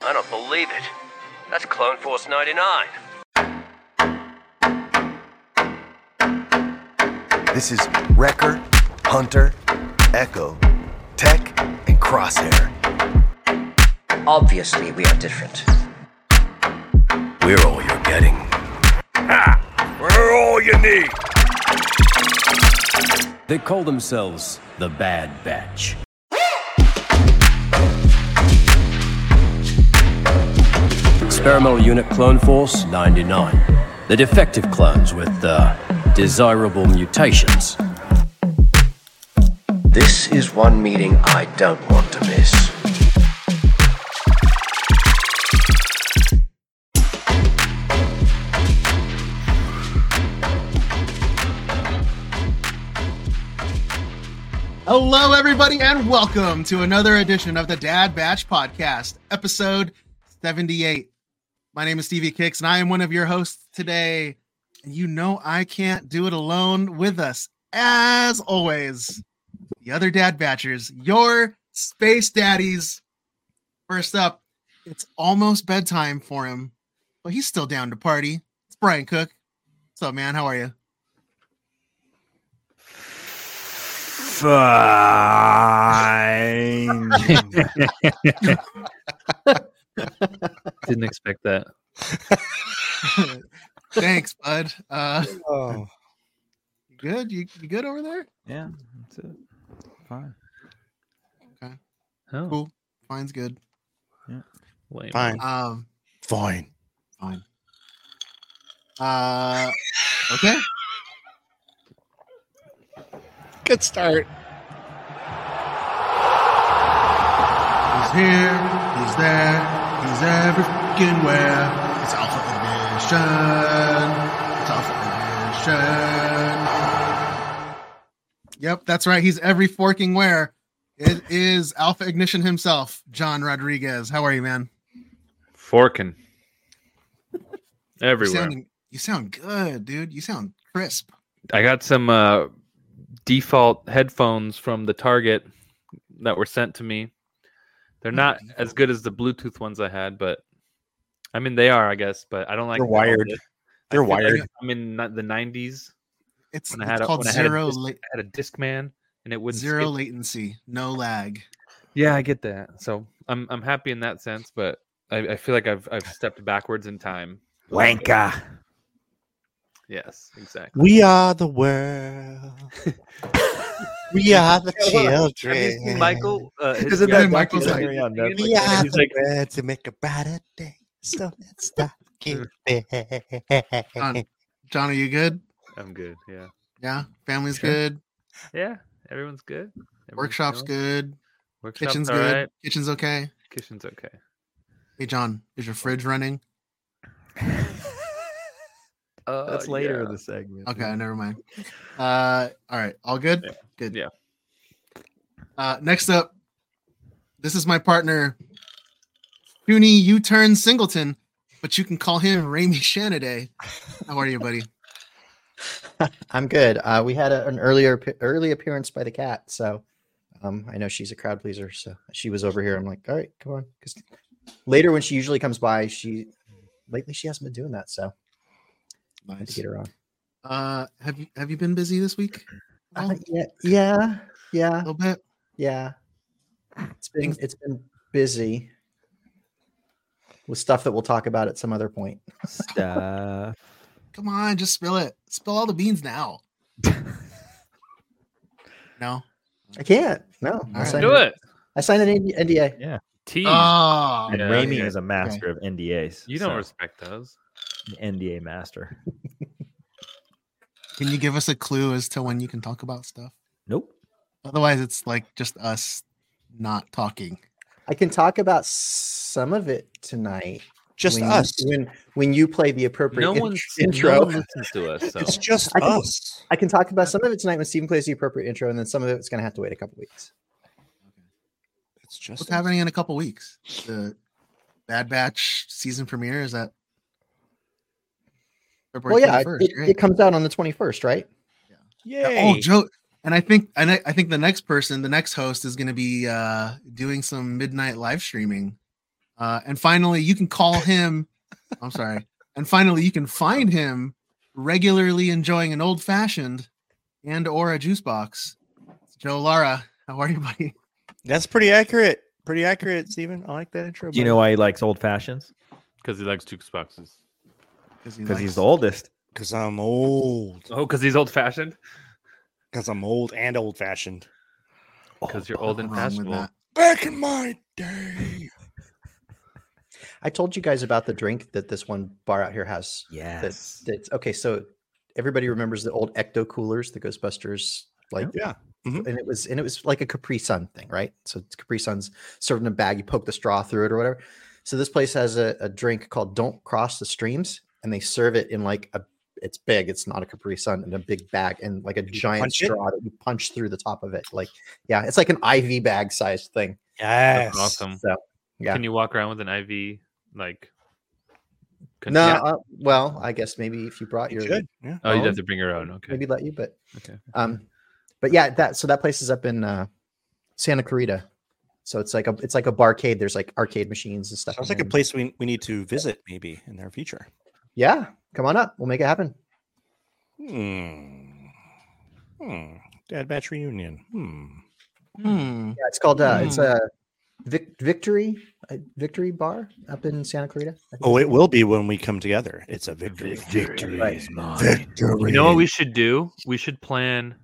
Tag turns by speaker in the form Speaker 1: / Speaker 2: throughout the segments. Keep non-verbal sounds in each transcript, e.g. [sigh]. Speaker 1: cannot believe it. That's Clone Force 99.
Speaker 2: This is Wrecker, Hunter, Echo, Tech, and Crosshair.
Speaker 3: Obviously, we are different.
Speaker 2: We're all you're getting.
Speaker 4: We're all you need.
Speaker 5: They call themselves the Bad Batch. Experimental Unit Clone Force 99. The defective clones with uh, desirable mutations.
Speaker 3: This is one meeting I don't want to miss.
Speaker 6: Hello, everybody, and welcome to another edition of the Dad Batch Podcast, episode 78. My name is Stevie Kicks, and I am one of your hosts today. And you know, I can't do it alone with us, as always, the other Dad Batchers, your space daddies. First up, it's almost bedtime for him, but he's still down to party. It's Brian Cook. What's up, man? How are you?
Speaker 4: [laughs] Fine.
Speaker 7: Didn't expect that.
Speaker 6: Thanks, bud. Uh,
Speaker 8: Oh,
Speaker 6: [laughs] you good? You, you good over there?
Speaker 7: Yeah, that's it. Fine.
Speaker 6: Okay.
Speaker 7: Oh,
Speaker 6: Cool. Mine's good.
Speaker 7: lame.
Speaker 8: fine,
Speaker 6: Um,
Speaker 8: fine.
Speaker 6: Fine. Uh, okay.
Speaker 8: Good start.
Speaker 6: He's here. He's there. He's every freaking where. It's Alpha Edition. It's Alpha Ignition. Yep, that's right. He's every forking where. It is Alpha Ignition himself, John Rodriguez. How are you, man?
Speaker 8: [laughs]
Speaker 7: Forking.
Speaker 6: You
Speaker 7: Everywhere.
Speaker 6: sound, you sound good, dude. You sound crisp.
Speaker 7: I got some uh, default headphones from the Target that were sent to me. They're not
Speaker 8: Hmm.
Speaker 7: as good as the Bluetooth ones I had, but I mean they are, I guess. But I don't like.
Speaker 8: They're
Speaker 7: the quality.
Speaker 8: wired.
Speaker 7: I
Speaker 8: They're
Speaker 7: feel like
Speaker 8: wired.
Speaker 7: I'm in not- the '90s.
Speaker 6: It's,
Speaker 7: When I
Speaker 6: it's
Speaker 7: had a-
Speaker 6: called
Speaker 7: when I had a
Speaker 6: zero
Speaker 7: dis-
Speaker 6: la-
Speaker 7: I had a Discman, and it wouldn't.
Speaker 6: zero
Speaker 7: skip-
Speaker 6: latency, no lag.
Speaker 7: Yeah, I get that. So I'm I'm happy in that sense, but I, I feel like I've I've stepped backwards in time. Uh,
Speaker 4: Wanka.
Speaker 7: Yes, exactly.
Speaker 8: We are
Speaker 7: [laughs]
Speaker 8: the world. we are
Speaker 7: Yeah, hold on.
Speaker 8: the
Speaker 7: Have you
Speaker 8: children.
Speaker 7: seen Michael?
Speaker 6: [laughs]
Speaker 7: Uh, his
Speaker 6: Isn't
Speaker 7: dad
Speaker 6: that Michael's
Speaker 7: documentary
Speaker 8: like-
Speaker 7: on Netflix?
Speaker 8: We are
Speaker 7: He's
Speaker 8: the
Speaker 7: like,
Speaker 8: world to make a brighter day. So let's
Speaker 7: [laughs]
Speaker 8: stop. giving.
Speaker 9: Um,
Speaker 6: John, John, are you good?
Speaker 7: I'm good. Yeah,
Speaker 6: Yeah, family's
Speaker 7: Sure.
Speaker 6: good.
Speaker 7: yeah. Everyone's good. Everyone's
Speaker 6: Workshop's
Speaker 7: chilling.
Speaker 6: good.
Speaker 7: Workshop's
Speaker 6: Kitchen's
Speaker 7: all
Speaker 6: good.
Speaker 7: right.
Speaker 6: Kitchen's okay.
Speaker 7: Kitchen's okay.
Speaker 6: Hey John, is your fridge running?
Speaker 7: Uh,
Speaker 4: That's later in
Speaker 7: yeah.
Speaker 4: the segment.
Speaker 6: Okay, never mind. Uh, all right, all good. Good.
Speaker 7: Mm-hmm. Yeah.
Speaker 6: Uh, next up, this is my partner, Toonie U Turn Singleton, but you can call him Ramy Shanaday. How are you,
Speaker 7: [laughs]
Speaker 6: buddy?
Speaker 9: I'm good. Uh, we had a, an earlier ap- early appearance by the cat, so um, I know she's a crowd pleaser. So she was over here. I'm like, all right, come on. Because later when she usually comes by, she lately she hasn't been doing that, so I had to get her on.
Speaker 6: Uh, have you have you been busy this week? at all?
Speaker 9: [clears throat] Uh, yeah, yeah,
Speaker 6: a
Speaker 9: yeah,
Speaker 6: little bit.
Speaker 9: yeah. It's been
Speaker 6: Things-
Speaker 9: it's been busy with stuff that we'll talk about at some other point.
Speaker 7: [laughs]
Speaker 4: Stuff.
Speaker 6: Come on, just spill it. Spill all the beans
Speaker 9: [laughs]
Speaker 6: now. no.
Speaker 9: I can't. No, I
Speaker 6: right.
Speaker 9: signed,
Speaker 7: Do
Speaker 9: an-
Speaker 7: it.
Speaker 9: I signed an NDA.
Speaker 7: Tease.
Speaker 9: Ah.
Speaker 6: Oh,
Speaker 7: Yeah,
Speaker 4: And Raimi
Speaker 7: okay.
Speaker 4: is a master of NDAs.
Speaker 7: you don't
Speaker 4: so,
Speaker 7: respect those.
Speaker 4: an NDA master.
Speaker 6: Can you give us a clue as to when you can talk about stuff?
Speaker 4: Nope.
Speaker 6: Otherwise, it's like just us not talking.
Speaker 9: I can talk about some of it tonight.
Speaker 8: Just
Speaker 9: when you-
Speaker 8: us.
Speaker 9: when when you play the appropriate
Speaker 7: No [laughs]
Speaker 9: in-
Speaker 7: one's
Speaker 9: intro.
Speaker 7: No one listens to us. So
Speaker 8: It's just
Speaker 9: I can-
Speaker 8: us.
Speaker 9: I can talk about some of it tonight when Steven plays the appropriate intro, and then some of it's going to have to wait a couple weeks.
Speaker 8: It's just
Speaker 6: What's
Speaker 8: us.
Speaker 6: happening in a couple weeks? The Bad Batch season premiere is that
Speaker 9: Well,
Speaker 6: February
Speaker 9: yeah, it,
Speaker 6: 21st,
Speaker 9: it,
Speaker 6: right?
Speaker 9: it comes out on the twenty first, right?
Speaker 8: Yay.
Speaker 6: Oh, Joe. And I think and I, I think the next person, the next host, is going to be uh, doing some midnight live streaming Uh, and finally, you can call him. I'm sorry. And finally, you can find him regularly enjoying an old fashioned and or a juice box. Joe Lara, how are you, buddy?
Speaker 8: That's pretty accurate. Pretty accurate, Steven. I like that intro.
Speaker 4: Do you
Speaker 8: bud.
Speaker 4: know why he likes old fashions?
Speaker 7: because he likes jukeboxes. boxes.
Speaker 6: he
Speaker 4: Because he's
Speaker 6: likes-
Speaker 4: the oldest.
Speaker 8: Cause I'm old.
Speaker 7: Oh, because he's old fashioned.
Speaker 8: Cause I'm old and old fashioned.
Speaker 7: Because you're old and
Speaker 6: Nothing wrong with that.
Speaker 7: fashionable.
Speaker 8: Back in my day.
Speaker 9: I told you guys about the drink that this one bar out here has. That's,
Speaker 4: Yes.
Speaker 9: that's okay. So everybody remembers the old Ecto coolers, the Ghostbusters, like
Speaker 8: Yeah. Mhm.
Speaker 9: and it was and it was like a Capri Sun thing, right? So it's Capri Sun's served in a bag. You poke the straw through it or whatever. So this place has a, a drink called "Don't Cross the Streams," and they serve it in like a it's big. It's not a Capri Sun in a big bag and like a giant
Speaker 8: punch it?
Speaker 9: straw that you punch through the top of it. Like yeah, it's like an IV bag sized thing.
Speaker 8: Yes.
Speaker 7: That's awesome.
Speaker 9: So yeah.
Speaker 7: Can you walk around with an IV like? con-
Speaker 9: no,
Speaker 7: Yeah.
Speaker 9: uh, well, I guess maybe if you brought
Speaker 8: You
Speaker 9: your
Speaker 8: should. Yeah.
Speaker 7: Oh, you'd
Speaker 9: phone?
Speaker 7: have to bring your own. Okay.
Speaker 9: maybe let you, but
Speaker 7: Okay.
Speaker 9: um, but yeah, that so that place is up in uh Santa Clarita. So it's like a it's like a barcade. There's like arcade machines and stuff.
Speaker 8: Sounds
Speaker 9: in
Speaker 8: like
Speaker 7: Mm.
Speaker 8: a
Speaker 9: there.
Speaker 8: place we, we need to visit maybe in our future.
Speaker 9: Yeah, come on up. We'll make it happen.
Speaker 8: Hmm. Hmm. Dad batch reunion. Hmm. Mm.
Speaker 6: Hmm.
Speaker 9: Yeah, it's called uh, it's a Vic- victory uh victory bar up in Santa Clarita. I think
Speaker 8: Oh, it will be when we come together. It's a victory.
Speaker 9: Right.
Speaker 7: You know what we should do? We should plan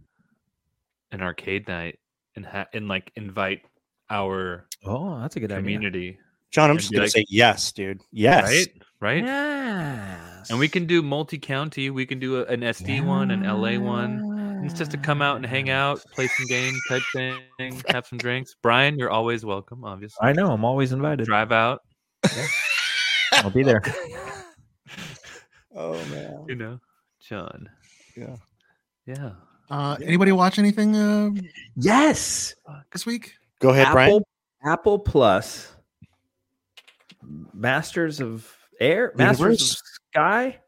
Speaker 7: an arcade night and ha- and like invite our
Speaker 4: Oh, that's a good idea.
Speaker 7: community,
Speaker 8: John, I'm
Speaker 7: It'd
Speaker 8: just
Speaker 7: be
Speaker 8: gonna
Speaker 7: like-
Speaker 8: say yes, dude. Yes.
Speaker 7: right? Right?
Speaker 4: Yes.
Speaker 7: And we can do multi-county. We can do a, an SD one, an LA one. And It's just to come out and hang out, play some game type thing, have some drinks. Brian, you're always welcome. Obviously,
Speaker 4: I know. I'm always invited.
Speaker 7: drive out.
Speaker 4: I'll be there.
Speaker 8: Oh man.
Speaker 7: You know, John.
Speaker 8: Yeah.
Speaker 7: Yeah.
Speaker 6: Uh, anybody watch anything uh,
Speaker 4: [laughs] Yes.
Speaker 6: this week?
Speaker 8: Go ahead, Brian.
Speaker 4: Apple, Apple Plus, Masters of Air, Masters
Speaker 8: Universe?
Speaker 4: of Sky.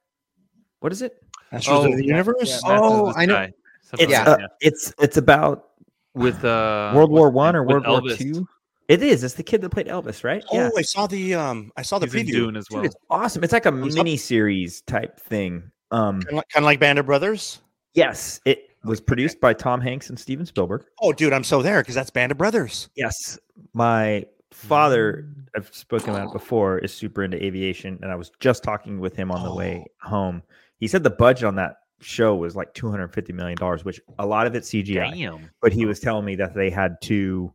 Speaker 4: What is it?
Speaker 8: Masters
Speaker 7: Oh,
Speaker 8: of the universe.
Speaker 4: yeah. Oh,
Speaker 7: Masters of
Speaker 9: I know.
Speaker 7: Sky, something
Speaker 4: It's
Speaker 7: like
Speaker 9: Yeah.
Speaker 4: uh,
Speaker 7: that.
Speaker 4: it's it's about
Speaker 7: with uh,
Speaker 4: World War
Speaker 7: what's
Speaker 4: One
Speaker 7: the-
Speaker 4: or
Speaker 7: with
Speaker 4: World War
Speaker 7: Elvis.
Speaker 4: Two. It is. It's the kid that played Elvis, right?
Speaker 8: Oh, I saw the um I saw the
Speaker 7: He's in
Speaker 8: preview.
Speaker 7: Dune as
Speaker 4: Dude,
Speaker 7: well.
Speaker 4: it's awesome. It's like a
Speaker 8: Thumbs up.
Speaker 4: mini series type thing. Um,
Speaker 8: Kind of like, kind of like Band of Brothers.
Speaker 4: yes, it was produced by Tom Hanks and Steven Spielberg.
Speaker 8: Oh, dude, I'm so there because that's Band of Brothers.
Speaker 4: Yes, my father, I've spoken
Speaker 8: Oh.
Speaker 4: about it before, is super into aviation, and I was just talking with him on the way
Speaker 8: Oh.
Speaker 4: home. He said the budget on that show was like two hundred fifty million dollars, which a lot of it's CGI.
Speaker 7: Damn.
Speaker 4: But he was telling me that they had two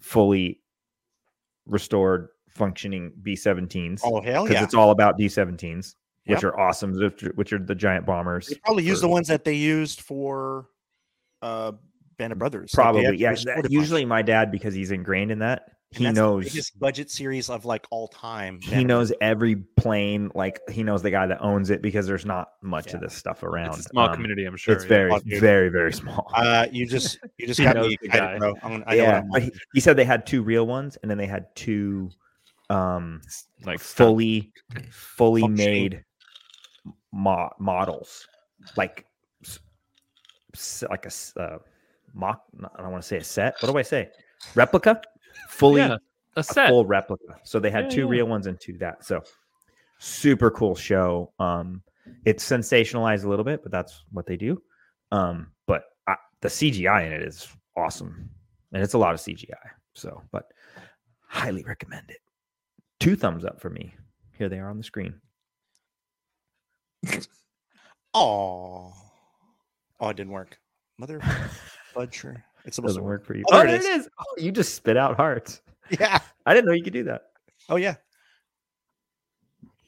Speaker 4: fully restored functioning B seventeens
Speaker 8: Oh hell
Speaker 4: because
Speaker 8: yeah!
Speaker 4: it's all about D seventeens,
Speaker 8: Yep.
Speaker 4: which are awesome, which are- which are the giant bombers.
Speaker 8: They probably use
Speaker 4: for-
Speaker 8: the ones that they used for uh Band of Brothers. like they
Speaker 4: Probably,
Speaker 8: actually
Speaker 4: yeah.
Speaker 8: restored
Speaker 4: that-
Speaker 8: a bunch.
Speaker 4: usually, my dad because he's ingrained in that,
Speaker 8: And
Speaker 4: he
Speaker 8: that's the
Speaker 4: knows
Speaker 8: biggest budget series of like all time.
Speaker 4: he
Speaker 8: Band of
Speaker 4: knows every plane like he knows the guy that owns it because there's not much of this stuff around
Speaker 7: It's a small
Speaker 4: Um,
Speaker 7: community, I'm sure.
Speaker 4: it's
Speaker 7: yeah.
Speaker 4: very
Speaker 8: Oh, dude.
Speaker 4: very very small
Speaker 8: Uh,
Speaker 4: [laughs]
Speaker 8: you just you just
Speaker 7: He
Speaker 8: got
Speaker 7: knows
Speaker 8: me
Speaker 7: the guy.
Speaker 8: excited, bro. I'm, gonna- I know
Speaker 4: yeah
Speaker 8: what I'm
Speaker 4: but he, he said they had two real ones and then they had two um
Speaker 7: like stuff.
Speaker 4: fully fully
Speaker 8: Functioning.
Speaker 4: made mo- models like s- s- like a s- uh, mock i don't want to say a set what do i say replica fully
Speaker 7: Yeah, a
Speaker 4: a
Speaker 7: set.
Speaker 4: full replica. So they had
Speaker 7: Yeah,
Speaker 4: two
Speaker 7: yeah.
Speaker 4: real ones and two that. So super cool show. Um, it's sensationalized a little bit, but that's what they do. Um, but I, the CGI in it is awesome, and it's a lot of CGI. So, but highly recommend it. Two thumbs up for me. Here they are on the screen.
Speaker 8: Oh, oh, it didn't work.
Speaker 4: [laughs]
Speaker 8: Mother butcher. It's supposed
Speaker 4: Doesn't
Speaker 8: to
Speaker 4: work for you.
Speaker 8: Oh, there it
Speaker 4: there it is. Oh, you just spit out hearts.
Speaker 8: work. [laughs] Yeah.
Speaker 4: I didn't know you could do that.
Speaker 8: Oh yeah.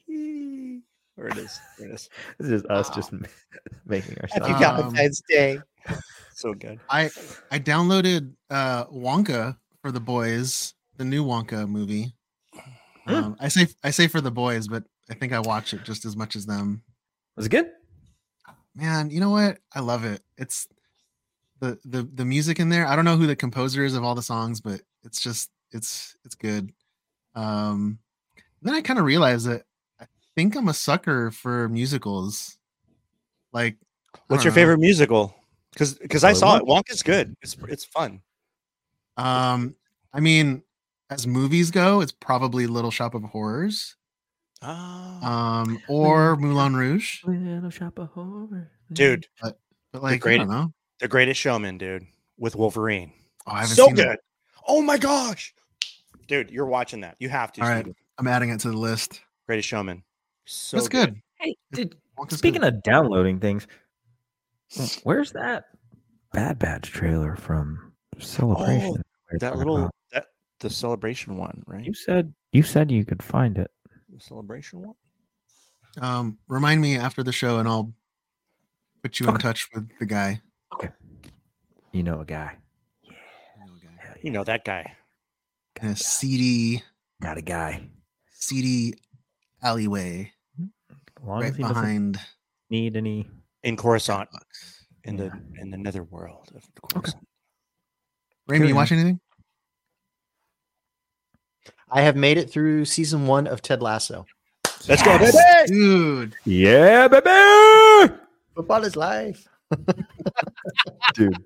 Speaker 8: Yee. There it is.
Speaker 6: [laughs]
Speaker 8: There it is.
Speaker 4: This is us
Speaker 8: Wow.
Speaker 4: just [laughs] making
Speaker 9: Have
Speaker 4: ourselves.
Speaker 9: you
Speaker 8: Ah.
Speaker 9: got
Speaker 6: Um,
Speaker 9: Valentine's Day?
Speaker 8: So good.
Speaker 6: I I downloaded uh, Wonka for the boys, the new Wonka movie.
Speaker 4: Hmm.
Speaker 6: Um, I say I say for the boys, but I think I watch it just as much as them.
Speaker 4: Was it good?
Speaker 6: Man, you know what? I love it. It's the the the music in there. I don't know who the composer is of all the songs, but it's just it's it's good. Um, then I kind of realized that I think I'm a sucker for musicals. Like, I
Speaker 8: What's
Speaker 6: don't
Speaker 8: your
Speaker 6: know.
Speaker 8: favorite musical? Because because I
Speaker 4: Probably
Speaker 8: saw it. Wonka's good. It's it's fun.
Speaker 6: Um, I mean, as movies go, it's probably Little Shop of Horrors,
Speaker 4: Oh,
Speaker 8: Ah,
Speaker 6: um, or Moulin Rouge.
Speaker 8: dude,
Speaker 6: But like, I
Speaker 8: great-
Speaker 6: don't know.
Speaker 8: The Greatest Showman, dude, with Wolverine.
Speaker 6: Oh, I haven't
Speaker 8: So
Speaker 6: seen
Speaker 8: good.
Speaker 6: it.
Speaker 8: Oh my gosh, dude, you're watching that. You have to.
Speaker 6: All
Speaker 8: see
Speaker 6: right.
Speaker 8: it.
Speaker 6: I'm adding it to the list.
Speaker 8: Greatest Showman. So
Speaker 6: That's good.
Speaker 4: Hey, dude,
Speaker 6: Wonka's
Speaker 4: speaking
Speaker 6: good.
Speaker 4: of downloading things, where's that Bad Batch trailer from Celebration? we were
Speaker 8: That
Speaker 4: talking
Speaker 8: little
Speaker 4: about?
Speaker 8: that the celebration one, right?
Speaker 4: You said you said you could find it.
Speaker 8: The celebration one.
Speaker 6: um, remind me after the show, and I'll put you in
Speaker 4: Okay.
Speaker 6: touch with the guy.
Speaker 4: You know a guy. Hell
Speaker 8: You
Speaker 4: yeah.
Speaker 8: know that guy.
Speaker 6: Kind of seedy,
Speaker 4: Got a guy.
Speaker 6: seedy alleyway
Speaker 4: As long as
Speaker 6: right
Speaker 4: he doesn't
Speaker 6: behind.
Speaker 4: need any.
Speaker 8: in Coruscant, in
Speaker 4: Yeah.
Speaker 8: the in the Netherworld of Coruscant.
Speaker 6: Raymond, you watch anything?
Speaker 9: I have made it through season one of Ted Lasso.
Speaker 8: Let's go,
Speaker 4: Yes.
Speaker 8: baby!
Speaker 6: Dude,
Speaker 4: Yeah, baby.
Speaker 9: Football is life.
Speaker 4: Dude.
Speaker 9: [laughs]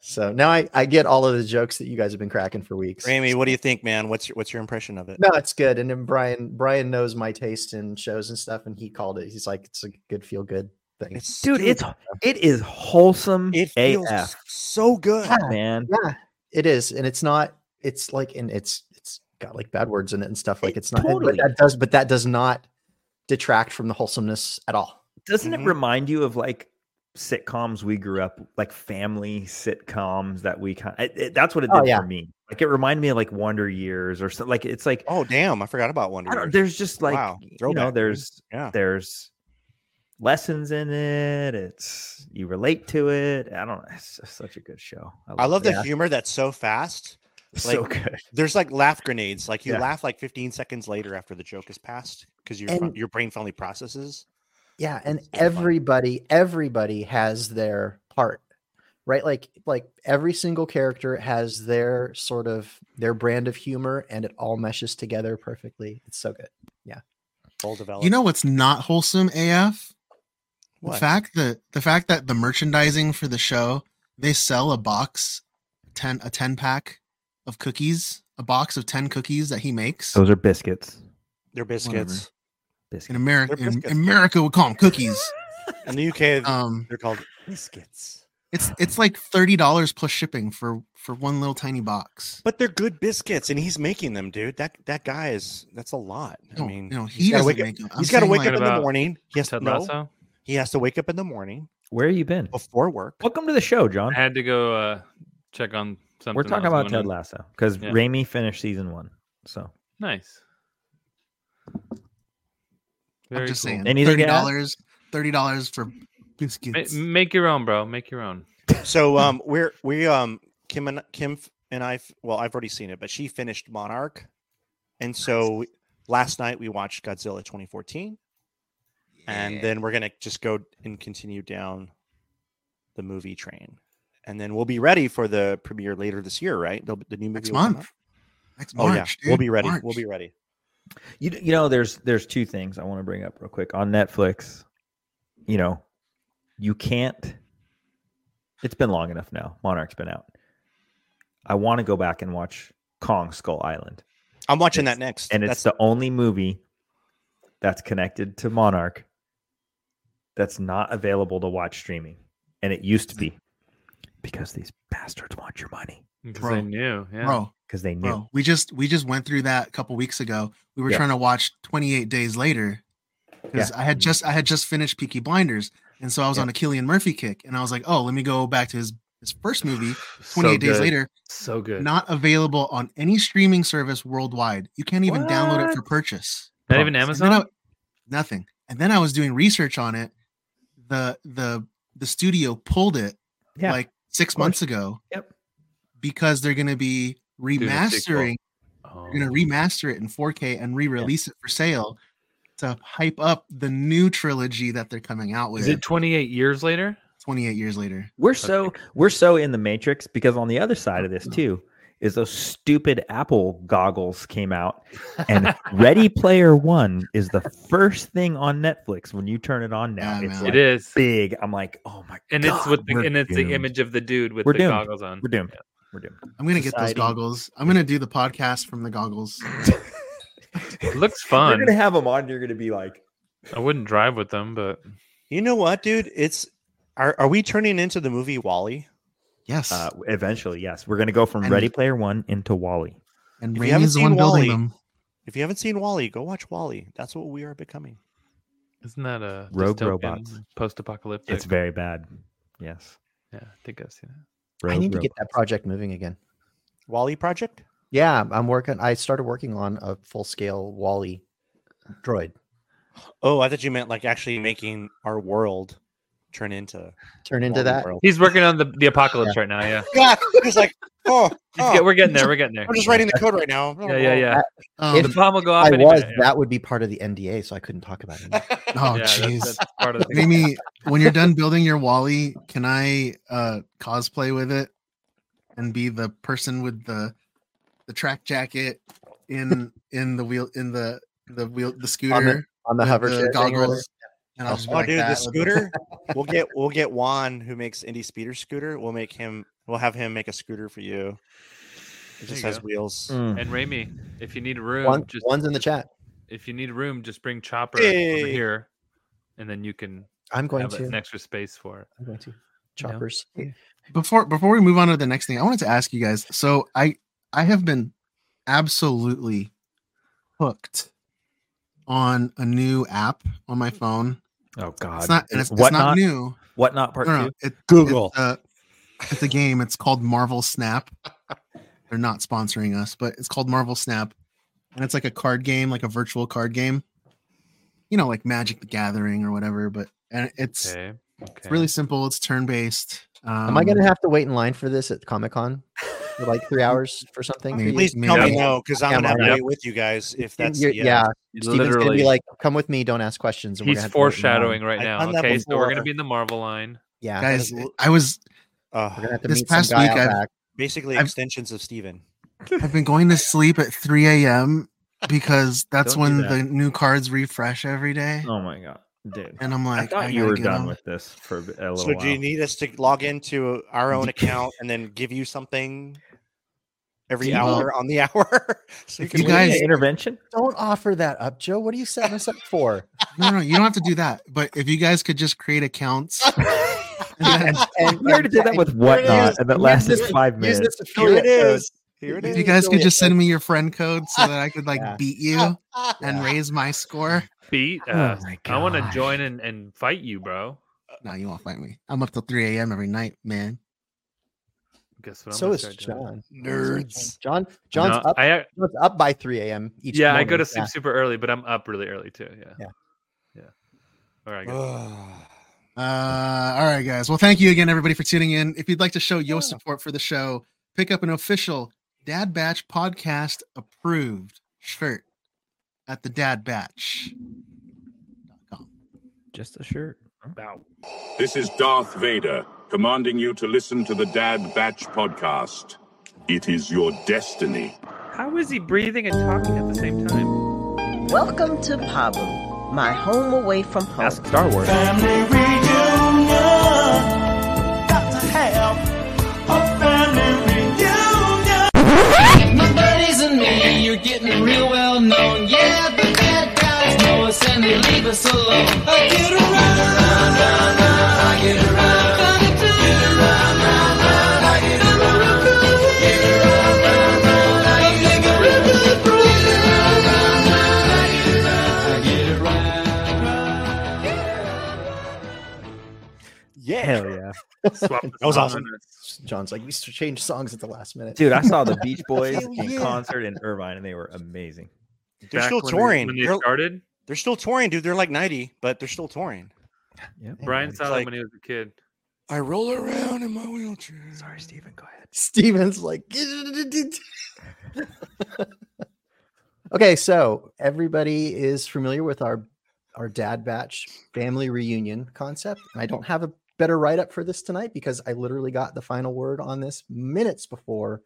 Speaker 9: So now I, I get all of the jokes that you guys have been cracking for weeks.
Speaker 8: Rami, what do you think, man? What's your, what's your impression of it?
Speaker 9: No, it's good. And then Brian Brian knows my taste in shows and stuff, and he called it. He's like, it's a good feel good thing.
Speaker 8: It's
Speaker 4: Dude, it's it is wholesome
Speaker 8: it feels
Speaker 4: AF,
Speaker 8: so good.
Speaker 4: man.
Speaker 9: yeah, it is, and it's not. It's like, and it's it's got like bad words in it and stuff. Like
Speaker 4: It-
Speaker 9: it's not. and-
Speaker 4: totally.
Speaker 9: But that does, but that does not detract from the wholesomeness at all.
Speaker 4: Doesn't
Speaker 8: Mhm.
Speaker 4: it remind you of like sitcoms we grew up like family sitcoms that we kind it, it- that's what it did
Speaker 9: Oh, yeah.
Speaker 4: for me. Like it reminded me of like Wonder Years or something. Like it's like
Speaker 8: Oh damn, I forgot about Wonder
Speaker 4: I don't,
Speaker 8: Years.
Speaker 4: there's just like
Speaker 8: Wow,
Speaker 4: you
Speaker 8: throwback,
Speaker 4: know
Speaker 8: man.
Speaker 4: there's
Speaker 8: Yeah.
Speaker 4: there's lessons in it. It's you relate to it. I don't. It's just such a good show.
Speaker 8: I love the
Speaker 4: it.
Speaker 8: humor that's so fast.
Speaker 4: so
Speaker 8: like,
Speaker 4: good.
Speaker 8: There's like laugh grenades. Like you
Speaker 4: Yeah.
Speaker 8: laugh like 15 seconds later after the joke is passed because your
Speaker 9: And-
Speaker 8: your brain finally processes.
Speaker 9: Yeah, and
Speaker 8: It's so fun.
Speaker 9: everybody, everybody has their part, right? Like, like every single character has their sort of their brand of humor, and it all meshes together perfectly. It's so good.
Speaker 8: Full developed.
Speaker 6: you know what's not wholesome AF? The
Speaker 8: What?
Speaker 6: fact that the fact that the merchandising for the show, they sell a box, ten a ten pack of cookies, a box of ten cookies that he makes.
Speaker 8: Oh.
Speaker 4: Those are biscuits.
Speaker 8: They're biscuits.
Speaker 6: in
Speaker 4: Biscuits.
Speaker 6: America,
Speaker 8: They're
Speaker 6: in
Speaker 8: biscuits.
Speaker 6: America, we call them cookies.
Speaker 8: In the UK,
Speaker 6: Um,
Speaker 8: they're called biscuits.
Speaker 6: it's it's like thirty dollars plus shipping for for one little tiny box.
Speaker 8: But they're good biscuits, and he's making them, dude. That that guy is that's a lot. I
Speaker 6: No,
Speaker 8: mean,
Speaker 6: no,
Speaker 8: he's
Speaker 6: he
Speaker 8: gotta
Speaker 6: doesn't
Speaker 8: wake up-
Speaker 6: make them. I'm
Speaker 8: he's got to
Speaker 6: saying,
Speaker 8: wake
Speaker 6: like,
Speaker 8: up in the
Speaker 7: about
Speaker 8: morning. He has to
Speaker 7: Ted
Speaker 8: no,
Speaker 7: Lasso.
Speaker 8: he has to wake up in the morning
Speaker 4: Where you been?
Speaker 8: before work.
Speaker 4: Welcome to the show, John.
Speaker 7: I had to go uh, check on something.
Speaker 4: We're talking
Speaker 7: that was
Speaker 4: about Ted
Speaker 7: going on.
Speaker 4: Lasso because
Speaker 7: Yeah.
Speaker 4: Raimi finished season one. So
Speaker 7: Nice.
Speaker 6: I'm just saying,
Speaker 4: Anything
Speaker 6: thirty
Speaker 4: to add?
Speaker 6: dollars, thirty dollars for
Speaker 7: Ma-
Speaker 6: biscuits.
Speaker 7: make your own, bro. Make your own.
Speaker 6: [laughs]
Speaker 8: So um, we're we um Kim and Kim f- and I. f- Well, I've already seen it, but she finished Monarch, and so last night we watched Godzilla 2014, and then we're gonna just go and continue down the movie train, and then we'll be ready for the premiere later this year, right? The, the new movie
Speaker 6: Next
Speaker 8: will come
Speaker 6: month.
Speaker 8: out?
Speaker 6: Next
Speaker 8: Oh
Speaker 6: March,
Speaker 8: yeah, we'll
Speaker 6: dude,
Speaker 8: be ready. We'll
Speaker 6: March.
Speaker 8: be ready.
Speaker 4: you d- you know there's there's two things I want to bring up real quick on Netflix. You know, you can't. It's been long enough now. Monarch's been out. I want to go back and watch Kong Skull Island,
Speaker 8: I'm watching
Speaker 4: It's-
Speaker 8: that next.
Speaker 4: and
Speaker 8: That's
Speaker 4: it's the only movie that's connected to Monarch that's not available to watch streaming, and it used to be because these bastards want your money
Speaker 7: Because
Speaker 6: Bro.
Speaker 7: I knew. Yeah.
Speaker 6: bro.
Speaker 4: because they knew.
Speaker 6: Bro, we just we just went through that a couple weeks ago. We were
Speaker 4: Yeah.
Speaker 6: trying to watch 28 Days Later because I had just I had just finished Peaky Blinders, and so I was
Speaker 4: Yeah.
Speaker 6: on a Killian Murphy kick, and I was like, oh, let me go back to his his first movie,
Speaker 7: [sighs] So
Speaker 6: 28 Days
Speaker 7: good.
Speaker 6: Later,
Speaker 7: So good. Not,
Speaker 6: not available on any streaming service worldwide. You can't even download it for purchase.
Speaker 7: even
Speaker 6: And
Speaker 7: Amazon.
Speaker 6: then I- nothing. And then I was doing research on it. The the the studio pulled it
Speaker 4: Yeah.
Speaker 6: like six
Speaker 4: course.
Speaker 6: months ago.
Speaker 4: Yep.
Speaker 6: Because they're going to be
Speaker 7: sequel.
Speaker 6: remastering
Speaker 7: oh.
Speaker 6: they're gonna remaster it in 4K and re-release it for sale to hype up the new trilogy that they're coming out with
Speaker 7: Is it 28 years later?
Speaker 6: 28 years later.
Speaker 4: We're so we're so in the matrix because on the other side of this
Speaker 6: Uh-huh.
Speaker 4: too is those stupid Apple goggles came
Speaker 6: [laughs]
Speaker 4: out and Ready Player One is the first thing on Netflix when you turn it on now.
Speaker 6: Yeah,
Speaker 4: it's
Speaker 6: man.
Speaker 4: like
Speaker 7: it is.
Speaker 4: big. I'm like, oh my
Speaker 7: And
Speaker 4: god.
Speaker 7: it's with the,
Speaker 4: we're
Speaker 7: and it's the
Speaker 4: doomed.
Speaker 7: image of the dude with
Speaker 4: We're
Speaker 7: the
Speaker 4: doomed.
Speaker 7: goggles on.
Speaker 4: We're doomed. We're doomed.
Speaker 6: I'm gonna get those
Speaker 9: Society.
Speaker 6: goggles. I'm gonna do the podcast from the goggles.
Speaker 7: [laughs]
Speaker 4: [laughs]
Speaker 7: It looks
Speaker 4: You're gonna
Speaker 7: fun.
Speaker 4: have them on. You're gonna be like,
Speaker 7: I wouldn't drive with them, but
Speaker 8: You know what, dude? It's are are we turning into the movie Wally?
Speaker 6: Yes,
Speaker 4: uh, eventually, yes, we're gonna go from
Speaker 6: And-
Speaker 4: Ready Player One into Wally.
Speaker 6: and
Speaker 8: if you
Speaker 6: Rainey's
Speaker 8: haven't
Speaker 6: the one
Speaker 8: seen
Speaker 6: building
Speaker 8: Wall-E-
Speaker 6: them.
Speaker 8: If you haven't seen Wally, go watch Wally. That's what we are becoming.
Speaker 7: isn't that a
Speaker 4: Rogue
Speaker 7: dystopian
Speaker 4: robots.
Speaker 7: post-apocalyptic?
Speaker 4: It's very bad. Yes.
Speaker 7: yeah, I think I've seen it.
Speaker 9: I
Speaker 4: Rogue
Speaker 9: need to get that
Speaker 4: robots.
Speaker 9: project moving again.
Speaker 8: Wally project?
Speaker 9: Yeah, I'm working. I started working on a full scale Wally droid.
Speaker 8: Oh, I thought you meant like actually making our world turn into
Speaker 9: Turn into
Speaker 8: Wall-E
Speaker 9: that.
Speaker 8: World.
Speaker 7: He's working on the, the apocalypse right now. Yeah,
Speaker 8: [laughs] Yeah, it's like oh,
Speaker 7: He's get- we're getting there. We're getting there.
Speaker 8: I'm just writing the code right [laughs] now.
Speaker 7: Yeah, yeah, yeah.
Speaker 6: Um,
Speaker 7: The bomb will go off
Speaker 9: I
Speaker 7: any
Speaker 9: was.
Speaker 7: minute.
Speaker 9: That would be part of the NDA, so I couldn't talk about [laughs] it.
Speaker 6: oh,
Speaker 7: Yeah, that's-
Speaker 6: jeez.
Speaker 7: that's part of the thing.
Speaker 6: Amy, when you're done building your Wally, can I uh cosplay with it and be the person with the the track jacket in in the wheel in the the wheel the scooter
Speaker 9: On the
Speaker 6: with
Speaker 9: hover chair
Speaker 6: the
Speaker 9: thing or whatever.
Speaker 6: goggles? And I'll just be
Speaker 8: Oh,
Speaker 6: like
Speaker 8: dude, the
Speaker 6: that with
Speaker 8: scooter. we'll get we'll get Juan, who makes Indy Speeder Scooter. We'll make him. We'll have him make a scooter for you. It
Speaker 7: There
Speaker 8: just
Speaker 7: you
Speaker 8: has
Speaker 7: go.
Speaker 8: wheels.
Speaker 4: Mm.
Speaker 7: And Raimi, if you need room,
Speaker 9: One,
Speaker 7: just
Speaker 9: one's in the chat.
Speaker 7: if you need room, just bring Chopper over
Speaker 8: Hey.
Speaker 7: here, and then you can
Speaker 9: I'm going
Speaker 7: have
Speaker 9: to.
Speaker 7: an extra space for it.
Speaker 9: I'm going to. Choppers.
Speaker 6: before before we move on to the next thing i wanted to ask you guys so i i have been absolutely hooked on a new app on my phone
Speaker 4: Oh God.
Speaker 6: it's not and it's, it's
Speaker 4: Whatnot-
Speaker 6: not new
Speaker 4: Whatnot part
Speaker 6: no, no,
Speaker 4: two.
Speaker 6: it-
Speaker 8: Google.
Speaker 6: it's a, it's a game it's called marvel snap they're not sponsoring us but it's called marvel snap and it's like a card game like a virtual card game you know like magic the gathering or whatever but and it's
Speaker 7: Okay.
Speaker 6: it's
Speaker 7: Okay.
Speaker 6: really simple it's turn based um,
Speaker 9: Am I going to have to wait in line for this at Comic Con for like [laughs] three hours for something?
Speaker 6: Maybe.
Speaker 8: Please tell
Speaker 7: Yeah.
Speaker 8: me no, because I'm
Speaker 9: Yeah,
Speaker 8: gonna have
Speaker 7: Juan.
Speaker 8: to wait with you guys. If that's uh,
Speaker 9: You're-
Speaker 8: yeah,
Speaker 9: yeah.
Speaker 7: You
Speaker 9: Steven's going to be like, come with me, don't ask questions. we're
Speaker 7: he's
Speaker 9: gonna have to wait in line."
Speaker 7: foreshadowing right
Speaker 8: I've
Speaker 7: now.
Speaker 8: done that
Speaker 7: Okay, so we're gonna
Speaker 8: before.
Speaker 7: be in the Marvel line.
Speaker 9: Yeah.
Speaker 6: guys i was
Speaker 8: Ugh,
Speaker 9: We're going to have to
Speaker 6: This
Speaker 9: meet some
Speaker 6: past
Speaker 9: guy
Speaker 6: week
Speaker 9: out
Speaker 6: I've-
Speaker 9: back.
Speaker 8: uh, basically
Speaker 6: I've-
Speaker 8: extensions of Steven.
Speaker 6: I've been going to sleep at 3 a.m.
Speaker 4: [laughs]
Speaker 6: because that's
Speaker 7: Don't
Speaker 6: when
Speaker 7: do
Speaker 6: the new cards refresh every day.
Speaker 4: Oh my God, dude.
Speaker 6: And I'm like,
Speaker 4: I thought
Speaker 6: I
Speaker 4: you
Speaker 6: gotta
Speaker 4: were
Speaker 6: get
Speaker 4: done
Speaker 6: on.
Speaker 4: with this for a bit- a little
Speaker 8: So
Speaker 4: while.
Speaker 8: do you need us to log into our own account and then give you something every
Speaker 6: Do you-
Speaker 8: hour on the [laughs] hour? so
Speaker 6: If
Speaker 8: can
Speaker 6: you
Speaker 8: wait?
Speaker 6: guys-
Speaker 4: An intervention?
Speaker 9: Don't offer that up, Joe. What are you setting us up [laughs] for?
Speaker 6: No, no, you don't have to do that. But if you guys could just create
Speaker 9: [laughs]
Speaker 6: accounts, and then-
Speaker 9: And
Speaker 4: We already did that with whatnot, Uh, and that lasted five
Speaker 9: Use
Speaker 4: minutes.
Speaker 9: this
Speaker 8: Here
Speaker 9: affiliate
Speaker 8: it is. Here it
Speaker 6: if
Speaker 8: is.
Speaker 6: you guys could just send me your friend code so that I could like
Speaker 9: Yeah.
Speaker 6: beat you
Speaker 9: Ah.
Speaker 6: and raise my score.
Speaker 7: Beat.
Speaker 9: Oh
Speaker 7: Uh, I want to join and, and fight you, bro.
Speaker 6: No, you won't fight me. I'm up till 3 a.m. every night, man.
Speaker 7: Guess what?
Speaker 9: code.
Speaker 7: I'm
Speaker 9: So
Speaker 7: gonna
Speaker 9: is
Speaker 7: start doing.
Speaker 9: John.
Speaker 8: Nerds.
Speaker 9: John, John's
Speaker 7: No,
Speaker 9: up.
Speaker 7: I ac-
Speaker 9: John's up by 3 a.m. each.
Speaker 7: yeah, I go
Speaker 9: morning.
Speaker 7: to sleep super early, but I'm up really early too. Yeah.
Speaker 9: Yeah.
Speaker 7: Yeah. All right. Guys.
Speaker 8: Ugh.
Speaker 6: Uh, all right, guys. Well, thank you again, everybody, for tuning in. If you'd like to show your support for the show, pick up an official Dad Batch podcast approved shirt at the Dad Batch.
Speaker 4: Just a shirt.
Speaker 7: Wow.
Speaker 10: This is Darth Vader commanding you to listen to the Dad Batch podcast. It is your destiny.
Speaker 7: How is he breathing and talking at the same time?
Speaker 11: Welcome to Pabu, my home away from home.
Speaker 4: Ask Star Wars.
Speaker 11: My buddies and me, you're getting real well known. Yeah, the bad guys know us and they leave us alone. I get around, I get around, I get around, I get around, get around, I get around, I get around.
Speaker 8: Yeah.
Speaker 4: Hell yeah,
Speaker 7: Swap the
Speaker 8: That was
Speaker 7: song
Speaker 8: awesome.
Speaker 7: on us.
Speaker 9: John's like, we s- changed songs at the last minute.
Speaker 4: dude! I saw the Beach Boys
Speaker 9: Hell
Speaker 4: in
Speaker 9: yeah.
Speaker 4: concert in Irvine, and they were amazing.
Speaker 8: They're
Speaker 7: Back
Speaker 8: still
Speaker 7: when they-
Speaker 8: touring.
Speaker 7: When they
Speaker 8: They're-
Speaker 7: started,
Speaker 8: They're still touring, dude. They're like 90, but they're still touring.
Speaker 9: Yeah,
Speaker 7: Brian
Speaker 9: man.
Speaker 7: saw them
Speaker 8: like-
Speaker 7: when he was a kid.
Speaker 8: I roll around in my wheelchair. Sorry, Steve.
Speaker 9: Steven's like, [laughs] okay, so everybody is familiar with our our dad batch family reunion concept, and I don't have a better write up for this tonight because I literally got the final word on this minutes before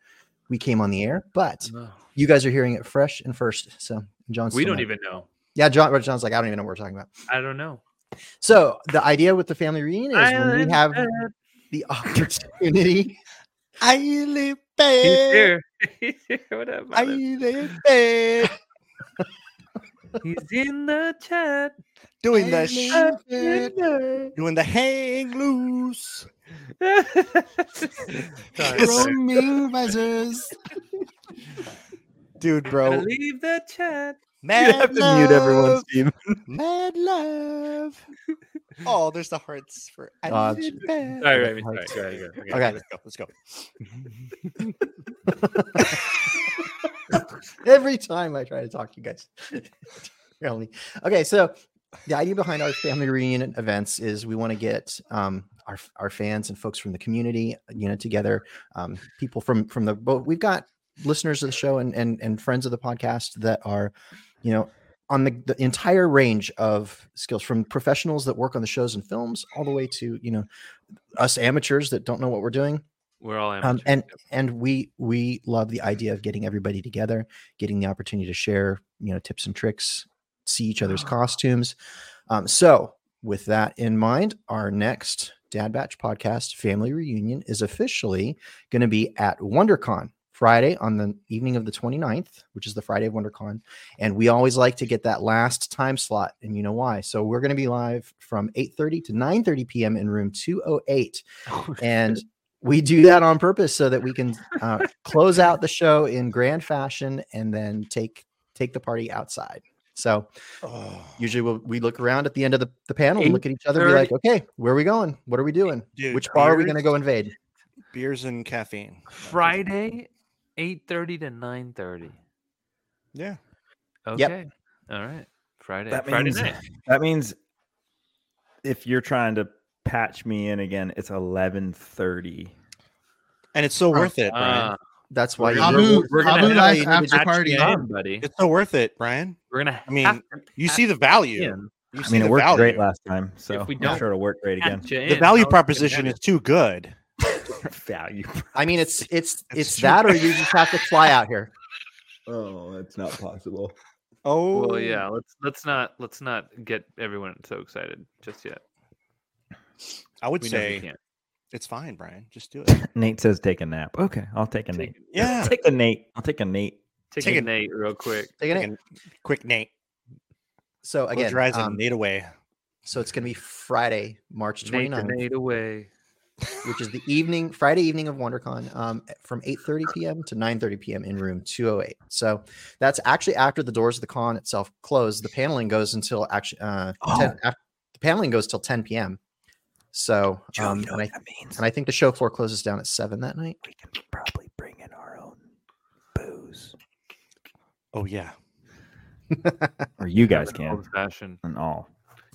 Speaker 9: we came on the air. But you guys are hearing it fresh and first, so John's
Speaker 7: We
Speaker 9: still
Speaker 7: don't
Speaker 9: not-
Speaker 7: even know.
Speaker 9: yeah. John John's like, I don't even know what we're talking about.
Speaker 7: I don't know.
Speaker 9: So the idea with the family reunion is when we have the [laughs] opportunity
Speaker 8: Are you there,
Speaker 7: [laughs] He's here. What up,
Speaker 8: Are you there, babe?
Speaker 7: He's in the chat.
Speaker 8: Doing the shit. Doing the hang loose.
Speaker 6: Roaming buzzers.
Speaker 9: Dude,
Speaker 7: [laughs]
Speaker 8: Oh.
Speaker 9: bro.
Speaker 7: Leave the chat.
Speaker 8: Mad
Speaker 9: You have to mute everyone, Steven.
Speaker 8: Mad [laughs] love. Oh, there's the hearts for. I
Speaker 9: Oh,
Speaker 8: need
Speaker 9: gee.
Speaker 8: it bad.
Speaker 7: Sorry, Remy. Sorry, go ahead, go ahead.
Speaker 8: Uh, Okay,
Speaker 9: Okay.
Speaker 8: let's go. Let's go.
Speaker 9: [laughs] Every time I try to talk to you guys. [laughs] Apparently. Okay, so the idea behind our family reunion events is we want to get um, our our fans and folks from the community, you know, together. Um, people from from the but we've got listeners of the show and and and friends of the podcast that are, you know, on the, the entire range of skills from professionals that work on the shows and films all the way to you know us amateurs that don't know what we're doing
Speaker 7: We're all
Speaker 9: um, [laughs]
Speaker 7: [laughs] amateurs.
Speaker 9: and and we we love the idea of getting everybody together getting the opportunity to share you know tips and tricks see each other's costumes um, so with that in mind our next dad batch podcast family reunion is officially going to be at wondercon friday on the evening of the 29th which is the friday of wondercon and we always like to get that last time slot and you know why so we're going to be live from 8.30 to 9.30 p.m in room 208 and we do that on purpose so that we can uh, close out the show in grand fashion and then take take the party outside so
Speaker 8: Oh,
Speaker 9: usually we'll, we look around at the end of the, the panel and look at each other and be like okay where are we going what are we doing
Speaker 8: Dude,
Speaker 9: which bar are we going to
Speaker 8: beers-
Speaker 9: go invade
Speaker 8: Beers and caffeine.
Speaker 7: Friday, eight thirty to nine thirty.
Speaker 8: Yeah.
Speaker 7: Okay.
Speaker 9: Yep.
Speaker 7: All right. Friday.
Speaker 4: That
Speaker 7: Friday
Speaker 4: means-
Speaker 7: night.
Speaker 4: That means if you're trying to patch me in again, it's eleven thirty.
Speaker 8: And it's so worth it, Brian.
Speaker 7: Uh,
Speaker 9: that's why
Speaker 7: gonna-
Speaker 9: you're-
Speaker 6: Abu,
Speaker 7: we're gonna
Speaker 6: Abu
Speaker 7: have
Speaker 6: life
Speaker 8: a
Speaker 6: after
Speaker 7: Patch
Speaker 6: party. eh?
Speaker 7: me in, buddy.
Speaker 8: it's so worth it, Brian.
Speaker 7: We're gonna.
Speaker 8: I mean,
Speaker 7: have to
Speaker 8: You
Speaker 7: patch
Speaker 8: see the value.
Speaker 7: in.
Speaker 8: You see
Speaker 4: I mean,
Speaker 8: the
Speaker 4: it worked
Speaker 8: value.
Speaker 4: great last time, so
Speaker 7: we
Speaker 4: I'm
Speaker 7: don't
Speaker 4: sure it'll work great again.
Speaker 7: Patch you
Speaker 8: The
Speaker 7: in.
Speaker 8: value
Speaker 7: How are we gonna
Speaker 8: proposition
Speaker 7: have
Speaker 8: is too good.
Speaker 4: Value.
Speaker 9: i mean it's it's it's
Speaker 8: true.
Speaker 9: that or you just have to fly out here
Speaker 4: Oh, that's not possible.
Speaker 8: Oh,
Speaker 7: Well, yeah. Let's let's not let's not get everyone so excited just yet.
Speaker 8: I would
Speaker 7: We know we
Speaker 8: say
Speaker 7: can't.
Speaker 8: it's fine, Brian. Just do it.
Speaker 4: Nate says take a nap. Okay, I'll take a Nate.
Speaker 8: Yeah.
Speaker 4: [laughs] Take a Nate. I'll take a Nate.
Speaker 7: Take,
Speaker 8: Take
Speaker 7: a
Speaker 8: it.
Speaker 7: Nate real quick.
Speaker 9: taking it
Speaker 8: Again, [laughs] Quick, Nate.
Speaker 9: so
Speaker 8: Close
Speaker 9: again
Speaker 8: your eyes
Speaker 9: um,
Speaker 8: and Nate away.
Speaker 9: so it's going to be friday march
Speaker 7: Nate the
Speaker 9: 29th
Speaker 7: Nate away.
Speaker 9: which is the evening Friday evening of WonderCon, um, from 8:30 p.m. to 9:30 p.m. in room 208. So that's actually after the doors of the con itself close. The paneling goes until actually uh, 10, af- the paneling goes till 10 p.m. So um, and, I,
Speaker 4: that means?
Speaker 9: and I think the show floor closes down at seven that night.
Speaker 4: we can probably bring in our own booze.
Speaker 8: Oh yeah.
Speaker 4: Or you guys
Speaker 7: Have an
Speaker 4: can
Speaker 7: Old fashioned.
Speaker 4: and all.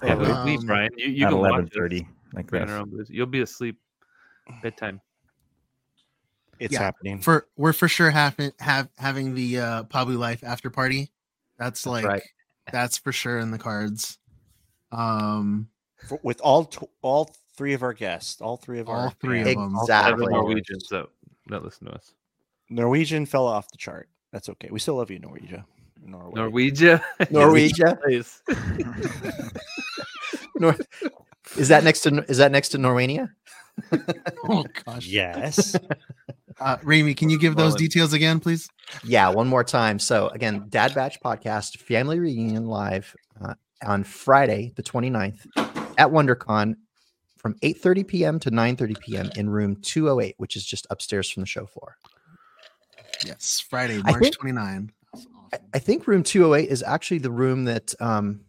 Speaker 7: Yeah,
Speaker 9: Oh,
Speaker 7: we
Speaker 9: yeah.
Speaker 7: leave,
Speaker 9: Um,
Speaker 7: Brian. You you
Speaker 4: at
Speaker 7: can watch
Speaker 4: eleven
Speaker 7: us.
Speaker 4: thirty like
Speaker 7: Bring
Speaker 4: this.
Speaker 7: your own booze. You'll be asleep bedtime.
Speaker 8: It's
Speaker 6: Yeah.
Speaker 8: happening.
Speaker 6: For we're for sure having have having the uh Pabu life after party. That's like
Speaker 9: right.
Speaker 6: that's for sure in the cards. Um
Speaker 8: For- with all tw- all three of our guests, all three of
Speaker 6: all
Speaker 8: our
Speaker 6: three of
Speaker 8: fans,
Speaker 6: them.
Speaker 7: Seven
Speaker 9: Exactly.
Speaker 7: Norwegians though. Not listen to us.
Speaker 8: Norwegian fell off the chart. That's okay. We still love you, Norwegia. Norway.
Speaker 7: Norwegia. [laughs]
Speaker 9: Norwegia,
Speaker 7: Please.
Speaker 9: Nor- is that next to is that next to Norwania?
Speaker 6: [laughs] oh gosh.
Speaker 8: Yes.
Speaker 6: Uh Rami, can you give those
Speaker 7: Mullen.
Speaker 6: details again, please?
Speaker 9: Yeah, one more time. So again, Dad Batch Podcast Family Reunion Live uh, on Friday, the 29th at WonderCon from 8.30 p.m. to 9.30 p.m. in room 208, which is just upstairs from the show floor.
Speaker 6: Yes, Friday,
Speaker 9: I
Speaker 6: March
Speaker 9: think-
Speaker 6: 29. That's
Speaker 9: I,
Speaker 6: awesome.
Speaker 9: I think room 208 is actually the room that, um,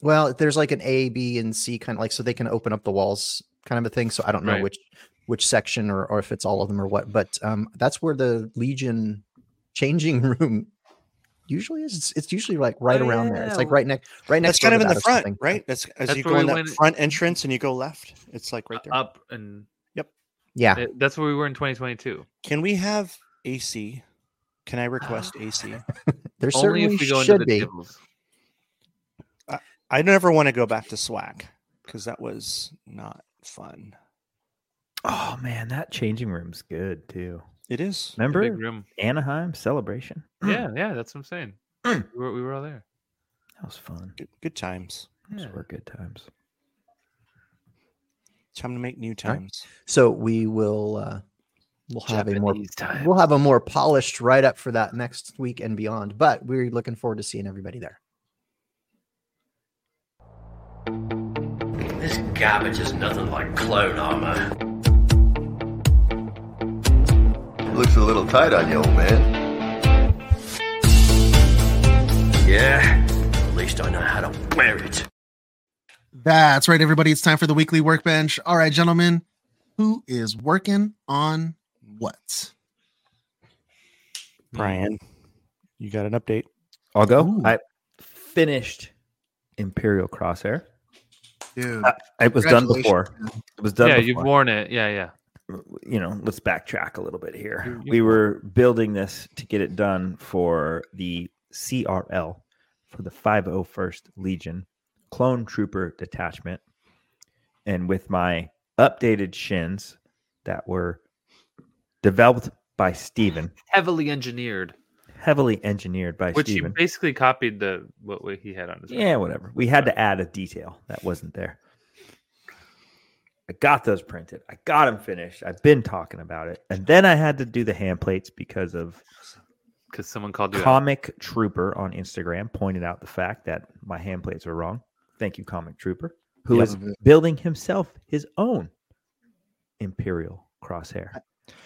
Speaker 9: well, there's like an A, B, and C kind of like, so they can open up the walls kind of a thing. So I don't know
Speaker 7: Right.
Speaker 9: which which section or, or if it's all of them or what, but um, that's where the Legion changing [laughs] room usually is. It's, it's usually like right
Speaker 7: Oh,
Speaker 9: around there.
Speaker 7: yeah.
Speaker 9: It's like right next, right next
Speaker 8: That's kind
Speaker 9: door to
Speaker 8: of in
Speaker 9: that
Speaker 8: the
Speaker 9: or
Speaker 8: front,
Speaker 9: something.
Speaker 8: right? That's as
Speaker 7: That's
Speaker 8: you
Speaker 7: where
Speaker 8: go in
Speaker 7: we
Speaker 8: that
Speaker 7: went- Uh-huh.
Speaker 8: front entrance and you go left. It's like right there.
Speaker 7: Up and
Speaker 9: Yeah.
Speaker 7: Uh, That's where we were in 2022.
Speaker 8: Can we have AC? Can I request AC?
Speaker 9: There
Speaker 7: Only
Speaker 9: certainly
Speaker 7: if we go into
Speaker 9: should
Speaker 7: the
Speaker 9: be.
Speaker 7: tables.
Speaker 8: I never want to go back to Slack because that was not fun.
Speaker 4: Oh man, that changing room's good too.
Speaker 8: It is.
Speaker 7: The
Speaker 4: Remember Mm.
Speaker 7: big room.
Speaker 4: Anaheim celebration?
Speaker 7: Yeah, yeah, that's what I'm saying. we,
Speaker 4: Mm.
Speaker 7: were, we were all there.
Speaker 4: That was fun.
Speaker 8: Good, good times.
Speaker 7: Yeah.
Speaker 4: Those were good times.
Speaker 8: Time to make new times.
Speaker 9: So we will uh, We'll have a more we'll have a more polished write up for that next week and beyond. But we're looking forward to seeing everybody there.
Speaker 5: This garbage is nothing like clone armor.
Speaker 2: Looks a little tight on you, old man.
Speaker 5: Yeah, at least I know how to wear it.
Speaker 6: That's right, everybody. It's time for the weekly workbench. All right, gentlemen, who is working on what?
Speaker 7: Hmm.
Speaker 8: Brian, you got an update.
Speaker 4: I'll go. I finished Imperial Crosshair.
Speaker 6: Dude,
Speaker 4: I- it was done before. It was done.
Speaker 7: yeah,
Speaker 4: before.
Speaker 7: you've worn it. Yeah, yeah.
Speaker 4: you know, let's backtrack a little bit here.
Speaker 7: You- you-
Speaker 4: We were building this to get it done for the CRL, for the 501st Legion Clone Trooper Detachment. And with my updated shins that were developed by Steven,
Speaker 7: Heavily engineered,
Speaker 4: heavily engineered by
Speaker 7: which
Speaker 4: Steven.
Speaker 7: you basically copied the what we- he had on his.
Speaker 4: Yeah, whatever. We had to add a detail that wasn't there. I got those printed. I got them finished. I've been talking about it. And then I had to do the hand plates because of
Speaker 7: because someone called you. out.
Speaker 4: Comic Trooper on Instagram pointed out the fact that my hand plates are wrong. Thank you, Comic Trooper, who
Speaker 6: Yeah.
Speaker 4: is building himself his own Imperial crosshair.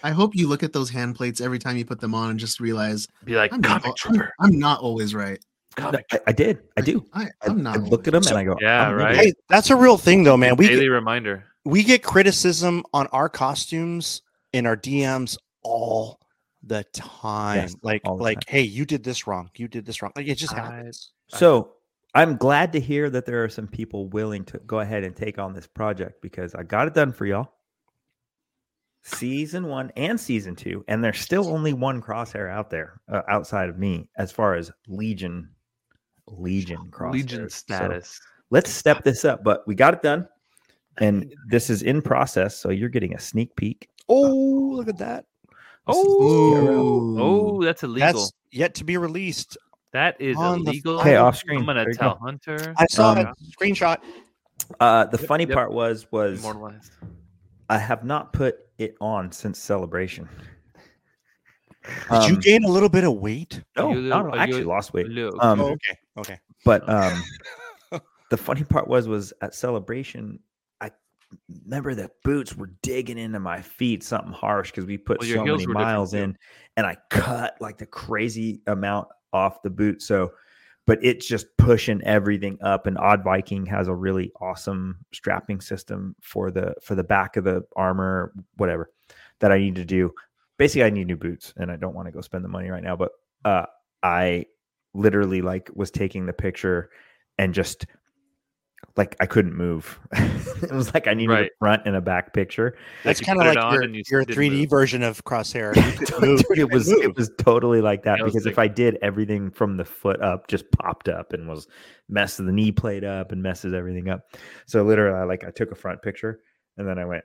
Speaker 6: I hope you look at those hand plates every time you put them on and just realize
Speaker 7: Be like
Speaker 6: I'm,
Speaker 7: comic
Speaker 6: not,
Speaker 7: trooper.
Speaker 6: I'm, I'm not always right.
Speaker 4: No, I, I did. I do.
Speaker 6: I,
Speaker 4: I,
Speaker 6: I'm not.
Speaker 4: I look at him and I go,
Speaker 7: Yeah,
Speaker 4: "I'm an
Speaker 7: right.
Speaker 4: idiot."
Speaker 8: Hey, that's a real thing though, man. We
Speaker 7: Daily
Speaker 8: get,
Speaker 7: reminder.
Speaker 8: we get criticism on our costumes in our DMs all the time.
Speaker 4: Yes,
Speaker 8: like
Speaker 4: all the
Speaker 8: like,
Speaker 4: time. uh,
Speaker 8: hey, you did this wrong. You did this wrong. Like it just
Speaker 7: I-
Speaker 8: happens.
Speaker 4: So I'm glad to hear that there are some people willing to go ahead and take on this project because I got it done for y'all. Season one and season two, and there's still only one crosshair out there uh, outside of me as far as Legion, Legion crosshair
Speaker 7: Legion status.
Speaker 4: let's step this up, but we got it
Speaker 7: [laughs]
Speaker 4: done, and this is in process. So you're getting a sneak peek.
Speaker 8: Oh, look at that.
Speaker 7: Oh, oh, that's illegal.
Speaker 8: That's yet to be released.
Speaker 7: that is
Speaker 8: on the
Speaker 7: illegal.
Speaker 4: Okay, off screen.
Speaker 7: I'm
Speaker 4: There
Speaker 7: gonna
Speaker 4: you
Speaker 7: tell
Speaker 4: go.
Speaker 7: Hunter.
Speaker 8: I saw
Speaker 4: Um,
Speaker 8: a screenshot.
Speaker 4: Uh, the funny
Speaker 7: yep.
Speaker 4: part was was
Speaker 7: Immortalized.
Speaker 4: I have not put it on since celebration.
Speaker 8: Did you
Speaker 4: Um,
Speaker 8: gain a little bit of weight?
Speaker 4: No,
Speaker 7: Are you-
Speaker 4: Oh, no, no,
Speaker 7: are
Speaker 4: I
Speaker 7: you- uh,
Speaker 4: actually lost weight.
Speaker 7: Look.
Speaker 4: Um,
Speaker 7: [laughs]
Speaker 8: Oh, okay. Okay.
Speaker 4: But um, the funny part was was at celebration, I remember the boots were digging into my feet something harsh because we put
Speaker 7: Well, your
Speaker 4: so
Speaker 7: heels
Speaker 4: many
Speaker 7: were different,
Speaker 4: miles
Speaker 7: too.
Speaker 4: in, and I cut like the crazy amount off the boot. So, but it's just pushing everything up. And Odd Viking has a really awesome strapping system for the for the back of the armor, whatever that I need to do. Basically, I need new boots, and I don't want to go spend the money right now. But uh, I literally like was taking the picture and just like I couldn't move. [laughs] it was like I needed
Speaker 7: Right.
Speaker 4: a front and a back picture.
Speaker 8: That's
Speaker 7: you
Speaker 8: kind of
Speaker 7: put it
Speaker 8: like
Speaker 7: on
Speaker 8: your,
Speaker 7: and you
Speaker 8: your
Speaker 7: didn't
Speaker 8: 3D
Speaker 7: move.
Speaker 8: version of
Speaker 4: [laughs]
Speaker 8: Crosshair.
Speaker 4: Dude, it was it was totally like that
Speaker 7: Yeah, it was
Speaker 4: because if I did everything from the foot up, just popped up and was messes the knee plate up and messes everything up. So literally, I like I took a front picture and then I went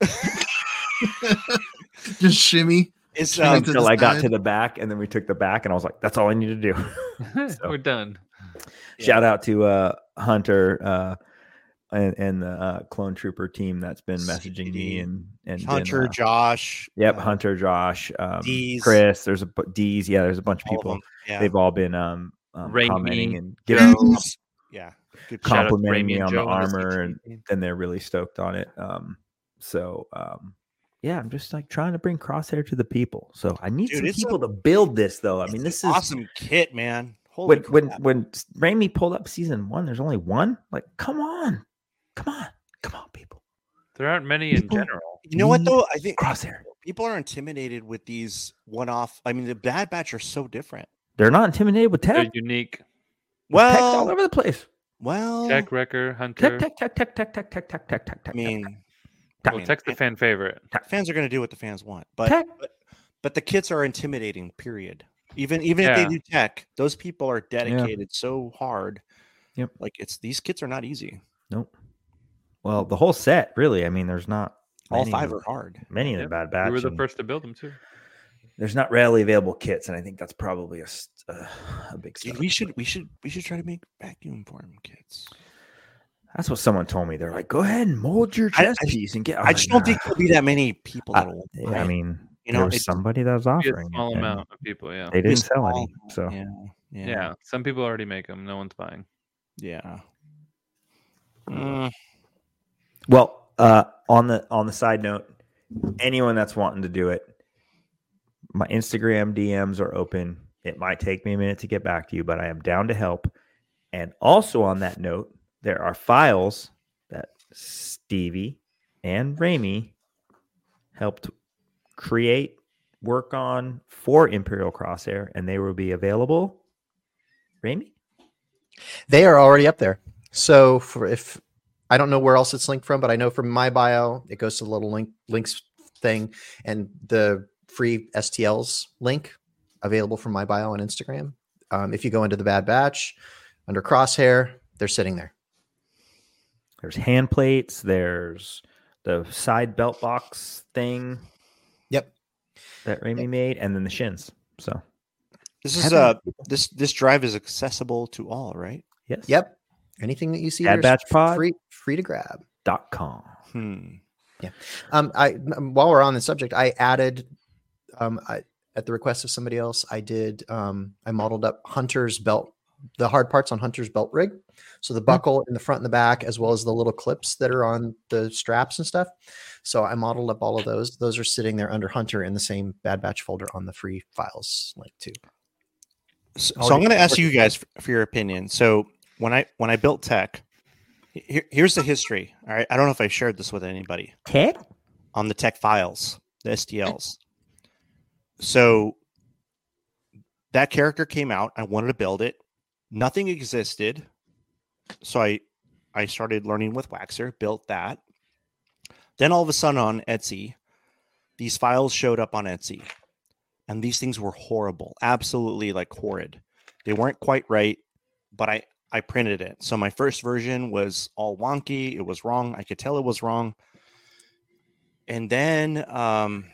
Speaker 6: [laughs] Just shimmy.
Speaker 4: [laughs]
Speaker 8: It's,
Speaker 6: Trying
Speaker 8: um,
Speaker 6: to
Speaker 4: until I got
Speaker 6: decide.
Speaker 4: to the back, and then we took the back, and I was like, "That's all I need to do." [laughs] So-
Speaker 7: We're done.
Speaker 4: Shout out to uh, Hunter uh, and, and the uh, Clone Trooper team that's been messaging me
Speaker 8: CDD.
Speaker 4: and and been,
Speaker 8: Hunter,
Speaker 4: uh,
Speaker 8: Josh.
Speaker 4: Yep,
Speaker 8: uh,
Speaker 4: Hunter, Josh, um,
Speaker 8: Deez.
Speaker 4: Chris. There's a bu- D's. Yeah, there's a bunch of
Speaker 8: all of
Speaker 4: people.
Speaker 8: them. Yeah.
Speaker 4: They've all been um, um
Speaker 7: Raimi,
Speaker 4: commenting and
Speaker 7: Joe.
Speaker 4: giving
Speaker 8: Jones. Yeah. Good
Speaker 4: Com-
Speaker 8: shot.
Speaker 7: Shout out to
Speaker 4: complimenting
Speaker 7: Raimi
Speaker 4: me
Speaker 7: and
Speaker 4: on the
Speaker 7: Joe his
Speaker 4: armor and-
Speaker 7: team.
Speaker 4: and they're really stoked on it. Um, so um, yeah, I'm just like trying to bring Crosshair to the people. So I need
Speaker 8: Dude,
Speaker 4: some
Speaker 8: it's a-
Speaker 4: people to build this though. I
Speaker 8: It's
Speaker 4: mean,
Speaker 8: an
Speaker 4: this is
Speaker 8: awesome kit, man. Holy
Speaker 4: when when
Speaker 8: crap.
Speaker 4: when Raimi pulled up season one, there's only one. Like, come on, come on, come on, people.
Speaker 7: There aren't many in
Speaker 4: People-
Speaker 7: general.
Speaker 8: you know what
Speaker 4: need
Speaker 8: though? I think
Speaker 4: Crosshair.
Speaker 8: people are intimidated with these one-off. I mean, the Bad Batch are so different.
Speaker 4: They're not intimidated with
Speaker 7: They're
Speaker 4: tech.
Speaker 7: unique.
Speaker 4: Tech's all
Speaker 8: Well,
Speaker 4: over the place.
Speaker 8: well,
Speaker 7: Tech Wrecker, Hunter.
Speaker 4: Oh. Tech, tech, tech, tech, tech, tech, tech, tech, tech, tech.
Speaker 8: I mean,
Speaker 4: tech,
Speaker 7: Well,
Speaker 8: man,
Speaker 7: Tech's the fan favorite.
Speaker 8: fans are going to do what the fans want, but
Speaker 4: Tech.
Speaker 8: but, but the kits are intimidating. Period. Even even if
Speaker 7: Yeah.
Speaker 8: they do tech, those people are dedicated so hard.
Speaker 4: Yep.
Speaker 8: Like it's these kits are not easy.
Speaker 4: nope. Well, the whole set, really. I mean, there's not
Speaker 8: All
Speaker 4: many
Speaker 8: five
Speaker 4: of-
Speaker 8: are hard.
Speaker 4: Many of the
Speaker 7: Yep.
Speaker 4: bad
Speaker 7: We
Speaker 4: batch.
Speaker 7: were the
Speaker 4: and
Speaker 7: first to build them too.
Speaker 4: There's not readily available kits, and I think that's probably a, s- uh, a big.
Speaker 8: Dude,
Speaker 4: step.
Speaker 8: we should we should we should try to make vacuum form kits.
Speaker 4: That's what someone told me. They're like, go ahead and mold your chess piece and get.
Speaker 8: I just don't think there'll be that many people
Speaker 4: Oh, I,
Speaker 8: that will.
Speaker 4: yeah,
Speaker 8: buy
Speaker 4: I
Speaker 8: it.
Speaker 4: mean,
Speaker 8: you
Speaker 4: there
Speaker 8: know,
Speaker 4: was
Speaker 8: it-
Speaker 4: somebody that was
Speaker 7: Be a
Speaker 4: offering.
Speaker 7: small
Speaker 4: it, and
Speaker 7: amount of people, yeah.
Speaker 4: They didn't
Speaker 8: It's
Speaker 4: sell any,
Speaker 8: small.
Speaker 4: so
Speaker 8: yeah, yeah,
Speaker 7: yeah, Some people already make them. No one's buying.
Speaker 8: yeah. Mm,
Speaker 4: Well, uh, on the on the side note, anyone that's wanting to do it, my Instagram DMs are open. It might take me a minute to get back to you, but I am down to help. And also on that note, there are files that Stevie and Ramey helped create, work on for Imperial Crosshair, and they will be available. Ramey,
Speaker 9: They are already up there. So for if I don't know where else it's linked from, but I know from my bio it goes to the little link links thing and the free STLs link available from my bio on Instagram. Um, if you go into the Bad Batch under Crosshair, they're sitting there.
Speaker 4: there's hand plates. There's the side belt box thing.
Speaker 9: Yep.
Speaker 4: that Raimi made, and then the shins. So
Speaker 8: this
Speaker 9: How
Speaker 8: is
Speaker 9: do
Speaker 8: uh this this drive is accessible to all, right?
Speaker 4: yes,
Speaker 9: Yep. Anything that you see
Speaker 4: Bad
Speaker 9: there's
Speaker 4: Batch Pod.
Speaker 9: free free to grab.
Speaker 4: dot com.
Speaker 8: Hmm.
Speaker 9: Um, I m- while we're on the subject, I added, um, I, at the request of somebody else, I did. Um, I modeled up Hunter's belt, the hard parts on Hunter's belt rig, so the buckle in the front and the back, as well as the little clips that are on the straps and stuff. So I modeled up all of those. Those are sitting there under Hunter in the same Bad Batch folder on the free files link too.
Speaker 8: S- So,
Speaker 9: I'll
Speaker 8: I'm
Speaker 9: do-
Speaker 8: going to ask
Speaker 9: I'll
Speaker 8: you guys for, for your opinion. So when I when I built tech, he- here, here's the history. All right, I don't know if I shared this with anybody
Speaker 4: Tech.
Speaker 8: on the tech files, the STLs. So that character came out. I wanted to build it. Nothing existed, so I I started learning with Waxer. Built that. Then all of a sudden on Etsy, these files showed up on Etsy, and these things were horrible, absolutely like horrid. They weren't quite right, but I I printed it. So my first version was all wonky. It was wrong. I could tell it was wrong. And then um,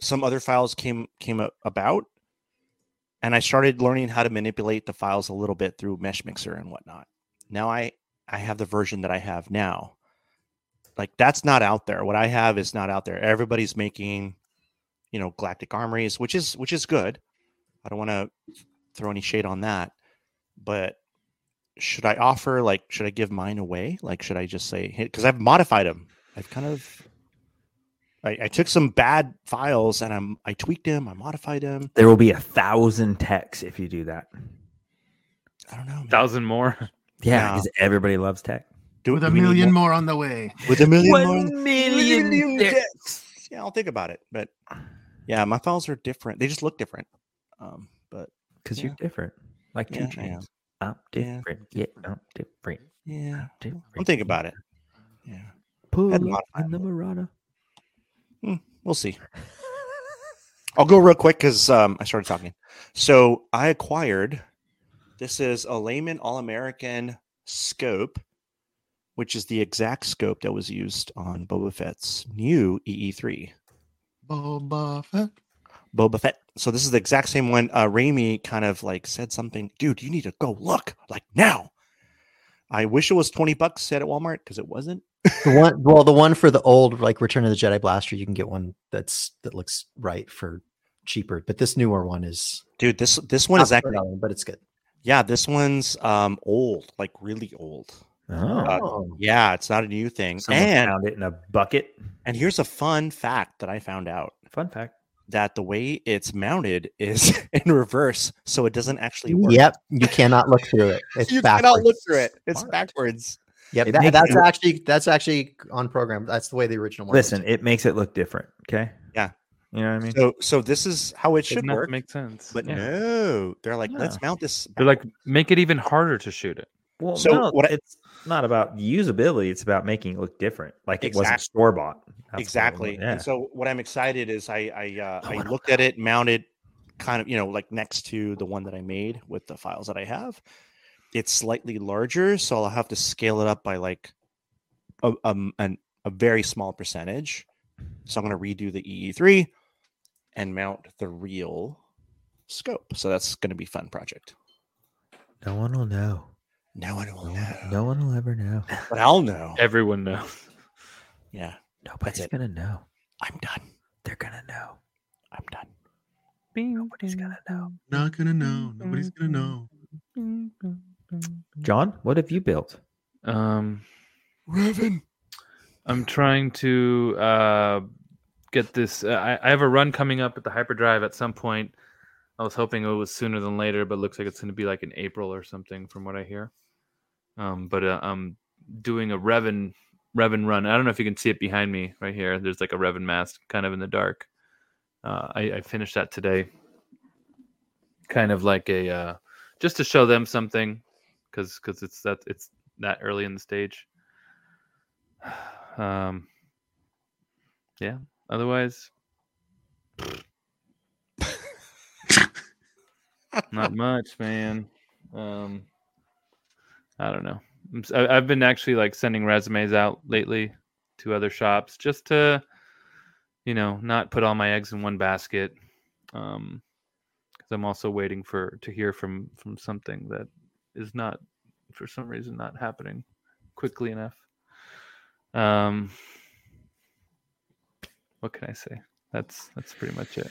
Speaker 8: some other files came came a- about, and I started learning how to manipulate the files a little bit through Mesh Mixer and whatnot. Now I I have the version that I have now. Like that's not out there. What I have is not out there. Everybody's making, you know, Galactic Armories, which is which is good. I don't want to throw any shade on that, but should I offer like should I give mine away? Like should I just say because I've modified them. I've kind of I, I took some bad files and I'm I tweaked them, I modified them.
Speaker 4: There will be a thousand techs if you do that.
Speaker 8: I don't know. man.
Speaker 7: Thousand more. [laughs]
Speaker 4: Yeah,
Speaker 8: No.
Speaker 4: because everybody loves tech.
Speaker 8: Do,
Speaker 6: with
Speaker 8: do
Speaker 6: a
Speaker 8: we need
Speaker 6: million
Speaker 8: more-
Speaker 6: more on the way.
Speaker 8: with a million more in-
Speaker 4: One million
Speaker 8: decks. Yeah, I'll think about it. But yeah, my files are different. They just look different. Um, but
Speaker 4: because
Speaker 8: Yeah.
Speaker 4: you're different. Like two
Speaker 8: Yeah, I
Speaker 4: chains. I'm
Speaker 8: Yeah.
Speaker 4: different. Yeah, I'm different.
Speaker 8: yeah,
Speaker 4: different.
Speaker 8: I'll think about it. Yeah,
Speaker 4: Pull up
Speaker 8: I'd modify
Speaker 4: in the Murata.
Speaker 8: we'll see. I'll go real quick because um, I started talking. So I acquired this is a layman all American scope, which is the exact scope that was used on Boba Fett's new E EE3.
Speaker 6: Boba Fett.
Speaker 8: Boba Fett. So this is the exact same one. Uh, Raimi kind of like said something, dude, you need to go look like now. I wish it was 20 bucks at Walmart because it wasn't.
Speaker 9: The one, well, the one for the old like Return of the Jedi blaster, you can get one that's that looks right for cheaper. But this newer one is
Speaker 8: Dude, this this one
Speaker 9: not
Speaker 8: is actually
Speaker 9: phenomenal, but it's good.
Speaker 8: yeah, this one's um old, like really old.
Speaker 4: Oh,
Speaker 9: Oh.
Speaker 8: Yeah, it's not a new thing.
Speaker 4: someone
Speaker 8: and
Speaker 4: found it in a bucket.
Speaker 8: and here's a fun fact that I found out
Speaker 4: Fun fact.
Speaker 8: that the way it's mounted is [laughs] in reverse, so it doesn't actually work.
Speaker 9: Yep, you cannot look through
Speaker 8: [laughs]
Speaker 9: it. It's
Speaker 8: you
Speaker 9: backwards.
Speaker 8: cannot look through it. It's
Speaker 9: Smart.
Speaker 8: backwards.
Speaker 9: Yep,
Speaker 4: It
Speaker 9: that-
Speaker 4: makes
Speaker 9: that's
Speaker 4: it-
Speaker 9: actually that's actually on program. That's the way the original one.
Speaker 4: Listen,
Speaker 9: was.
Speaker 4: it makes it look different. Okay.
Speaker 8: Yeah.
Speaker 4: You know what I mean?
Speaker 8: So so this is how it should
Speaker 7: Shouldn't that
Speaker 8: work.
Speaker 7: make sense?
Speaker 8: But
Speaker 7: Yeah.
Speaker 8: no, they're like, let's mount this.
Speaker 7: They're like,
Speaker 8: backwards."
Speaker 7: make it even harder to shoot it.
Speaker 4: well,
Speaker 8: so
Speaker 4: no,
Speaker 8: what I-
Speaker 4: it's not about usability. It's about making it look different. Like it wasn't
Speaker 8: Exact-
Speaker 4: store bought.
Speaker 8: exactly.
Speaker 4: Yeah.
Speaker 8: And so what I'm excited is I I uh,
Speaker 4: I
Speaker 8: I
Speaker 4: don't
Speaker 8: looked at it, mounted, kind of you know like next to the one that I made with the files that I have. It's slightly larger, so I'll have to scale it up by like a um an, a very small percentage. So I'm going to redo the EE3 and mount the real scope. So that's going to be fun project.
Speaker 4: No one will know.
Speaker 8: No one will know.
Speaker 4: No one will ever know.
Speaker 8: But I'll know.
Speaker 7: Everyone knows. [laughs]
Speaker 8: Yeah.
Speaker 4: Nobody's gonna know.
Speaker 8: I'm done.
Speaker 4: They're gonna know.
Speaker 8: I'm done.
Speaker 4: Nobody's gonna know.
Speaker 6: Not gonna know. Nobody's gonna know.
Speaker 4: John, what have you built?
Speaker 7: Um,
Speaker 8: Revan.
Speaker 7: I'm trying to uh, get this. Uh, I, I have a run coming up at the hyperdrive at some point. I was hoping it was sooner than later, but it looks like it's going to be like in April or something, from what I hear. Um, but uh, I'm doing a Revan Revan run. I don't know if you can see it behind me right here. There's like a Revan mask, kind of in the dark. Uh, I, I finished that today, kind of like a uh, just to show them something, because because it's that it's that early in the stage. [sighs] Um, yeah. Otherwise, not much, man. Um, I don't know. I'm s- I- I've been actually like sending resumes out lately to other shops just to, you know, not put all my eggs in one basket. Um, because I'm also waiting for to hear from from something that is not, for some reason, not happening quickly enough. Um, what can I say? That's that's pretty much it.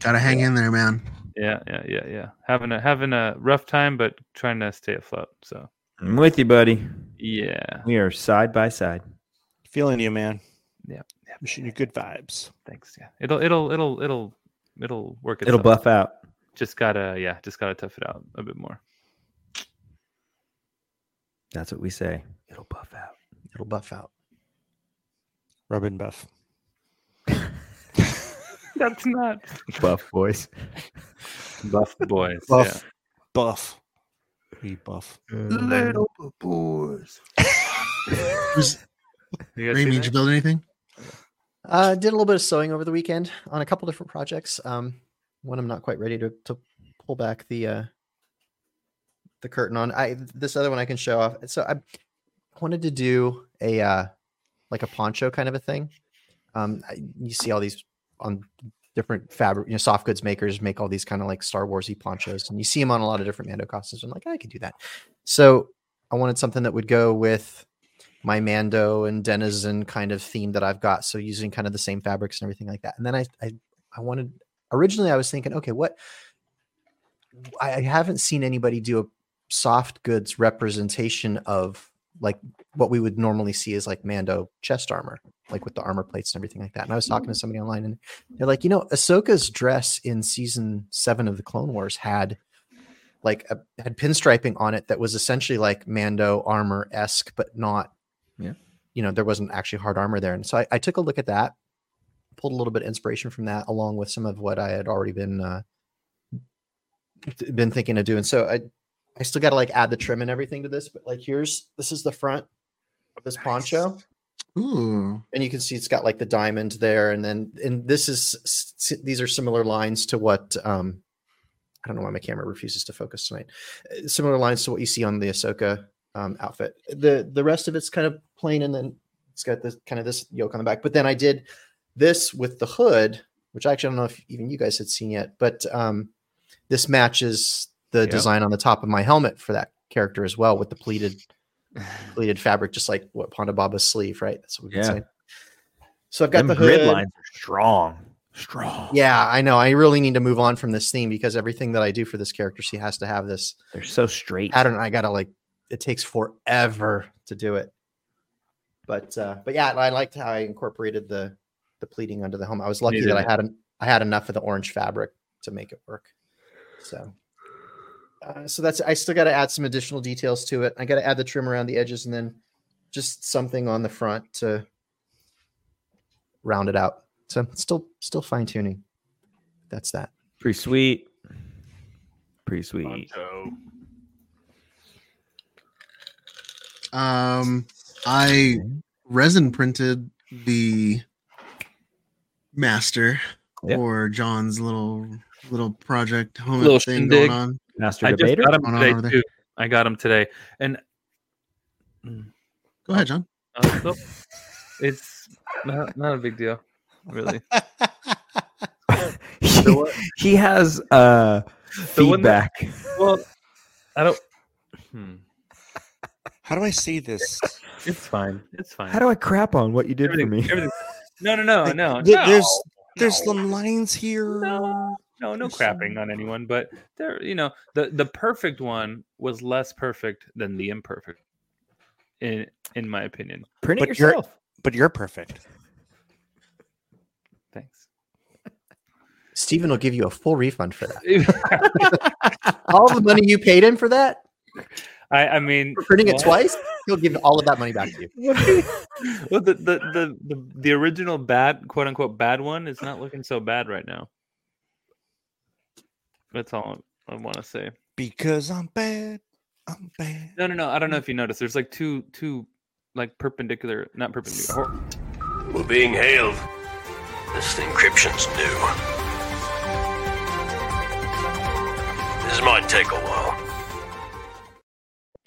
Speaker 6: Gotta hang in there, man.
Speaker 7: Yeah, yeah, yeah, yeah. Having a having a rough time, but trying to stay afloat. So
Speaker 4: I'm with you, buddy.
Speaker 7: yeah,
Speaker 4: We are side by side.
Speaker 8: Feeling you, man.
Speaker 7: Yeah, yeah.
Speaker 8: Wishing you good vibes.
Speaker 7: thanks. Yeah, it'll it'll it'll it'll it'll work.
Speaker 4: It'll
Speaker 7: itself
Speaker 4: buff out.
Speaker 7: Just gotta yeah, just gotta tough it out a bit more.
Speaker 4: That's what we say. It'll buff out.
Speaker 9: It'll buff out.
Speaker 8: Rubbin Buff.
Speaker 7: That's not
Speaker 4: [laughs] Buff boys.
Speaker 7: buff boys.
Speaker 8: Buff. Buff. We buff.
Speaker 6: Little boys. Was
Speaker 7: Yeah. You guys
Speaker 6: Raimi,
Speaker 7: see
Speaker 6: did you
Speaker 7: that?
Speaker 6: build anything?
Speaker 9: Uh, did a little bit of sewing over the weekend on a couple different projects. Um, one I'm not quite ready to, to pull back the uh, the curtain on. I this other one I can show off. So I wanted to do a uh, like a poncho kind of a thing. Um, I, you see all these on different fabric, you know, soft goods makers make all these kind of like Star Warsy ponchos, and you see them on a lot of different Mando costumes. I'm like, I could do that. So I wanted something that would go with my Mando and Denizen kind of theme that I've got. So using kind of the same fabrics and everything like that. And then I I, I wanted originally I was thinking, okay, what I I haven't seen anybody do a soft goods representation of like what we would normally see is like Mando chest armor, like with the armor plates and everything like that. And I was talking to somebody online and they're like, you know, Ahsoka's dress in season seven of the Clone Wars had like a, had pinstriping on it that was essentially like Mando armor esque, but not you know there wasn't actually hard armor there and so I, I took a look at that pulled a little bit of inspiration from that along with some of what i had already been uh th- been thinking of doing so i i still got to like add the trim and everything to this but like here's this is the front of this poncho
Speaker 6: Ooh.
Speaker 9: and you can see it's got like the diamond there and then and this is s- s- these are similar lines to what um i don't know why my camera refuses to focus tonight Uh, similar lines to what you see on the ahsoka um outfit the the rest of it's kind of plain and then it's got this kind of this yoke on the back but then i did this with the hood which I actually don't know if even you guys had seen yet but um this matches the
Speaker 7: Yep.
Speaker 9: design on the top of my helmet for that character as well with the pleated pleated fabric just like what Ponda Baba's sleeve right that's what we've been
Speaker 4: Yeah.
Speaker 9: saying so I've got
Speaker 4: Them
Speaker 9: the hood.
Speaker 4: grid lines are strong. Strong.
Speaker 9: Yeah, I know. I really need to move on from this theme because everything that I do for this character, she has to have this.
Speaker 4: They're so straight.
Speaker 9: I don't know. I gotta like. It takes forever to do it. But uh, but yeah, I liked how I incorporated the the pleating under the helmet. I was lucky
Speaker 7: Neither
Speaker 9: that I
Speaker 7: did
Speaker 9: had an, I had enough of the orange fabric to make it work. So. Uh, so that's I still got to add some additional details to it. I got to add the trim around the edges and then just something on the front to round it out. So still still fine tuning. That's that.
Speaker 4: Pretty sweet. Pretty sweet.
Speaker 6: Um, I resin printed the master
Speaker 4: Yeah.
Speaker 6: for John's little little project home
Speaker 7: Little
Speaker 6: thing
Speaker 7: shindig.
Speaker 6: going on.
Speaker 4: Master
Speaker 7: I just
Speaker 4: debater.
Speaker 7: got him
Speaker 6: Going on over
Speaker 7: today
Speaker 6: there.
Speaker 7: too. I got him today, and
Speaker 6: Go ahead, John.
Speaker 7: uh, so it's not, not a big deal, really.
Speaker 4: he, he has uh
Speaker 7: The one that-
Speaker 4: feedback.
Speaker 7: Well, I don't. hmm. Hmm.
Speaker 8: How do I
Speaker 7: [laughs]
Speaker 8: say this?
Speaker 7: It's fine. It's fine.
Speaker 4: How do I crap on what you did for me?
Speaker 7: Everything- No, no, no, Oh, no.
Speaker 8: Th- There's
Speaker 7: no.
Speaker 8: there's some lines here.
Speaker 7: No, no, no crapping on anyone, but there, you know, the the perfect one was less perfect than the imperfect, in in my opinion.
Speaker 4: Print it
Speaker 8: But you're-
Speaker 4: yourself.
Speaker 8: But you're perfect.
Speaker 7: Thanks. [laughs]
Speaker 9: Steven will give you a full refund for that. All the money you paid him for that,
Speaker 7: I, I
Speaker 9: [laughs]
Speaker 7: mean,
Speaker 9: for printing it
Speaker 7: what?
Speaker 9: twice, he'll give all of that money back to you.
Speaker 7: well, the, the, the, the, the original bad, quote unquote, bad one is not looking so bad right now. That's all I want to say.
Speaker 8: Because I'm bad. I'm bad.
Speaker 7: No, no, no. I don't know if you noticed. There's like two, two, like perpendicular, not perpendicular. hor-
Speaker 1: We're being hailed. This encryption's new. This might take a while.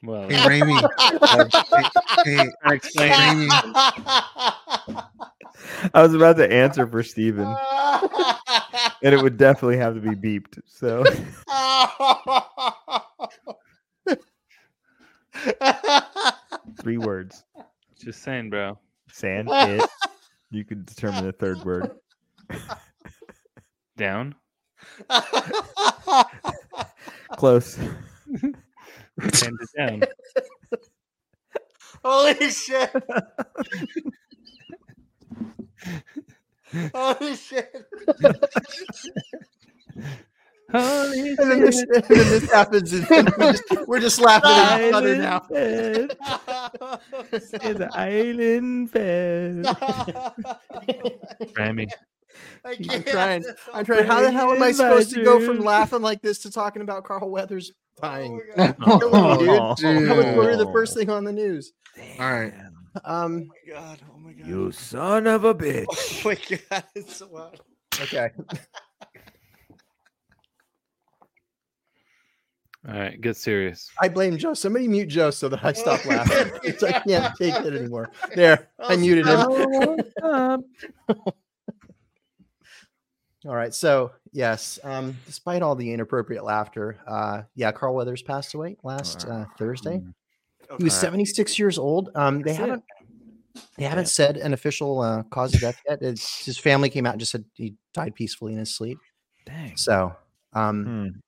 Speaker 7: Well,
Speaker 6: Hey,
Speaker 7: [laughs]
Speaker 6: Raimi. hey,
Speaker 7: I explained.
Speaker 6: Raimi.
Speaker 4: I was about to answer for
Speaker 7: [laughs]
Speaker 4: Steven. and it would definitely have to be beeped. So three words.
Speaker 7: Just saying, bro.
Speaker 4: Sand it. You could determine the third word.
Speaker 7: Down.
Speaker 4: Close.
Speaker 7: Sand it down.
Speaker 9: [laughs] Holy shit! Holy shit!
Speaker 7: [laughs] Holy
Speaker 9: And then this,
Speaker 7: shit.
Speaker 9: and then this happens, and then we're, just, we're just laughing at each other now.
Speaker 4: bed is an island bed.
Speaker 7: Grammy.
Speaker 9: [laughs] I
Speaker 4: I'm
Speaker 9: can't.
Speaker 4: trying.
Speaker 9: I'm trying. How the hell am I
Speaker 4: Bringing
Speaker 9: supposed to go from
Speaker 4: legends.
Speaker 9: laughing like this to talking about Carl Weathers dying?
Speaker 6: Oh,
Speaker 9: dude.
Speaker 6: [laughs]
Speaker 7: [laughs]
Speaker 6: dude.
Speaker 9: That was literally the first thing on the news.
Speaker 6: All right.
Speaker 9: Um.
Speaker 8: God, oh my god.
Speaker 4: You son of a bitch.
Speaker 8: Oh my god, it's so loud.
Speaker 9: Okay.
Speaker 7: All right, get serious.
Speaker 9: I blame Joe. Somebody mute Joe so that I stop laughing. It's like, I can't take it anymore. There, I muted him.
Speaker 7: [laughs]
Speaker 9: All right. So yes, um, despite all the inappropriate laughter, uh, yeah, Carl Weathers passed away last uh, Thursday. He was 76 years old. Um, they
Speaker 7: That's it.
Speaker 9: haven't they haven't said an official uh, cause of death yet. It's, his family came out and just said he died peacefully in his sleep.
Speaker 7: Dang.
Speaker 9: So, um,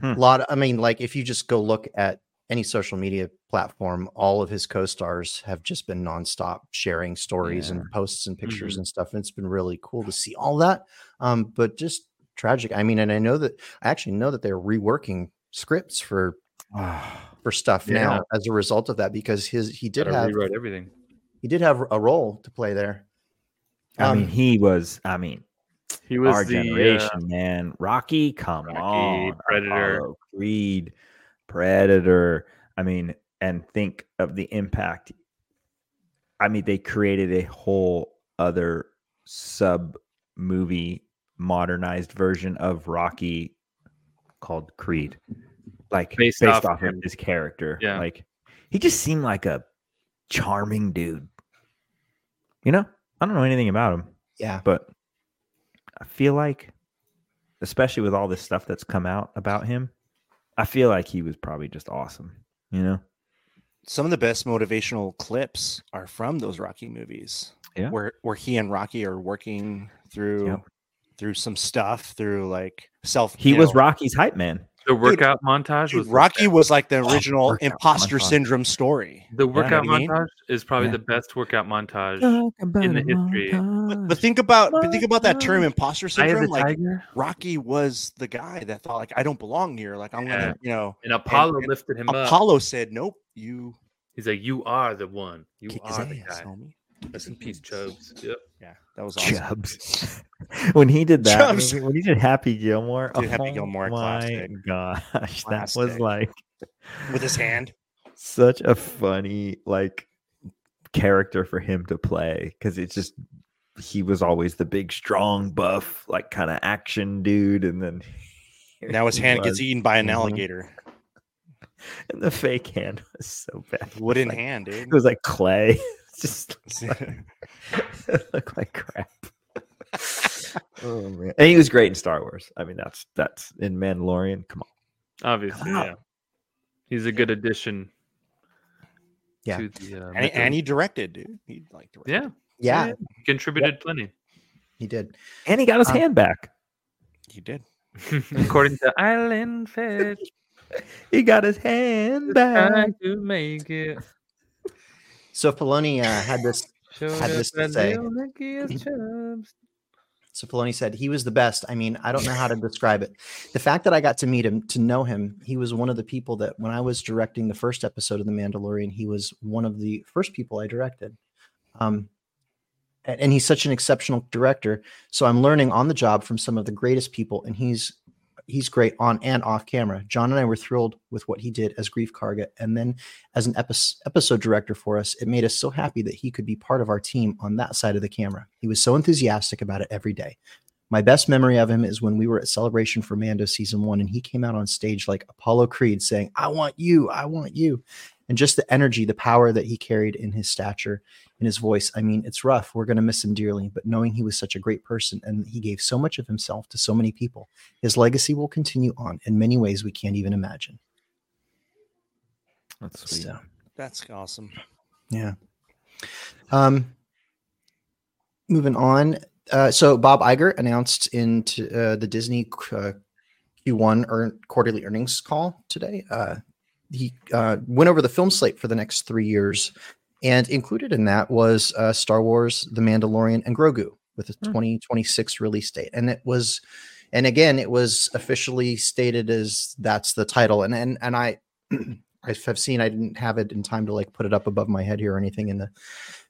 Speaker 4: Hmm.
Speaker 9: a
Speaker 4: Hmm.
Speaker 9: lot. I mean, like if you just go look at any social media platform, all of his co-stars have just been nonstop sharing stories and posts and pictures
Speaker 4: Mm-hmm.
Speaker 9: and stuff. And it's been really cool to see all that. Um, but just tragic. I mean, and I know that I actually know that they're reworking
Speaker 4: [sighs]
Speaker 9: scripts for for stuff
Speaker 7: Yeah.
Speaker 9: now as a result of that because his he did
Speaker 7: Gotta
Speaker 9: have
Speaker 7: rewrite everything.
Speaker 9: he did have a role to play there.
Speaker 4: I
Speaker 9: Um,
Speaker 4: mean, he was. I mean,
Speaker 7: He was
Speaker 4: our
Speaker 7: the
Speaker 4: generation,
Speaker 7: uh,
Speaker 4: man. Rocky, come
Speaker 7: Rocky,
Speaker 4: on.
Speaker 7: Predator.
Speaker 4: Apollo Creed, Predator. I mean, and think of the impact. I mean, they created a whole other sub movie modernized version of Rocky called Creed. Like
Speaker 7: Based
Speaker 4: based,
Speaker 7: off
Speaker 4: off, of
Speaker 7: him.
Speaker 4: his character.
Speaker 7: Yeah.
Speaker 4: Like he just seemed like a charming dude. You know, I don't know anything about him
Speaker 9: Yeah.
Speaker 4: but I feel like, especially with all this stuff that's come out about him, I feel like he was probably just awesome. You know,
Speaker 8: Some of the best motivational clips are from those Rocky movies.
Speaker 4: Yeah.
Speaker 8: Where where he and Rocky are working through
Speaker 4: Yep.
Speaker 8: through some stuff, through like self
Speaker 4: he
Speaker 8: you
Speaker 4: was
Speaker 8: know,
Speaker 4: Rocky's hype man.
Speaker 7: The workout montage
Speaker 8: dude,
Speaker 7: was the
Speaker 8: Rocky was like the original
Speaker 4: workout
Speaker 8: imposter
Speaker 4: montage.
Speaker 8: syndrome story.
Speaker 7: The workout
Speaker 8: you know what I mean?
Speaker 7: montage is probably
Speaker 4: Yeah.
Speaker 7: the best workout montage. in the history.
Speaker 8: But, but think about but think about that term imposter
Speaker 7: I have the
Speaker 8: syndrome. Like
Speaker 7: tiger,
Speaker 8: Rocky was the guy that thought like I don't belong here. Like I'm
Speaker 7: Yeah.
Speaker 8: gonna, you know,
Speaker 7: and Apollo
Speaker 8: and
Speaker 7: lifted him up.
Speaker 8: Apollo said, Nope, you
Speaker 7: He's like, "You are the one. You
Speaker 8: kick his
Speaker 7: are the
Speaker 8: ass,
Speaker 7: guy."
Speaker 8: homie.
Speaker 7: Rest in peace, Chubbs. Yep.
Speaker 8: Yeah, that was awesome.
Speaker 4: Chubbs. [laughs] when he did that,
Speaker 8: Chubbs.
Speaker 4: when he did Happy Gilmore,
Speaker 8: Dude, Happy
Speaker 4: oh
Speaker 8: Gilmore,
Speaker 4: my
Speaker 8: classic.
Speaker 4: gosh, that was
Speaker 8: Classic.
Speaker 4: like
Speaker 8: With his hand.
Speaker 7: [laughs]
Speaker 4: such a funny like character for him to play because it's just he was always the big strong buff like kind of action dude and then [laughs] here
Speaker 8: Now his
Speaker 4: he
Speaker 8: hand gets
Speaker 4: was,
Speaker 8: eaten by an
Speaker 4: Mhm.
Speaker 7: Mm-hmm.
Speaker 8: alligator.
Speaker 4: and the fake hand [laughs] was so bad It was
Speaker 8: Wooden
Speaker 4: like-
Speaker 8: hand, dude.
Speaker 4: it
Speaker 8: [laughs]
Speaker 4: was like clay [laughs] It's just it looked like [laughs] crap oh man and he was great in star wars i mean that's that's in mandalorian come on
Speaker 7: Obviously,
Speaker 4: Wow.
Speaker 7: yeah. He's a good addition.
Speaker 9: Yeah.
Speaker 7: to the, uh,
Speaker 8: And, he-
Speaker 7: Mythos.
Speaker 8: and he directed, dude. He like directed.
Speaker 7: yeah,
Speaker 9: Yeah.
Speaker 7: he contributed plenty.
Speaker 9: He did.
Speaker 4: And he got his
Speaker 7: Uh-huh.
Speaker 9: Um,
Speaker 4: hand back.
Speaker 8: He did.
Speaker 7: According to Island
Speaker 9: [laughs]
Speaker 7: Fetch,
Speaker 4: He got his hand back.
Speaker 7: trying to make it.
Speaker 9: So Filoni uh, had this.
Speaker 7: Show
Speaker 9: Had
Speaker 7: us
Speaker 9: this to
Speaker 7: that
Speaker 9: say.
Speaker 7: little
Speaker 9: [clears throat]
Speaker 7: Mickey's chubs.
Speaker 9: So Filoni said he was the best. I mean, I don't know how to describe it. The fact that I got to meet him, to know him, he was one of the people that when I was directing the first episode of The Mandalorian, he was one of the first people I directed. Um, and, and he's such an exceptional director. So I'm learning on the job from some of the greatest people, and he's he's great on and off camera. John and I were thrilled with what he did as Grief Karga, and then as an episode, episode director for us, it made us so happy that he could be part of our team on that side of the camera. He was so enthusiastic about it every day. My best memory of him is when we were at Celebration for Mando season one, and he came out on stage like Apollo Creed saying, I want you, I want you. And just the energy, the power that he carried in his stature, in his voice. I mean, it's rough. We're going to miss him dearly, but knowing he was such a great person and he gave so much of himself to so many people, his legacy will continue on in many ways we can't even imagine.
Speaker 4: That's sweet.
Speaker 9: So.
Speaker 8: That's awesome.
Speaker 9: Yeah. Um, moving on. Uh, so Bob Iger announced into uh, the Disney uh, Q1 earn- quarterly earnings call today. Uh, he uh, went over the film slate for the next three years, and included in that was uh, Star Wars, The Mandalorian, and Grogu with
Speaker 7: Mm.
Speaker 9: a 2026 release date. And it was, and again, it was officially stated as that's the title. And and and I [clears throat] I have seen I didn't have it in time to like put it up above my head here or anything in the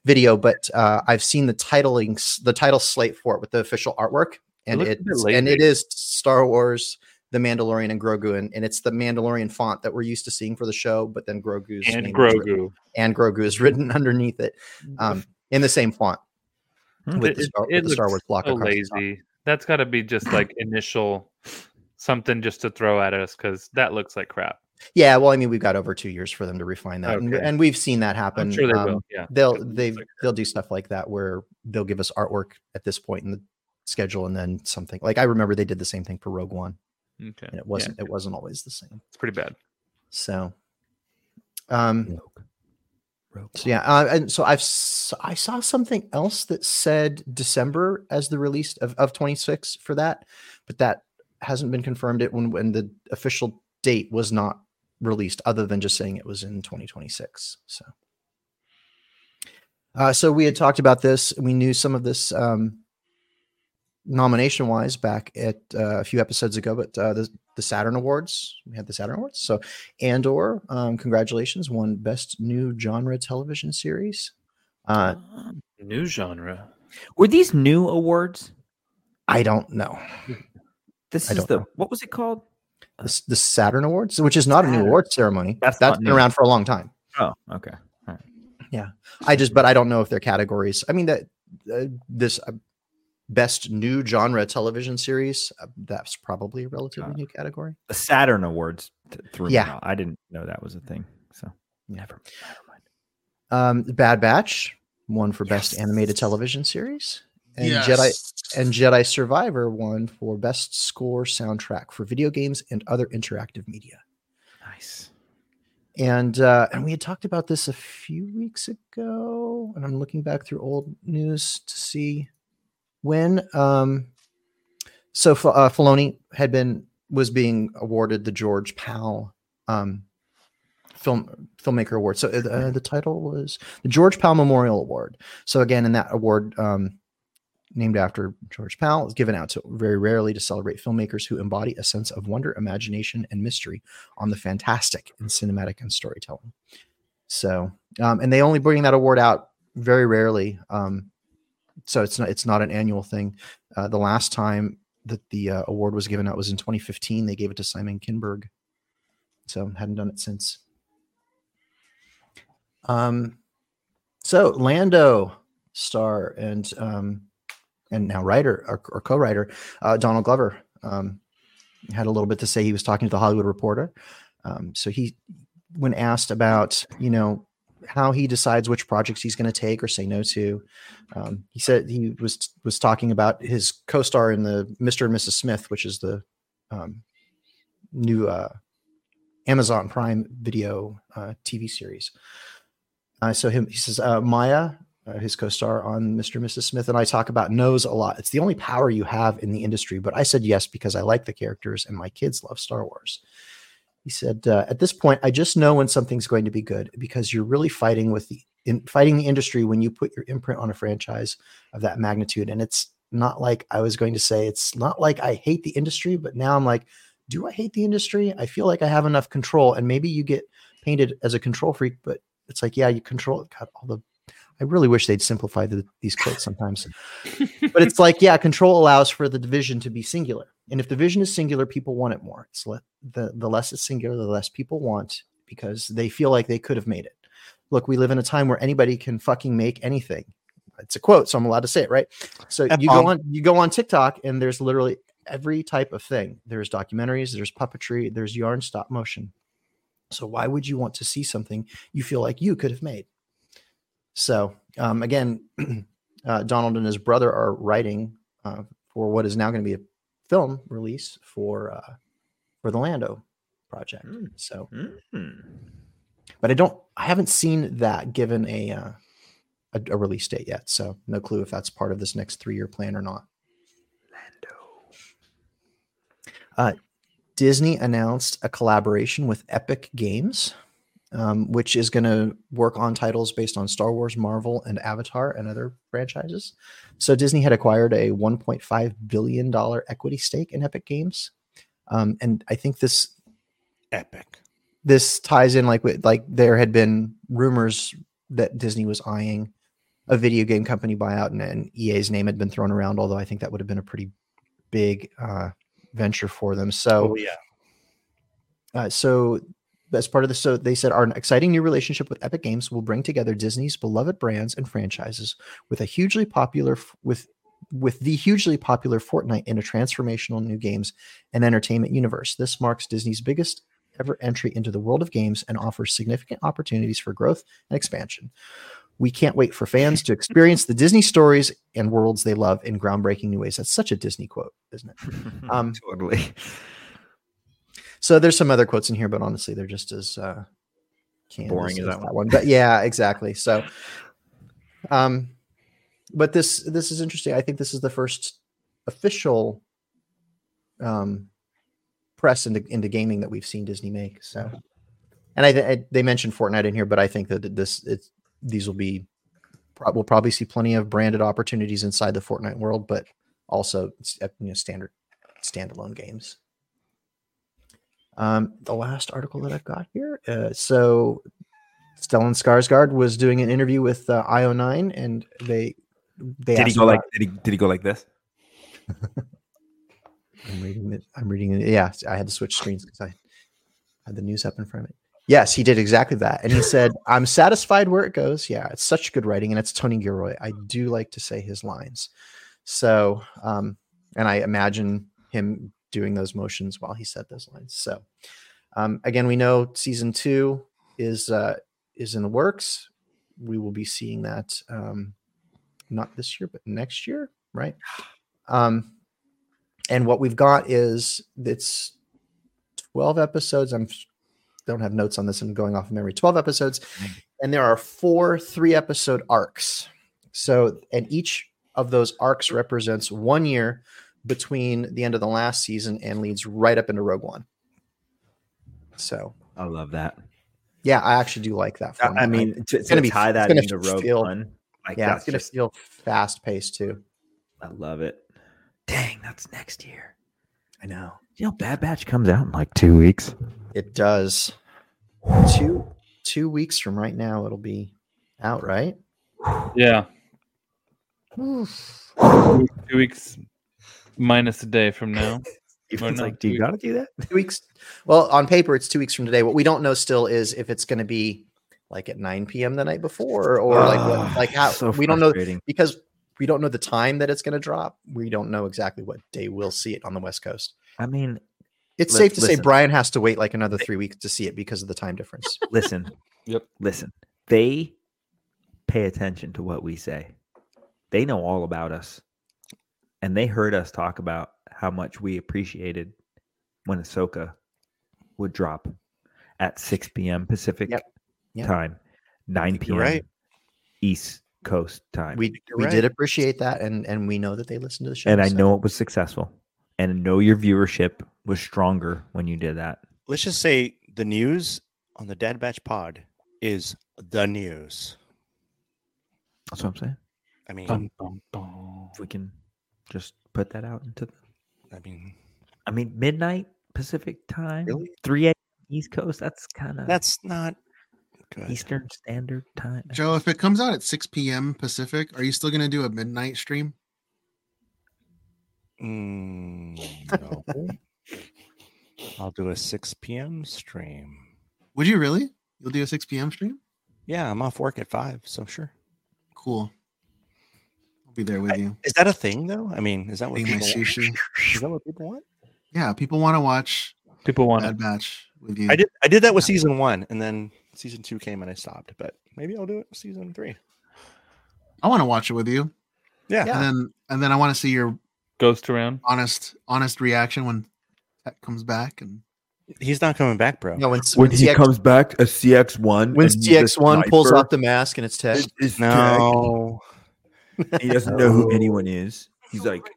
Speaker 9: video, but uh, I've seen the titling s- the title slate for it with the official artwork, and
Speaker 7: looks a
Speaker 9: it
Speaker 7: bit
Speaker 9: and it
Speaker 7: lazy.
Speaker 9: is Star Wars, The Mandalorian, and Grogu, and, and it's the Mandalorian font that we're used to seeing for the show, but then Grogu's
Speaker 7: and
Speaker 9: name is written-
Speaker 7: Grogu.
Speaker 9: and Grogu is [laughs] written underneath it, um, in the same font
Speaker 4: Hmm.
Speaker 9: with the Star, with the Star Wars block.
Speaker 7: so
Speaker 9: across the top.
Speaker 7: lazy. That's got to be just like initial something just to throw at us because that looks like crap.
Speaker 9: Yeah, well, I mean, we've got over two years for them to refine that, and,
Speaker 7: Okay.
Speaker 9: and we've seen that happen.
Speaker 7: I'm sure they
Speaker 9: um,
Speaker 7: will. Yeah,
Speaker 9: they'll
Speaker 7: 'cause it looks
Speaker 9: they
Speaker 7: like
Speaker 9: they'll do stuff like that where they'll give us artwork at this point in the schedule and then something like I remember they did the same thing for Rogue One
Speaker 7: crap. okay.
Speaker 9: and it
Speaker 7: Yeah,
Speaker 9: wasn't it wasn't always the same.
Speaker 7: it's pretty bad.
Speaker 9: So um
Speaker 4: Rogue. Rogue.
Speaker 9: so yeah, uh, and so I've s- I saw something else that said December as the release of, of 26 for that, but that hasn't been confirmed. It when when the official date was not released, other than just saying it was in 2026. So, uh, so we had talked about this. We knew some of this um, nomination wise back at uh, a few episodes ago, but uh, the the Saturn Awards we had the Saturn Awards. So Andor, um, congratulations, won Best New Genre Television Series. Uh,
Speaker 7: New genre.
Speaker 4: Were these new awards?
Speaker 9: I don't know
Speaker 4: This
Speaker 9: I
Speaker 4: is
Speaker 9: don't
Speaker 4: the
Speaker 9: know.
Speaker 4: what was it called?
Speaker 9: the, s- the Saturn Awards, which is not a new
Speaker 4: Saturn.
Speaker 9: award ceremony.
Speaker 4: That's
Speaker 9: that's
Speaker 4: not
Speaker 9: been
Speaker 4: new.
Speaker 9: around for a long time.
Speaker 4: Oh, okay.
Speaker 9: I just, but I don't know if they're categories. I mean, that uh, this uh, best new genre television series, uh, that's probably a relatively
Speaker 4: Uh,
Speaker 9: new category.
Speaker 4: The Saturn Awards th- threw me
Speaker 9: Yeah.
Speaker 4: out. I didn't know that was a thing. So never, never mind.
Speaker 9: Um, Bad Batch won for best
Speaker 4: Yes.
Speaker 9: animated television series, and
Speaker 6: Yes.
Speaker 9: Jedi and Jedi Survivor won for best score soundtrack for video games and other interactive media.
Speaker 4: Nice.
Speaker 9: and uh, and we had talked about this a few weeks ago and i'm looking back through old news to see when um so F- uh, Filoni had been was being awarded the george powell um film filmmaker award so uh, the title was the george powell memorial award so again in that award um named after george powell is given out to very rarely to celebrate filmmakers who embody a sense of wonder imagination and mystery on the fantastic in cinematic and storytelling. So, um, and they only bring that award out very rarely. Um, so it's not it's not an annual thing. Uh, the last time that the uh, award was given out was in 2015. They gave it to Simon Kinberg. So hadn't done it since. Um, so Lando star and um, and now writer or, or co-writer uh, Donald Glover um, had a little bit to say. He was talking to the Hollywood Reporter. Um, so he, when asked about you know how he decides which projects he's going to take or say no to, um, he said he was was talking about his co-star in the Mr. and Mrs. Smith, which is the um, new uh, Amazon Prime Video uh, TV series. Uh, so him, he says uh, Maya, uh, his co-star on Mr. and Mrs. Smith, and I talk about knows a lot. It's the only power you have in the industry. But I said yes because I like the characters and my kids love Star Wars. He said, uh, "At this point, I just know when something's going to be good because you're really fighting with the in, fighting the industry when you put your imprint on a franchise of that magnitude. And it's not like I was going to say it's not like I hate the industry, but now I'm like, do I hate the industry? I feel like I have enough control. And maybe you get painted as a control freak, but it's like, yeah, you control. God, all the. I really wish they'd simplify the, these quotes sometimes, but it's like, yeah, control allows for the division to be singular, and if the vision is singular, people want it more. It's le- the the less it's singular, the less people want because they feel like they could have made it. Look, we live in a time where anybody can fucking make anything. It's a quote, so I'm allowed to say it, right? So you go
Speaker 8: F-bomb.
Speaker 9: on you go on TikTok, and there's literally every type of thing. There's documentaries, there's puppetry, there's yarn stop motion. So why would you want to see something you feel like you could have made? So um, again, [clears throat] uh, Donald and his brother are writing uh, for what is now going to be a film release for uh, for the Lando project. So,
Speaker 4: Hmm.
Speaker 9: but I don't, I haven't seen that given a, uh, a a release date yet. So no clue if that's part of this next three year plan or not. Lando. Uh, Disney announced a collaboration with Epic Games um, which is going to work on titles based on Star Wars, Marvel, and Avatar and other franchises. So Disney had acquired a $1.5 billion equity stake in Epic Games. Um, and I think this
Speaker 8: Epic.
Speaker 9: This ties in like with like there had been rumors that Disney was eyeing a video game company buyout and, and EA's name had been thrown around, although I think that would have been a pretty big uh, venture for them. So
Speaker 8: Oh, yeah.
Speaker 9: uh, so as part of this, so they said our exciting new relationship with Epic Games will bring together Disney's beloved brands and franchises with a hugely popular f- with with the hugely popular Fortnite in a transformational new games and entertainment universe. This marks Disney's biggest ever entry into the world of games and offers significant opportunities for growth and expansion. We can't wait for fans to experience the Disney stories and worlds they love in groundbreaking new ways. That's such a Disney quote, isn't it? Um,
Speaker 4: [laughs] totally.
Speaker 9: So there's some other quotes in here, but honestly, they're just as uh, canned
Speaker 4: Boring as that one.
Speaker 9: But yeah, exactly. So, um, but this this is interesting. I think this is the first official um press into into gaming that we've seen Disney make. So, and I, th- I they mentioned Fortnite in here, but I think that this it's these will be pro- we'll probably see plenty of branded opportunities inside the Fortnite world, but also uh, you know standard standalone games. Um, the last article that I've got here. Uh, so Stellan Skarsgård was doing an interview with uh, IO9, and they they
Speaker 12: Did he
Speaker 9: asked
Speaker 12: go
Speaker 9: him
Speaker 12: like?
Speaker 9: about-
Speaker 12: Did he, did he go like this?
Speaker 9: I'm reading it. I'm reading it. Yeah, I had to switch screens because I had the news up in front of me. Yes, he did exactly that. And he said, I'm satisfied where it goes. Yeah, it's such good writing. And it's Tony Gilroy. I do like to say his lines. So, um, and I imagine him doing those motions while he said those lines. So, um, again, we know season two is uh, is in the works. We will be seeing that um, not this year, but next year, right? Um, and what we've got is it's 12 episodes. I'm don't have notes on this. I'm going off of memory. 12 episodes,
Speaker 12: Mm.
Speaker 9: and there are four three episode arcs. So, and each of those arcs represents one year between the end of the last season and leads right up into Rogue One. So,
Speaker 12: I love that.
Speaker 9: yeah, I actually do like that.
Speaker 12: I- I
Speaker 9: format.
Speaker 12: mean, to- to tie that
Speaker 9: gonna
Speaker 12: into Rogue
Speaker 9: feel-
Speaker 12: One, like,
Speaker 9: yeah,
Speaker 12: that's
Speaker 9: it's gonna
Speaker 12: just-
Speaker 9: feel fast paced too.
Speaker 12: I love it.
Speaker 9: Dang, that's next year. I know.
Speaker 4: You know, Bad Batch comes out in like two weeks.
Speaker 9: It does. Two two weeks from right now, it'll be out, right?
Speaker 7: Yeah. Two weeks minus a day from now. Or
Speaker 9: It's
Speaker 7: no,
Speaker 9: like,
Speaker 7: two
Speaker 9: do you
Speaker 7: weeks.
Speaker 9: got to do that? Two weeks. Well, on paper, it's two weeks from today. What we don't know still is if it's going to be like at 9 p.m. the night before, or like what,
Speaker 4: Ugh,
Speaker 9: like how
Speaker 4: Ah, so
Speaker 9: we don't know
Speaker 4: frustrating.
Speaker 9: because we don't know the time that it's going to drop. We don't know exactly what day we'll see it on the West Coast.
Speaker 4: I mean,
Speaker 9: It's
Speaker 4: lis-
Speaker 9: safe to say
Speaker 4: listen.
Speaker 9: Brian has to wait like another three weeks to see it because of the time difference.
Speaker 4: Listen,
Speaker 7: Yep.
Speaker 4: listen. They pay attention to what we say. They know all about us, and they heard us talk about how much we appreciated when Ahsoka would drop. at 6 p.m. Pacific
Speaker 9: Yep.
Speaker 4: time, 9
Speaker 9: you're
Speaker 4: p.m.
Speaker 9: right.
Speaker 4: East Coast time.
Speaker 9: We we did appreciate that, and and we know that they listen to the show.
Speaker 4: and I
Speaker 9: so-
Speaker 4: know it was successful. And I know your viewership was stronger when you did that.
Speaker 8: Let's just say the news on the Dad Batch Pod is the news.
Speaker 4: That's what I'm saying.
Speaker 8: I mean,
Speaker 4: Dun, If we can just put that out into the
Speaker 8: I mean,
Speaker 4: I mean midnight Pacific time,
Speaker 8: Really?
Speaker 4: 3 a.m. East Coast. That's kind of
Speaker 8: that's not good.
Speaker 4: Eastern Standard Time.
Speaker 6: Joe, if it comes out at 6 p.m. Pacific, are you still going to do a midnight stream?
Speaker 8: Mm, no. [laughs] I'll do a 6 p.m. stream.
Speaker 6: Would you really? You'll do a 6 p.m. stream?
Speaker 8: Yeah, I'm off work at five, so sure.
Speaker 6: Cool. I'll be there with you.
Speaker 8: Is that a thing though? I mean, is that what
Speaker 6: Eating my
Speaker 8: people want?
Speaker 6: sushi.
Speaker 8: Is that what people want?
Speaker 6: Yeah, people want to watch
Speaker 7: People want
Speaker 6: Bad Batch with you.
Speaker 8: I did. I did that with season one, and then season two came and I stopped. But maybe I'll do it with season three.
Speaker 6: I want to watch it with you.
Speaker 8: Yeah.
Speaker 6: And then and then I want to see your
Speaker 7: Ghost around.
Speaker 6: honest honest reaction when that comes back and
Speaker 8: He's not coming back, bro. [laughs]
Speaker 9: No, when, s-
Speaker 12: When
Speaker 9: when
Speaker 12: he
Speaker 9: CX
Speaker 12: comes back, a CX1.
Speaker 9: when
Speaker 12: and he's a
Speaker 9: CX1 pulls
Speaker 12: sniper,
Speaker 9: off the mask and it's tech.
Speaker 12: it is
Speaker 8: No.
Speaker 12: tech. He doesn't know who anyone is. He's like,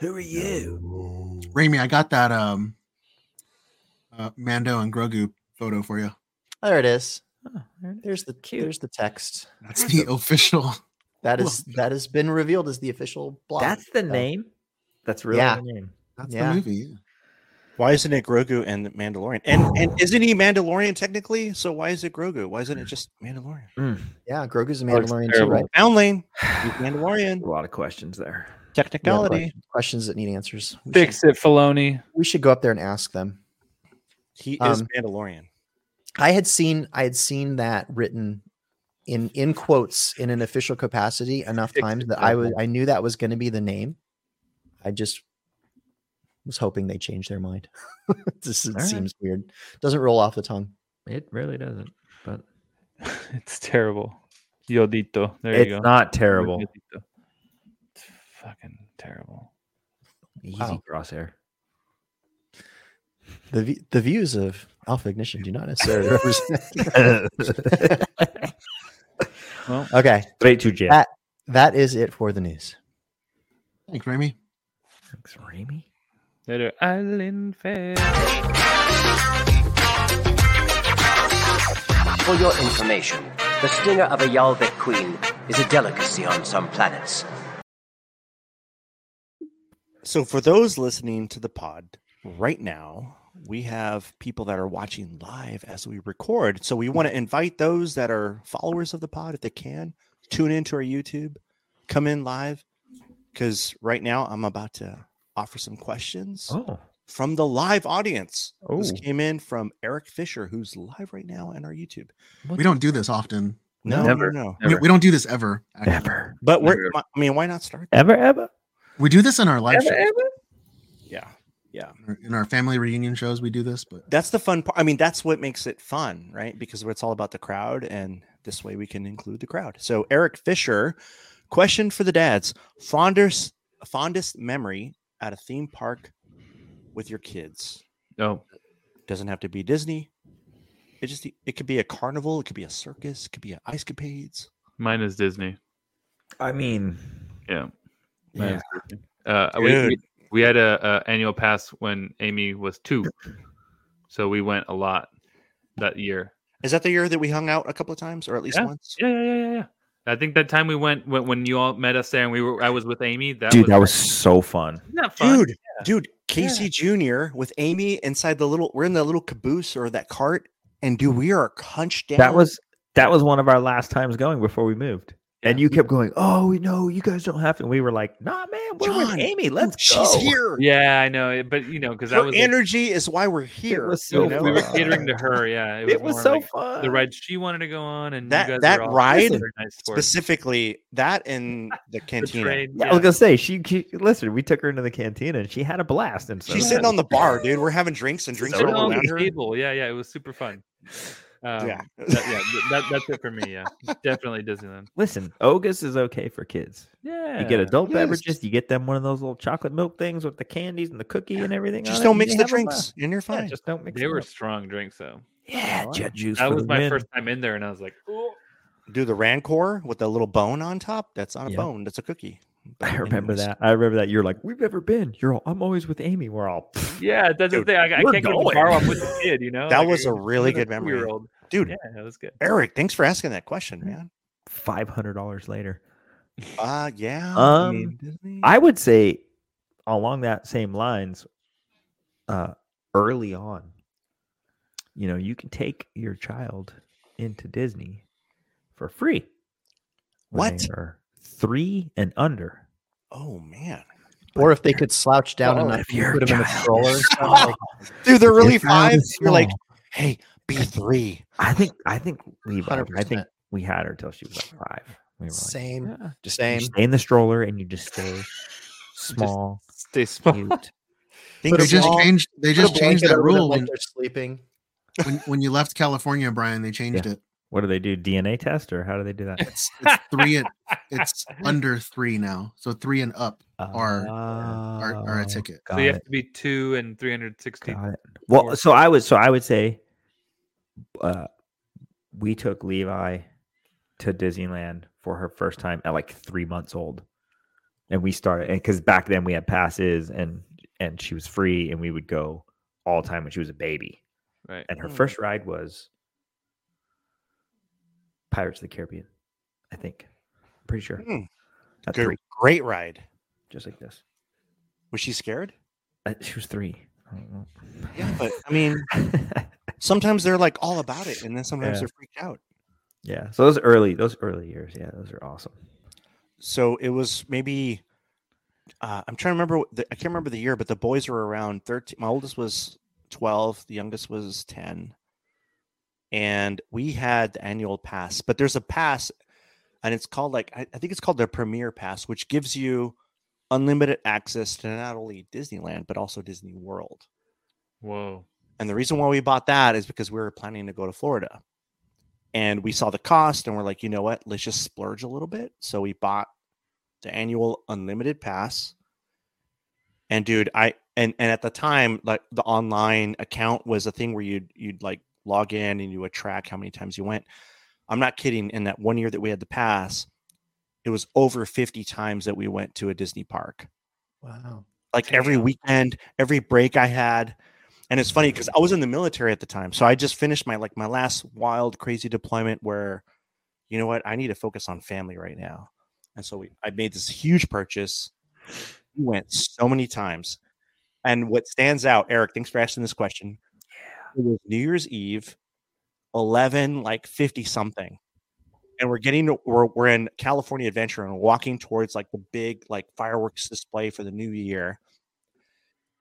Speaker 12: who are you?
Speaker 6: Raimi, I got that um uh, Mando and Grogu photo for you.
Speaker 9: There it is.
Speaker 4: Oh, there it is.
Speaker 9: There's the there's the text.
Speaker 6: That's the official. [laughs]
Speaker 9: That is that has been revealed as the official blog.
Speaker 4: That's the
Speaker 9: So,
Speaker 4: name. That's really
Speaker 9: Yeah.
Speaker 4: the name.
Speaker 6: That's
Speaker 9: Yeah.
Speaker 6: the movie. yeah.
Speaker 8: Why isn't it Grogu and Mandalorian? And and isn't he Mandalorian technically? So why is it Grogu? Why isn't it just Mandalorian?
Speaker 9: Yeah, Grogu's a
Speaker 7: looks
Speaker 9: Mandalorian too,
Speaker 7: Oh, terrible.
Speaker 9: right?
Speaker 8: Down [sighs] lane. He's
Speaker 12: A
Speaker 8: Mandalorian.
Speaker 12: lot of questions there.
Speaker 9: We have
Speaker 8: Technicality.
Speaker 9: question- Questions that need answers. We should,
Speaker 7: Fix it, Filoni.
Speaker 9: we should go up there and ask them.
Speaker 8: He is
Speaker 9: Um,
Speaker 8: Mandalorian.
Speaker 9: I had seen I had seen that written in in quotes in an official capacity enough times that I was I knew that was going to be the name. I just was hoping they changed their mind. [laughs] this it
Speaker 4: All right.
Speaker 9: seems weird. Doesn't roll off the tongue.
Speaker 4: It really doesn't. But
Speaker 7: [laughs] It's terrible. Yodito. There
Speaker 4: it's
Speaker 7: you go.
Speaker 4: not terrible.
Speaker 7: Yodito. It's fucking terrible.
Speaker 4: Easy
Speaker 9: Wow.
Speaker 8: [laughs]
Speaker 4: crosshair.
Speaker 9: The v- the views of Alpha Ignition do not necessarily
Speaker 4: [laughs]
Speaker 9: represent.
Speaker 7: Well,
Speaker 9: okay,
Speaker 4: Straight to jail.
Speaker 9: That- that is it for the news.
Speaker 6: Thanks, Raimi.
Speaker 4: Thanks, Raimi.
Speaker 7: later. Island fair.
Speaker 3: For your information, the stinger of a Yalvik queen is a delicacy on some planets.
Speaker 8: So for those listening to the pod right now, we have people that are watching live as we record. So we want to invite those that are followers of the pod if they can tune into our YouTube, come in live cuz right now I'm about to offer some questions
Speaker 4: Oh,
Speaker 8: from the live audience. This
Speaker 4: Ooh.
Speaker 8: came in from Eric Fisher who's live right now on our YouTube.
Speaker 6: We don't do this often.
Speaker 8: No,
Speaker 7: Never.
Speaker 8: no, no.
Speaker 6: We, we don't do this ever. Actually.
Speaker 4: ever,
Speaker 8: But we're I mean, why not start?
Speaker 4: ever, ever,
Speaker 6: We do this in our live
Speaker 4: ever,
Speaker 6: shows.
Speaker 4: ever.
Speaker 8: Yeah.
Speaker 6: In our family reunion shows, we do this, but
Speaker 8: that's the fun part. I mean, that's what makes it fun, right? Because it's all about the crowd, and this way we can include the crowd. So, Eric Fisher, question for the dads: fondest fondest memory at a theme park with your kids?
Speaker 7: No.
Speaker 8: Doesn't have to be Disney. It just it could be a carnival, it could be a circus, it could be a ice capades.
Speaker 7: Mine is Disney.
Speaker 4: I mean,
Speaker 7: Yeah. Mine
Speaker 4: yeah.
Speaker 7: is Disney. Uh, we, we,
Speaker 8: Dude.
Speaker 7: we had a, a annual pass when Amy was two, so we went a lot that year.
Speaker 8: Is that the year that we hung out a couple of times, or at least once?
Speaker 7: Yeah, yeah, yeah, yeah, yeah. I think that time we went when, when you all met us there, and we were I was with Amy. That
Speaker 4: dude,
Speaker 7: was,
Speaker 4: that was so fun.
Speaker 7: Isn't that fun.
Speaker 8: Dude, dude, Casey Jr. with Amy inside the little, we're in the little caboose or that cart, and dude, we are hunched down.
Speaker 4: That was that was one of our last times going before we moved. And you kept going, oh no, you guys don't have to. And we were like, nah, man, we're with
Speaker 8: John,
Speaker 4: Amy.
Speaker 8: Dude,
Speaker 4: Let's [laughs]
Speaker 8: she's
Speaker 4: go.
Speaker 8: here.
Speaker 7: Yeah, I know, it- but you know, because I
Speaker 8: Her
Speaker 7: was like,
Speaker 8: energy is why we're here.
Speaker 4: was
Speaker 7: so
Speaker 4: you know?
Speaker 7: we were
Speaker 4: fun.
Speaker 7: catering to her. Yeah,
Speaker 4: It was
Speaker 7: more
Speaker 4: so
Speaker 7: like
Speaker 4: fun. [laughs]
Speaker 7: the ride she wanted to go on, and you
Speaker 8: That-
Speaker 7: guys
Speaker 8: that
Speaker 7: were all
Speaker 8: ride
Speaker 7: very nice for it.
Speaker 8: Specifically, that and
Speaker 4: [laughs]
Speaker 7: The
Speaker 8: the cantina.
Speaker 7: train,
Speaker 4: Yeah, I was gonna say she, she- listen. We took her into the cantina and she had a blast. And so [laughs]
Speaker 8: She's sitting on the bar, dude. We're having drinks and drinks
Speaker 7: Sitting
Speaker 8: are all
Speaker 7: on
Speaker 8: around
Speaker 7: the
Speaker 8: her.
Speaker 7: table. Yeah, yeah, it was super fun. Um,
Speaker 8: Yeah.
Speaker 7: that-
Speaker 8: [laughs]
Speaker 7: yeah, th- that- that's it for me. Yeah, definitely Disneyland.
Speaker 4: Listen, Ogus is okay for kids. You get
Speaker 7: Yeah.
Speaker 4: adult
Speaker 7: Yes.
Speaker 4: beverages, you get them one of those little chocolate milk things with the candies and the cookie and everything.
Speaker 7: Just
Speaker 4: on it,
Speaker 7: don't
Speaker 4: and
Speaker 7: mix
Speaker 4: you
Speaker 7: the
Speaker 4: have a
Speaker 7: drinks,
Speaker 4: blast.
Speaker 8: and you're
Speaker 4: Yeah,
Speaker 8: fine.
Speaker 4: just don't mix
Speaker 7: They
Speaker 4: them
Speaker 7: were
Speaker 4: up.
Speaker 7: strong drinks though.
Speaker 4: Yeah, jet juice
Speaker 7: That
Speaker 4: for
Speaker 7: was
Speaker 4: the
Speaker 7: my
Speaker 4: win.
Speaker 7: first time in there, and I was like, "Ooh."
Speaker 8: Do the Rancor with the little bone on top? That's not a
Speaker 4: Yeah.
Speaker 8: bone. That's a cookie.
Speaker 4: [laughs] I remember that. I remember that. You're like, we've never been. You're all, I'm always with Amy. We're all, "Pfft,
Speaker 7: yeah, that's
Speaker 4: Dude,
Speaker 7: the thing. I, I
Speaker 4: we're
Speaker 7: can't go to the
Speaker 4: going.
Speaker 7: bar while I'm with the kid. You know,
Speaker 8: That
Speaker 7: Like,
Speaker 8: was a
Speaker 7: I'm
Speaker 8: really
Speaker 7: with a
Speaker 8: good memory.
Speaker 7: two-year-old.
Speaker 8: Dude.
Speaker 7: Yeah, that was good.
Speaker 8: Eric, thanks for asking that question, man.
Speaker 4: $500 later.
Speaker 8: Uh yeah. I mean,
Speaker 4: Um, I would say along that same lines, uh, early on, you know, you can take your child into Disney for free. when they
Speaker 9: What?
Speaker 4: are three and under.
Speaker 8: oh man.
Speaker 9: Or if they could slouch down
Speaker 4: Oh,
Speaker 9: enough,
Speaker 4: if
Speaker 9: you
Speaker 4: your
Speaker 9: put them in a
Speaker 4: child
Speaker 9: stroller.
Speaker 4: is
Speaker 9: and stuff, [laughs] like-
Speaker 8: Dude, they're
Speaker 9: If your
Speaker 8: really
Speaker 9: child
Speaker 8: five.
Speaker 9: is
Speaker 8: You're like,
Speaker 9: small.
Speaker 8: hey, B three.
Speaker 4: I think I think Levi. I think
Speaker 9: 100%.
Speaker 4: we had her till she was like five. We were like,
Speaker 9: Same.
Speaker 4: "Yeah, just you
Speaker 9: Same.
Speaker 4: stay in the stroller and you just
Speaker 9: [laughs]
Speaker 4: stay small,
Speaker 7: [laughs] Stay small.
Speaker 4: cute.
Speaker 6: They just changed. They just changed that rule
Speaker 9: Like
Speaker 6: when,
Speaker 9: they're sleeping.
Speaker 6: when when you left California, Brian. They changed it.
Speaker 4: What do they do? DNA test or how do they do that?
Speaker 6: It's, it's
Speaker 8: [laughs]
Speaker 6: three. And, it's under three now. So three and up are are, are a
Speaker 4: Oh,
Speaker 6: ticket.
Speaker 4: got
Speaker 7: So you
Speaker 4: it.
Speaker 7: have to be two and three hundred sixty.
Speaker 4: Got it. Well, so I would so I would say uh we took Levi to Disneyland for her first time at like 3 months old. And we started and cuz back then we had passes and and she was free and we would go all the time when she was a baby.
Speaker 7: Right.
Speaker 4: And her
Speaker 8: Hmm.
Speaker 4: first ride was Pirates of the Caribbean, I think. Pretty sure.
Speaker 8: Hmm.
Speaker 4: At
Speaker 8: Good,
Speaker 4: 3,
Speaker 8: great ride.
Speaker 4: just like this.
Speaker 8: Was she scared?
Speaker 4: Uh, She was 3. I don't know.
Speaker 8: Yeah, but I mean, sometimes they're like all about it, and then sometimes
Speaker 4: Yeah.
Speaker 8: they're freaked out.
Speaker 4: [laughs] Yeah. So those early, those early years, yeah, those are awesome.
Speaker 8: So it was maybe uh, I'm trying to remember. what The, I can't remember the year, but the boys were around 13. My oldest was 12. The youngest was 10. And we had the annual pass, but there's a pass, and it's called like I, I think it's called the Premier Pass, which gives you unlimited access to not only Disneyland but also Disney World.
Speaker 7: Whoa. [laughs]
Speaker 8: And the reason why we bought that is because we were planning to go to Florida. And we saw the cost and we're like, you know what? Let's just splurge a little bit. So we bought the annual unlimited pass. And dude, I and and at the time, like the online account was a thing where you'd you'd like log in and you would track how many times you went. I'm not kidding. In that one year that we had the pass, it was over 50 times that we went to a Disney park
Speaker 9: Wow.
Speaker 8: like every weekend, every break I had. And it's funny because I was in the military at the time. So I just finished my like my last wild, crazy deployment where, you know what, I need to focus on family right now. And so we I made this huge purchase. We went so many times. And what stands out, Eric, thanks for asking this question. Yeah. It was New Year's Eve, 11, like 50 something. And we're getting to, we're, we're in California Adventure and we're walking towards like the big like fireworks display for the new year.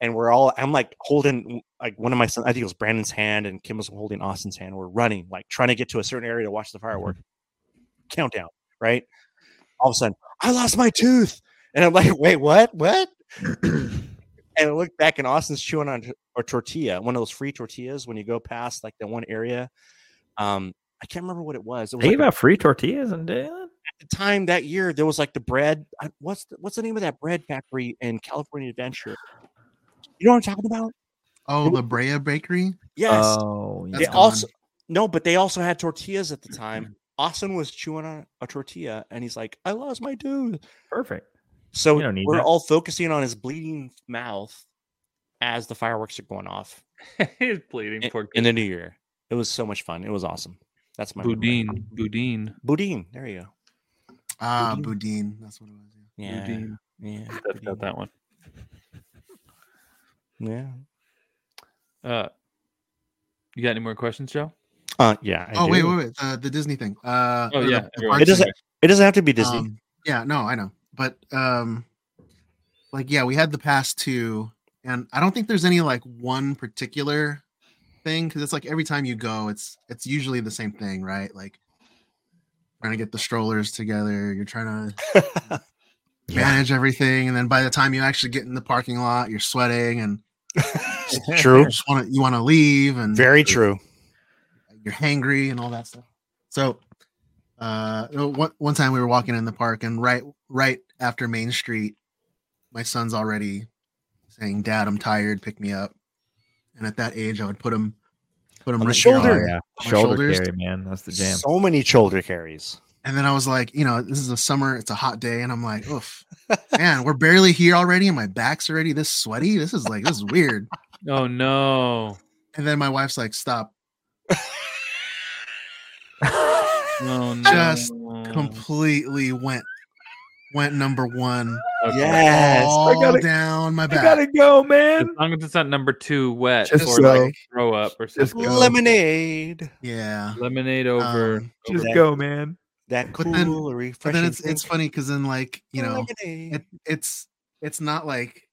Speaker 8: And we're all, I'm like holding like one of my sons, I think it was Brandon's hand and Kim was holding Austin's hand. We're running, like trying to get to a certain area to watch the firework countdown, right? All of a sudden, I lost my tooth. And I'm like, wait, what? What? and I look back, and Austin's chewing on t- a tortilla, one of those free tortillas. When you go past like that one area, um, I can't remember what it was. It was
Speaker 4: They
Speaker 8: like,
Speaker 4: give out free tortillas in Disneyland.
Speaker 8: at the time that year there was like the bread. I- What's the, what's the name of that bread factory in California Adventure? You know what I'm talking about?
Speaker 6: Oh, La Brea Bakery.
Speaker 8: Yes.
Speaker 4: Oh,
Speaker 6: That's
Speaker 8: they
Speaker 6: gone.
Speaker 8: also no, but they also had tortillas at the time. Austin was chewing on a tortilla, and he's like, "I lost my tooth."
Speaker 4: perfect.
Speaker 8: So
Speaker 4: You don't need
Speaker 8: we're
Speaker 4: that.
Speaker 8: all focusing on his bleeding mouth as the fireworks are going off
Speaker 7: He's bleeding.
Speaker 8: in,
Speaker 7: poor
Speaker 8: in
Speaker 7: kid.
Speaker 8: the new year. It was so much fun. It was awesome. That's my memory.
Speaker 7: Boudin. Boudin.
Speaker 8: Boudin. There you go. mm-hmm.
Speaker 6: Ah, Boudin. That's what it was. yeah.
Speaker 8: Yeah.
Speaker 7: Boudin.
Speaker 8: Yeah.
Speaker 7: That's not that one.
Speaker 8: Yeah.
Speaker 7: Uh, you got any more questions, Joe?
Speaker 8: Uh, yeah. I
Speaker 6: Oh wait,
Speaker 8: do.
Speaker 6: wait, wait. Uh, the Disney thing. Uh,
Speaker 7: Oh
Speaker 6: or the
Speaker 7: yeah.
Speaker 6: parks
Speaker 7: everyone.
Speaker 8: It doesn't. It doesn't have to be Disney.
Speaker 6: Um, yeah, no, I know. But um like yeah, we had the past two and I don't think there's any like one particular thing cuz it's like every time you go it's it's usually the same thing, right? Like trying to get the strollers together, you're trying to
Speaker 8: Um, [laughs]
Speaker 6: manage everything and then by the time you actually get in the parking lot, you're sweating and
Speaker 8: True. [laughs]
Speaker 6: you just want to you want to leave and
Speaker 8: Very true.
Speaker 6: I you're hangry and all that stuff. So, uh, you know, one, one time we were walking in the park, and right right after Main Street, my son's already saying, "Dad, I'm tired. Pick me up." And at that age, I would put him put him
Speaker 8: On the
Speaker 6: right here on
Speaker 8: shoulder.
Speaker 6: my-
Speaker 8: Yeah.
Speaker 6: my
Speaker 8: Shoulder
Speaker 6: shoulders.
Speaker 8: carry, man. That's the jam.
Speaker 6: So
Speaker 8: many shoulder carries.
Speaker 6: and then I was like, you know, this is a summer, it's a hot day, and I'm like,
Speaker 8: [laughs]
Speaker 6: oof, man, we're barely here already, and my back's already this sweaty. This is like this is weird.
Speaker 7: Oh no.
Speaker 6: And then my wife's like, stop.
Speaker 7: no.
Speaker 6: Just completely went went number one.
Speaker 7: Okay. Yes, I
Speaker 8: Oh,
Speaker 6: all
Speaker 7: gotta-
Speaker 6: down my
Speaker 7: I
Speaker 6: back.
Speaker 7: gotta
Speaker 4: go, man.
Speaker 7: As long as it's not number two wet
Speaker 6: Just
Speaker 7: or
Speaker 6: go.
Speaker 7: like throw up or
Speaker 6: Just
Speaker 7: something.
Speaker 6: go.
Speaker 8: Lemonade.
Speaker 6: Yeah.
Speaker 7: Lemonade over.
Speaker 6: Um,
Speaker 7: over
Speaker 6: Just
Speaker 7: that.
Speaker 6: go,
Speaker 4: man.
Speaker 8: That
Speaker 6: But
Speaker 8: cool,
Speaker 6: then- But
Speaker 8: refreshing.
Speaker 6: then it's it's
Speaker 8: drink.
Speaker 6: funny because then like you
Speaker 7: Oh
Speaker 6: know
Speaker 8: Lemonade.
Speaker 6: it, it's it's not like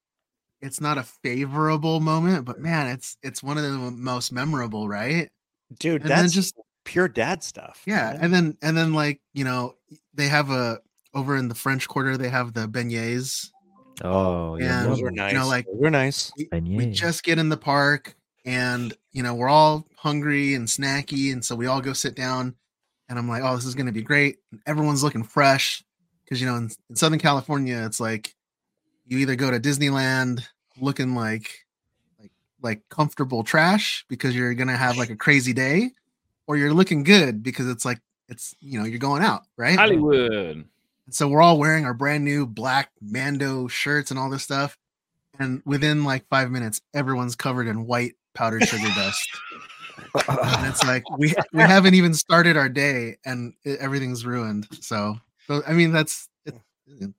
Speaker 6: it's not a favorable moment, but man, it's it's one of the most memorable, right?
Speaker 8: dude.
Speaker 6: and then
Speaker 8: That's
Speaker 6: just-
Speaker 8: just pure dad stuff.
Speaker 6: Yeah, and then and then like you know they have a over in the French Quarter they have the beignets.
Speaker 4: Oh,
Speaker 6: yeah,
Speaker 8: those were nice.
Speaker 6: You know, like
Speaker 8: we're nice.
Speaker 6: we, we just get in the park and you know we're all hungry and snacky, and so we all go sit down. And I'm like, oh, this is gonna be great. And everyone's looking fresh because you know in, in Southern California it's like you either go to Disneyland looking like like like comfortable trash because you're gonna have like a crazy day, or you're looking good because it's like it's you know you're going out right
Speaker 7: Hollywood.
Speaker 6: and so we're all wearing our brand new black Mando shirts and all this stuff. And within like five minutes, everyone's covered in white
Speaker 9: [laughs]
Speaker 6: powdered sugar dust. and it's like we we haven't even started our day, and i- everything's ruined. So, so I mean, that's it,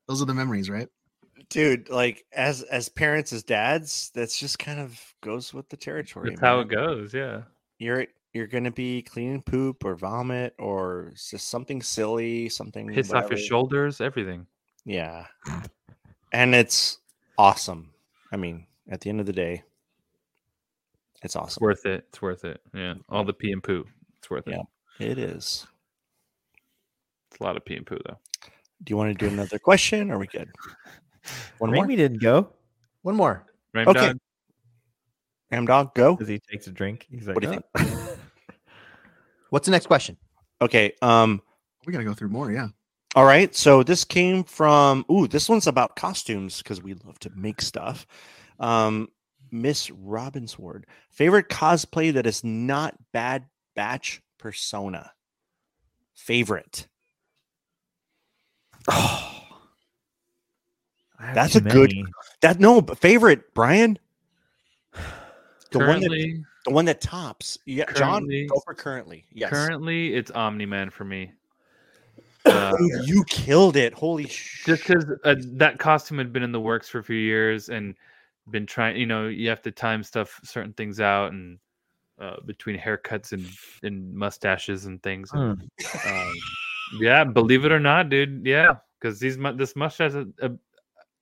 Speaker 6: those are the memories, right?
Speaker 8: [laughs] dude. Like as as parents as dads, that's just kind of goes with the territory.
Speaker 7: That's how
Speaker 8: man.
Speaker 7: it goes. Yeah.
Speaker 8: You're you're gonna be cleaning poop or vomit or s- just something silly, something
Speaker 7: Piss off your
Speaker 8: whatever.
Speaker 7: shoulders, everything.
Speaker 8: Yeah. And it's awesome. I mean, at the end of the day, it's awesome.
Speaker 7: worth it. It's worth it. Yeah. All the pee and poo. It's worth it.
Speaker 8: Yeah, it is.
Speaker 7: It's a lot of pee and poo though.
Speaker 8: Do you want to do another question? Are we good? One more.
Speaker 4: Raimi didn't go.
Speaker 9: One more.
Speaker 7: Ram
Speaker 8: Okay.
Speaker 7: Dog?
Speaker 8: Ram Dog, go.
Speaker 4: Because he takes a drink. He's like,
Speaker 8: What do you
Speaker 4: "Oh."
Speaker 9: What's the next question?
Speaker 8: Okay. Um.
Speaker 6: We gotta go through more. Yeah.
Speaker 8: All right. So this came from. Ooh, this one's about costumes because we love to make stuff. Um, Miss Robinsward, favorite cosplay that is not Bad Batch persona. Favorite.
Speaker 4: [laughs] I have
Speaker 8: That's
Speaker 4: too
Speaker 8: a good.
Speaker 4: many.
Speaker 8: That no but favorite, Brian. [sighs] The one that
Speaker 7: Currently-
Speaker 8: the one that tops. Yeah, John.
Speaker 7: currently-
Speaker 8: Go for currently. Yes.
Speaker 7: Currently, it's Omni Man for me.
Speaker 6: [coughs]
Speaker 7: Uh,
Speaker 8: Dude, Oh, you killed it. Holy sh-
Speaker 7: just because uh, that costume had been in the works for a few years and been trying you know you have to time stuff certain things out and uh, between haircuts and and mustaches and things and, um, yeah believe it or not dude yeah because these mu- this mustache is a,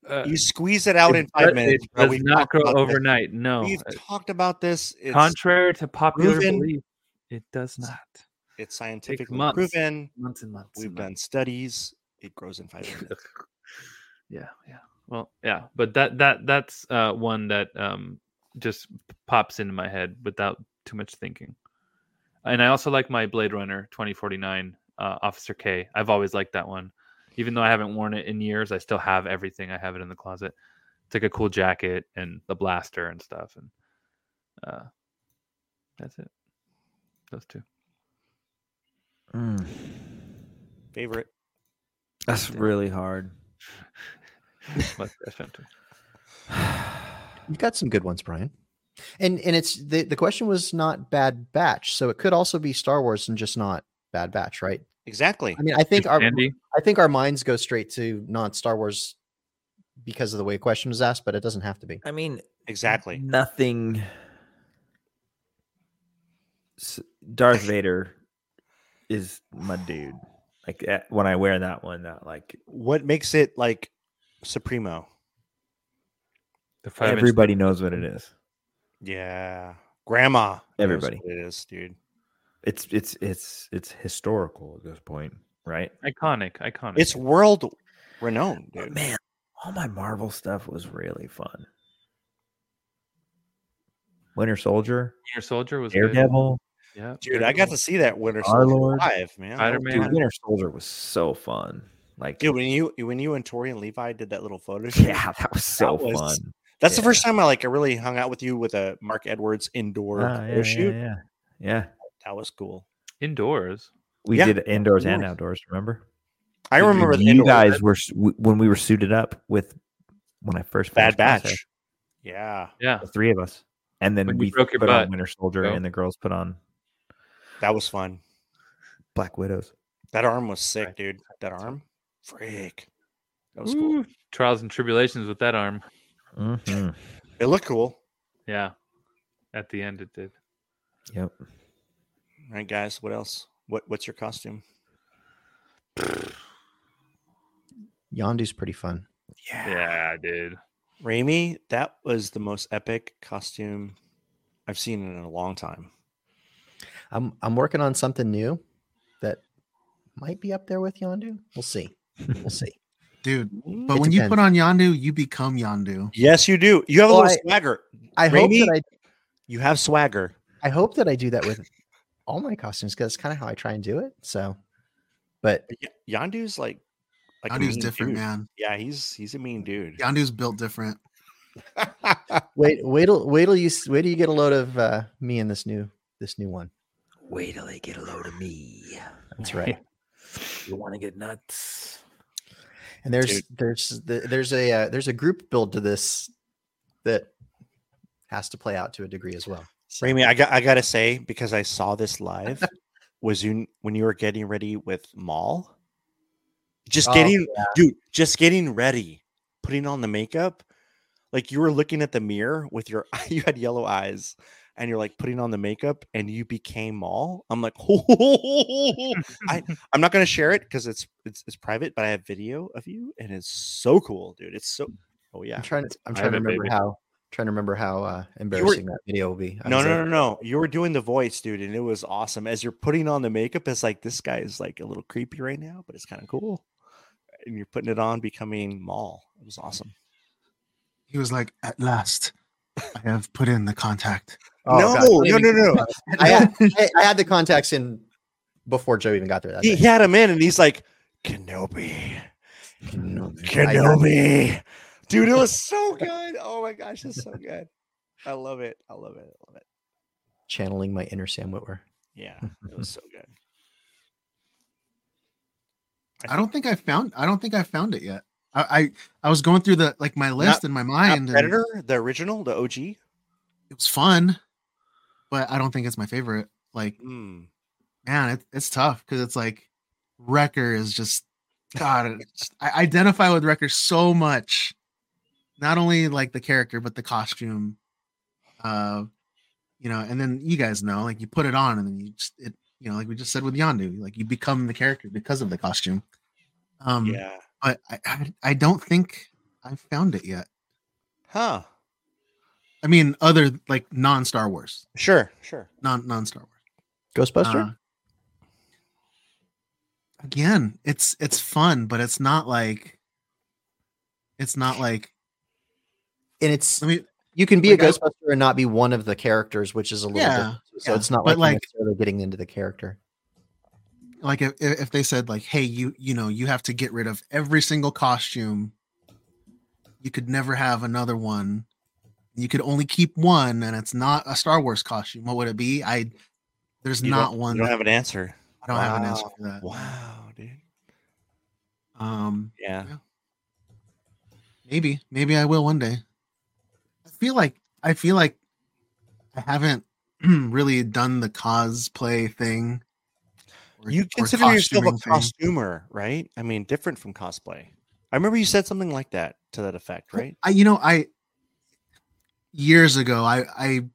Speaker 7: uh,
Speaker 8: You squeeze it out in five minutes,
Speaker 7: it
Speaker 8: bro.
Speaker 7: does
Speaker 8: We've
Speaker 7: not
Speaker 8: talked
Speaker 7: grow
Speaker 8: about this.
Speaker 7: overnight no
Speaker 8: We've
Speaker 7: Uh,
Speaker 8: talked about this. It's,
Speaker 7: contrary to popular
Speaker 8: proven.
Speaker 7: belief it does not
Speaker 8: it's scientifically
Speaker 7: months.
Speaker 8: proven.
Speaker 7: months and months
Speaker 8: We've
Speaker 7: and
Speaker 8: done studies. It grows in five
Speaker 7: months. [laughs]
Speaker 8: minutes.
Speaker 7: yeah yeah well yeah but that that that's uh one that um just pops into my head without too much thinking and i also like my blade runner 2049 uh officer k i've always liked that one even though i haven't worn it in years i still have everything i have it in the closet it's like a cool jacket and the blaster and stuff and uh that's it those [laughs] two
Speaker 4: Mm,
Speaker 8: Favorite.
Speaker 4: that's really hard. [sighs]
Speaker 7: Mustache hunter.
Speaker 9: You've got some good ones, Brian. And and it's the the question was not Bad Batch, so it could also be Star Wars and just not Bad Batch, right?
Speaker 8: Exactly.
Speaker 9: I mean, I think
Speaker 7: Just
Speaker 9: our
Speaker 7: Andy?
Speaker 9: I think our minds go straight to non Star Wars because of the way the question was asked, but it doesn't have to be.
Speaker 12: I mean,
Speaker 8: Exactly.
Speaker 12: nothing. S-
Speaker 8: [laughs]
Speaker 12: Darth Vader is my dude. Like eh, when I wear that one, that like
Speaker 8: What makes it like Supremo?
Speaker 7: the five inch
Speaker 12: everybody knows what it is.
Speaker 8: Yeah. Grandma. knows
Speaker 12: Everybody.
Speaker 8: what It is, dude.
Speaker 12: It's it's it's it's historical at this point, right?
Speaker 7: iconic iconic
Speaker 8: It's world renowned,
Speaker 12: But
Speaker 8: dude.
Speaker 12: Oh, man, all my Marvel stuff was really fun. Winter Soldier,
Speaker 7: Winter soldier was good.
Speaker 12: Daredevil,
Speaker 7: Yeah,
Speaker 8: dude, I got to see that Winter
Speaker 12: Our
Speaker 8: Soldier
Speaker 12: Lord,
Speaker 8: live, man. Oh,
Speaker 12: Dude, Winter Soldier was so fun. Like,
Speaker 8: Dude, when you when you and Tori and Levi did that little photo
Speaker 12: [laughs]
Speaker 8: shoot,
Speaker 12: yeah, that was so
Speaker 8: that was-
Speaker 12: fun.
Speaker 8: That's the
Speaker 12: Yeah.
Speaker 8: first time I like I really hung out with you with a Mark Edwards indoor
Speaker 12: Ah,
Speaker 8: photo
Speaker 12: yeah, yeah,
Speaker 8: Oh, shoot.
Speaker 12: yeah, yeah.
Speaker 8: That was cool.
Speaker 7: Indoors.
Speaker 12: We
Speaker 8: Yeah.
Speaker 12: did indoors and
Speaker 8: Indoors.
Speaker 12: outdoors. Remember?
Speaker 8: I
Speaker 12: You-
Speaker 8: remember the
Speaker 12: you
Speaker 8: indoor
Speaker 12: guys were s- w- when we were suited up with when I first
Speaker 8: Bad
Speaker 12: finished my set,
Speaker 8: Batch. Yeah,
Speaker 7: Yeah,
Speaker 12: the three of us, and then
Speaker 7: When you
Speaker 12: we
Speaker 7: broke your
Speaker 12: put
Speaker 7: butt.
Speaker 12: on Winter Soldier,
Speaker 7: Go.
Speaker 12: and the girls put on
Speaker 8: that was fun.
Speaker 12: Black Widows.
Speaker 8: That arm was sick, dude. That arm, freak. That was cool.
Speaker 7: Ooh, trials and tribulations with that arm.
Speaker 12: Mhm.
Speaker 8: It looked cool.
Speaker 7: Yeah, at the end it did.
Speaker 12: Yep.
Speaker 8: All right, guys. What else? What What's your costume?
Speaker 9: Yondu's pretty fun.
Speaker 7: Yeah, dude.
Speaker 8: Raimi, that was the most epic costume I've seen in a long time.
Speaker 9: I'm I'm working on something new that might be up there with Yondu. We'll see. We'll see.
Speaker 6: dude. But
Speaker 9: Mm, It
Speaker 6: when you put
Speaker 9: depends.
Speaker 6: on Yandu, you become Yandu.
Speaker 8: Yes, you do. You have a
Speaker 9: Well,
Speaker 8: little
Speaker 9: I-
Speaker 8: swagger.
Speaker 9: I
Speaker 8: Raimi?
Speaker 9: hope that
Speaker 8: You have swagger.
Speaker 9: I I hope that I do that with all my costumes because that's kind of how I try and do it. So, but
Speaker 8: But Y- Yondu's like, like a
Speaker 6: Yandu's
Speaker 8: mean
Speaker 6: different,
Speaker 8: dude.
Speaker 6: man.
Speaker 8: Yeah, he's he's a mean dude. [laughs]
Speaker 6: Yandu's built different.
Speaker 9: wait, wait till wait till you s- wait till you get a load of uh, me and this new this new one.
Speaker 3: Wait till they get a load of me.
Speaker 9: That's right.
Speaker 3: You want to get nuts?
Speaker 9: And there's there's the, there's a uh, there's a group build to this that has to play out to a degree as well. So,
Speaker 8: Raimi, I got I gotta say because I saw
Speaker 9: [laughs]
Speaker 8: this live was you when you were getting ready with Maul. Just
Speaker 9: Oh,
Speaker 8: getting, dude, just getting ready, putting on the makeup, like you were looking at the mirror with your [laughs] you had yellow eyes, and you're like putting on the makeup, and you became Maul. I'm like,
Speaker 9: [laughs]
Speaker 8: [laughs] I I'm not gonna share it because it's it's it's private, but I have video of you, and it's so cool, dude. It's so, oh yeah.
Speaker 9: I'm trying to I'm
Speaker 7: I
Speaker 9: trying to
Speaker 7: have it,
Speaker 9: remember
Speaker 7: baby.
Speaker 9: how trying to remember how uh, embarrassing that video will be. I
Speaker 8: No,
Speaker 9: was
Speaker 8: no,
Speaker 9: like,
Speaker 8: no, no. You were doing the voice, dude, and it was awesome. As you're putting on the makeup, it's like this guy is like a little creepy right now, but it's kind of cool. And you're putting it on, becoming Maul. It was awesome.
Speaker 6: He was like, "At last, I have put in the contact."
Speaker 9: oh,
Speaker 8: no,
Speaker 9: God, don't
Speaker 8: no,
Speaker 9: even-
Speaker 8: no, no, no.
Speaker 9: I had, I, I had the contacts in before Joe even got there. That
Speaker 8: He,
Speaker 9: day.
Speaker 8: he had him in, and he's like, Kenobi, Kenobi, dude. It was so good. Oh my gosh, it's so good. I love it. I love it. I love it.
Speaker 9: Channeling my inner Sam Witwer.
Speaker 8: Yeah, it was so good.
Speaker 6: I don't think I found. I don't think I found it yet. I I, I was going through the like my list in my
Speaker 8: Not
Speaker 6: mind. and
Speaker 8: Uh, Predator, the original, the OG.
Speaker 6: It was fun, but I don't think it's my favorite. Like
Speaker 8: Mm.
Speaker 6: man, it, it's tough because it's like Wrecker is just God. it's- I identify with Wrecker so much, not only like the character but the costume. Uh, you know, and then you guys know, like you put it on, and then you just it, you know, like we just said with Yandu, like you become the character because of the costume. Um,
Speaker 8: Yeah.
Speaker 6: but I, I, I don't think I found it yet.
Speaker 8: Huh.
Speaker 6: I mean, other like non Star Wars,
Speaker 8: Sure. Sure.
Speaker 6: non non Star Wars. Uh,
Speaker 9: Ghostbuster?
Speaker 6: again, it's it's fun, but it's not like it's not like
Speaker 9: and it's
Speaker 6: I mean
Speaker 9: you can be
Speaker 6: like,
Speaker 9: a
Speaker 6: I-
Speaker 9: Ghostbuster and not be one of the characters, which is a little
Speaker 6: Yeah,
Speaker 9: different. So
Speaker 6: yeah,
Speaker 9: it's not
Speaker 6: but
Speaker 9: like,
Speaker 6: like-
Speaker 9: you're necessarily getting into the character.
Speaker 6: like if if they said like, hey, you you know you have to get rid of every single costume. You could never have another one. You could only keep one, and it's not a Star Wars costume. What would it be? I there's
Speaker 8: You don't-
Speaker 6: not one.
Speaker 8: You don't
Speaker 6: that-
Speaker 8: have an answer.
Speaker 6: I don't have an answer for that.
Speaker 8: Wow, dude.
Speaker 6: Um,
Speaker 8: Yeah.
Speaker 6: maybe, maybe I will one day. I feel like I feel like I haven't [clears throat] really done the cosplay thing. uh, or-
Speaker 8: You
Speaker 6: or
Speaker 8: consider yourself a
Speaker 6: costuming thing.
Speaker 8: costumer, right? I mean, different from cosplay. I remember you said something like that to that effect, right?
Speaker 6: I, you know, I years ago, I, I,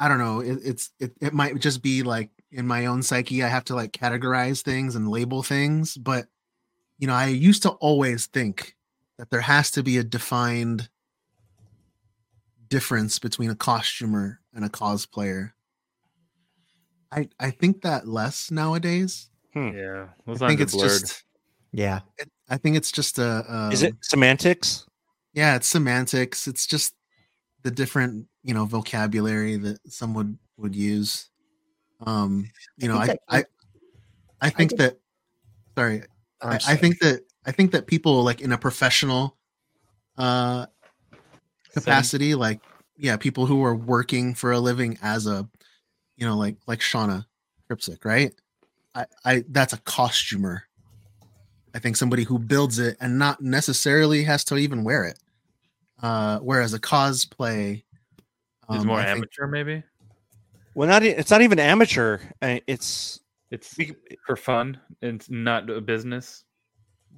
Speaker 6: I don't know. It, it's it, it might just be like in my own psyche, I have to like categorize things and label things. But you know, I used to always think that there has to be a defined difference between a costumer and a cosplayer. I I think that less nowadays.
Speaker 7: Yeah, those
Speaker 6: I think
Speaker 7: lines are
Speaker 6: it's
Speaker 7: blurred.
Speaker 6: just.
Speaker 9: Yeah.
Speaker 6: It, I think it's just a. Um,
Speaker 8: Is it semantics?
Speaker 6: yeah it's semantics it's just the different you know vocabulary that someone would use Um, you
Speaker 9: I
Speaker 6: know, I,
Speaker 9: think
Speaker 6: I,
Speaker 9: that-
Speaker 6: I think that, sorry,
Speaker 9: I'm
Speaker 6: I, I
Speaker 9: sorry.
Speaker 6: think that, I think that people like in a professional, uh, capacity, like, yeah, people who are working for a living as a, you know, like, like Shauna Kripsick, right? I, I, that's a costumer. I think somebody who builds it and not necessarily has to even wear it. Uh, whereas a cosplay
Speaker 7: He's
Speaker 6: um,
Speaker 7: more
Speaker 6: I think-
Speaker 7: amateur, maybe.
Speaker 8: Well, not e- it's not even amateur. uh, It's
Speaker 7: It's for fun and it's not a business.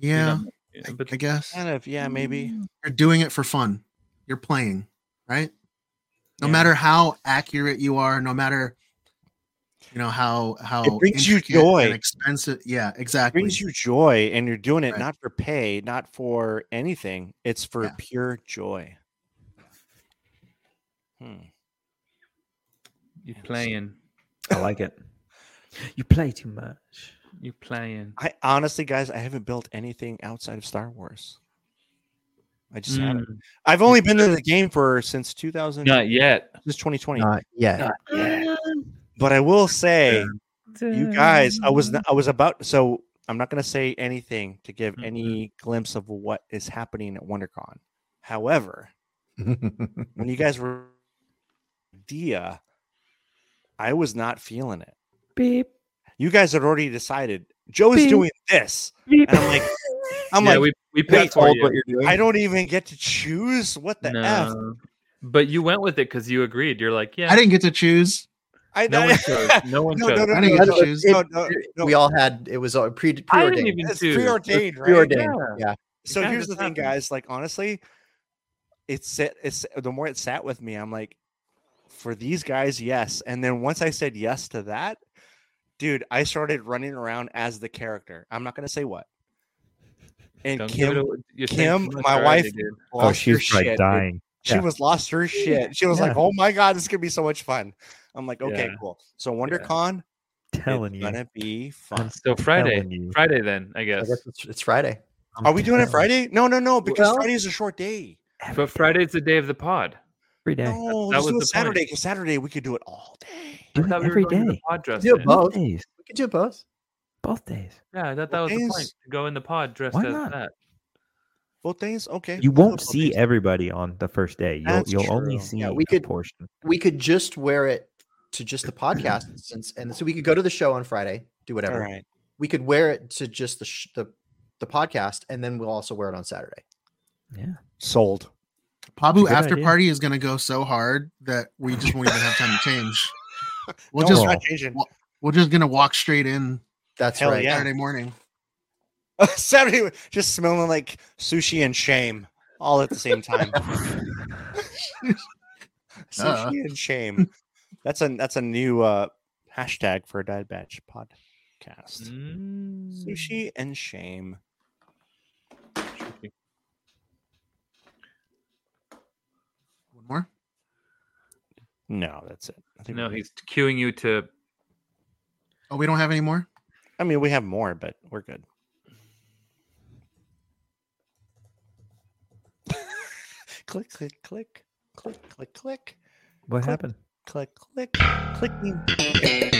Speaker 7: You
Speaker 6: Yeah,
Speaker 7: know?
Speaker 6: I, I guess
Speaker 8: kind of yeah, maybe.
Speaker 6: you're doing it for fun. You're playing, right? No
Speaker 8: Yeah.
Speaker 6: matter how accurate you are, no matter you know how how
Speaker 8: It brings you
Speaker 6: intricate and
Speaker 8: joy.
Speaker 6: expensive. Yeah,
Speaker 8: It
Speaker 6: exactly.
Speaker 8: brings you joy, and you're doing it
Speaker 6: Right.
Speaker 8: not for pay, not for anything. It's for pure joy. Hmm.
Speaker 7: You playing.
Speaker 4: I like it. You play too much.
Speaker 7: You playing.
Speaker 8: I honestly, guys, I haven't built anything outside of Star Wars. I just haven't.
Speaker 7: Mm.
Speaker 8: I've only been in the game for since 2000,
Speaker 7: Not yet.
Speaker 8: since 2020.
Speaker 9: Not [laughs] yet.
Speaker 8: but I will say, you guys, I was n- I was about so I'm not going to say anything to give any
Speaker 7: Mm-hmm.
Speaker 8: glimpse of what is happening at WonderCon. However, when you guys were idea, I was not feeling it.
Speaker 4: Beep.
Speaker 8: You guys had already decided Joe is
Speaker 4: Beep.
Speaker 8: doing this, and I'm like, I'm
Speaker 7: yeah,
Speaker 8: like,
Speaker 7: we, we
Speaker 8: wait,
Speaker 7: picked for you.
Speaker 12: you're doing.
Speaker 8: I don't even get to choose. What the f?
Speaker 7: No. But you went with it because you agreed. You're like, yeah.
Speaker 6: I didn't get to choose.
Speaker 8: I
Speaker 7: no
Speaker 8: I- [laughs]
Speaker 7: one chose. No one
Speaker 8: No,
Speaker 7: chose.
Speaker 8: no, no,
Speaker 6: I
Speaker 8: no,
Speaker 6: didn't
Speaker 8: no,
Speaker 6: get to
Speaker 8: no,
Speaker 6: choose.
Speaker 8: no, no,
Speaker 9: It-
Speaker 8: Uh, no.
Speaker 9: We all had it was all pre
Speaker 7: I didn't
Speaker 9: preordained.
Speaker 7: even
Speaker 8: It's
Speaker 7: choose.
Speaker 8: preordained, right?
Speaker 9: Preordained. Yeah.
Speaker 8: So
Speaker 7: Yeah,
Speaker 8: here's
Speaker 7: this
Speaker 8: the thing,
Speaker 7: happened.
Speaker 8: guys. Like honestly, it sat. It's the more it sat with me, I'm like, for these guys, yes. And then once I said yes to that, dude, I started running around as the character. I'm not gonna say what. And
Speaker 7: Don't give it
Speaker 8: Kim,
Speaker 7: away. You're saying
Speaker 8: Kim,
Speaker 7: too much
Speaker 8: my
Speaker 7: already,
Speaker 8: wife,
Speaker 7: dude.
Speaker 8: lost
Speaker 4: oh,
Speaker 8: her
Speaker 4: she's
Speaker 8: shit.
Speaker 4: probably
Speaker 8: dude.
Speaker 4: dying.
Speaker 8: She
Speaker 4: Yeah.
Speaker 8: was lost her shit. She was like,
Speaker 4: Yeah.
Speaker 8: "Oh my god, this is gonna be so much fun." I'm like, "Okay,
Speaker 7: Yeah.
Speaker 8: cool." So WonderCon,
Speaker 4: Telling
Speaker 8: it's
Speaker 4: you.
Speaker 8: gonna be fun.
Speaker 4: I'm
Speaker 7: So Friday,
Speaker 4: telling you.
Speaker 7: Friday then I
Speaker 9: I
Speaker 7: guess.
Speaker 9: guess it's, it's Friday.
Speaker 4: I'm
Speaker 8: Are we doing it
Speaker 4: telling
Speaker 8: Friday? No, no, no, because
Speaker 9: Well-
Speaker 8: Friday is a short day.
Speaker 4: every-
Speaker 7: But Friday's the day of the pod.
Speaker 4: every day.
Speaker 8: No,
Speaker 7: that
Speaker 8: Oh, let's
Speaker 7: was
Speaker 8: do
Speaker 7: the
Speaker 8: it Saturday
Speaker 7: point.
Speaker 8: because Saturday we could do it all day.
Speaker 4: Do
Speaker 7: I
Speaker 4: it
Speaker 7: thought we were
Speaker 4: every
Speaker 7: going to the
Speaker 4: day.
Speaker 7: pod dressed.
Speaker 9: Do it
Speaker 7: in.
Speaker 9: both.
Speaker 4: Both days.
Speaker 9: We could do both.
Speaker 4: Both days.
Speaker 7: Yeah, I thought that was the point.
Speaker 8: Days.
Speaker 7: To go in the pod dressed
Speaker 4: Why
Speaker 7: as
Speaker 4: not?
Speaker 7: that.
Speaker 8: Both days, okay.
Speaker 4: You
Speaker 8: we'll do
Speaker 4: won't
Speaker 8: it both
Speaker 4: see
Speaker 8: days.
Speaker 4: everybody on the first day. You'll
Speaker 8: That's
Speaker 4: you'll only
Speaker 8: true.
Speaker 4: see
Speaker 9: Yeah, we
Speaker 4: a
Speaker 9: could-
Speaker 4: portion.
Speaker 9: We could just wear it to just the podcast
Speaker 8: [clears throat]
Speaker 9: since, and so we could go to the show on Friday, do whatever.
Speaker 8: All right.
Speaker 9: We could wear it to just the sh- the the podcast, and then we'll also wear it on Saturday.
Speaker 8: Sold.
Speaker 6: Pabu
Speaker 4: Good
Speaker 6: after
Speaker 4: idea.
Speaker 6: party is gonna go so hard that we just won't even have time to
Speaker 8: [laughs]
Speaker 6: change. We'll
Speaker 8: No,
Speaker 6: just
Speaker 8: we're not changing.
Speaker 6: we're just gonna walk straight in
Speaker 9: That's
Speaker 8: Hell
Speaker 9: right.
Speaker 8: Yeah.
Speaker 6: Saturday morning.
Speaker 8: [laughs] Saturday, we're just smelling like sushi and shame all at the
Speaker 6: [laughs]
Speaker 8: same time. [laughs] sushi
Speaker 6: Uh.
Speaker 8: and shame. That's a that's a new uh, hashtag for Diet Batch podcast.
Speaker 7: Mm.
Speaker 8: Sushi and shame.
Speaker 6: One more.
Speaker 8: No, that's it. I think
Speaker 7: No,
Speaker 8: we're-
Speaker 7: he's cueing you to.
Speaker 6: Oh, we don't have any more.
Speaker 8: I mean, we have more, but we're good. [laughs] click, click, click, click, click, click,
Speaker 4: What happened?
Speaker 8: click, click, clicking.
Speaker 13: Is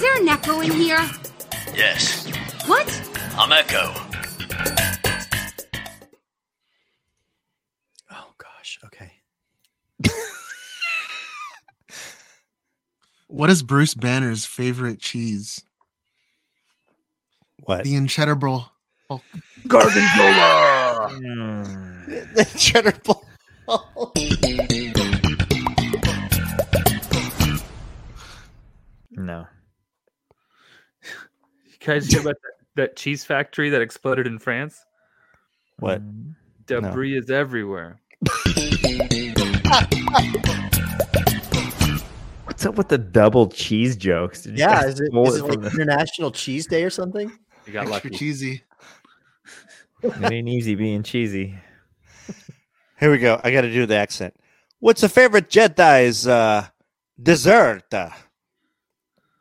Speaker 13: there an echo in here?
Speaker 1: Yes,
Speaker 13: What?
Speaker 1: I'm Echo.
Speaker 9: Oh gosh. [laughs] Okay.
Speaker 6: What is Bruce Banner's favorite cheese?
Speaker 8: What?
Speaker 6: The incheddable.
Speaker 4: Mm.
Speaker 8: the cheddar ball.
Speaker 4: No.
Speaker 7: You guys hear about that, that cheese factory that exploded in France?
Speaker 8: What?
Speaker 4: Mm,
Speaker 7: Debris is everywhere.
Speaker 4: What's up with the double cheese jokes? Did you
Speaker 9: Yeah.
Speaker 4: guys
Speaker 9: Is it,
Speaker 4: pull
Speaker 9: is it
Speaker 4: from
Speaker 9: like International Cheese Day or something?
Speaker 7: You got
Speaker 6: Extra
Speaker 7: lucky.
Speaker 6: cheesy.
Speaker 4: the- It ain't easy being cheesy.
Speaker 8: Here we go. I got to do the accent. What's your favorite Jedi's uh, dessert?